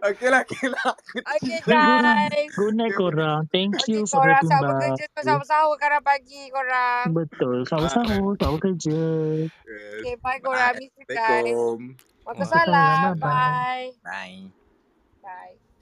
Speaker 1: Okeylah, okeylah. Aku
Speaker 5: Okay
Speaker 7: Baik, good night.
Speaker 5: guys.
Speaker 7: Good
Speaker 1: dia
Speaker 7: night
Speaker 1: boleh.
Speaker 7: korang. Thank
Speaker 5: Okay
Speaker 7: you for
Speaker 5: korang
Speaker 7: helping
Speaker 5: sama
Speaker 7: back.
Speaker 5: kerja tu sama-sama sekarang pagi korang.
Speaker 7: Betul.
Speaker 1: Ah,
Speaker 7: Sama-sama. Sama kerja.
Speaker 1: yes.
Speaker 5: Okay bye
Speaker 1: Bye.
Speaker 5: korang. Miss you guys.
Speaker 1: Assalamualaikum.
Speaker 5: Waalaikumsalam.
Speaker 7: Waalaikumsalam. Bye-bye.
Speaker 5: Bye.
Speaker 1: Bye.
Speaker 5: Bye.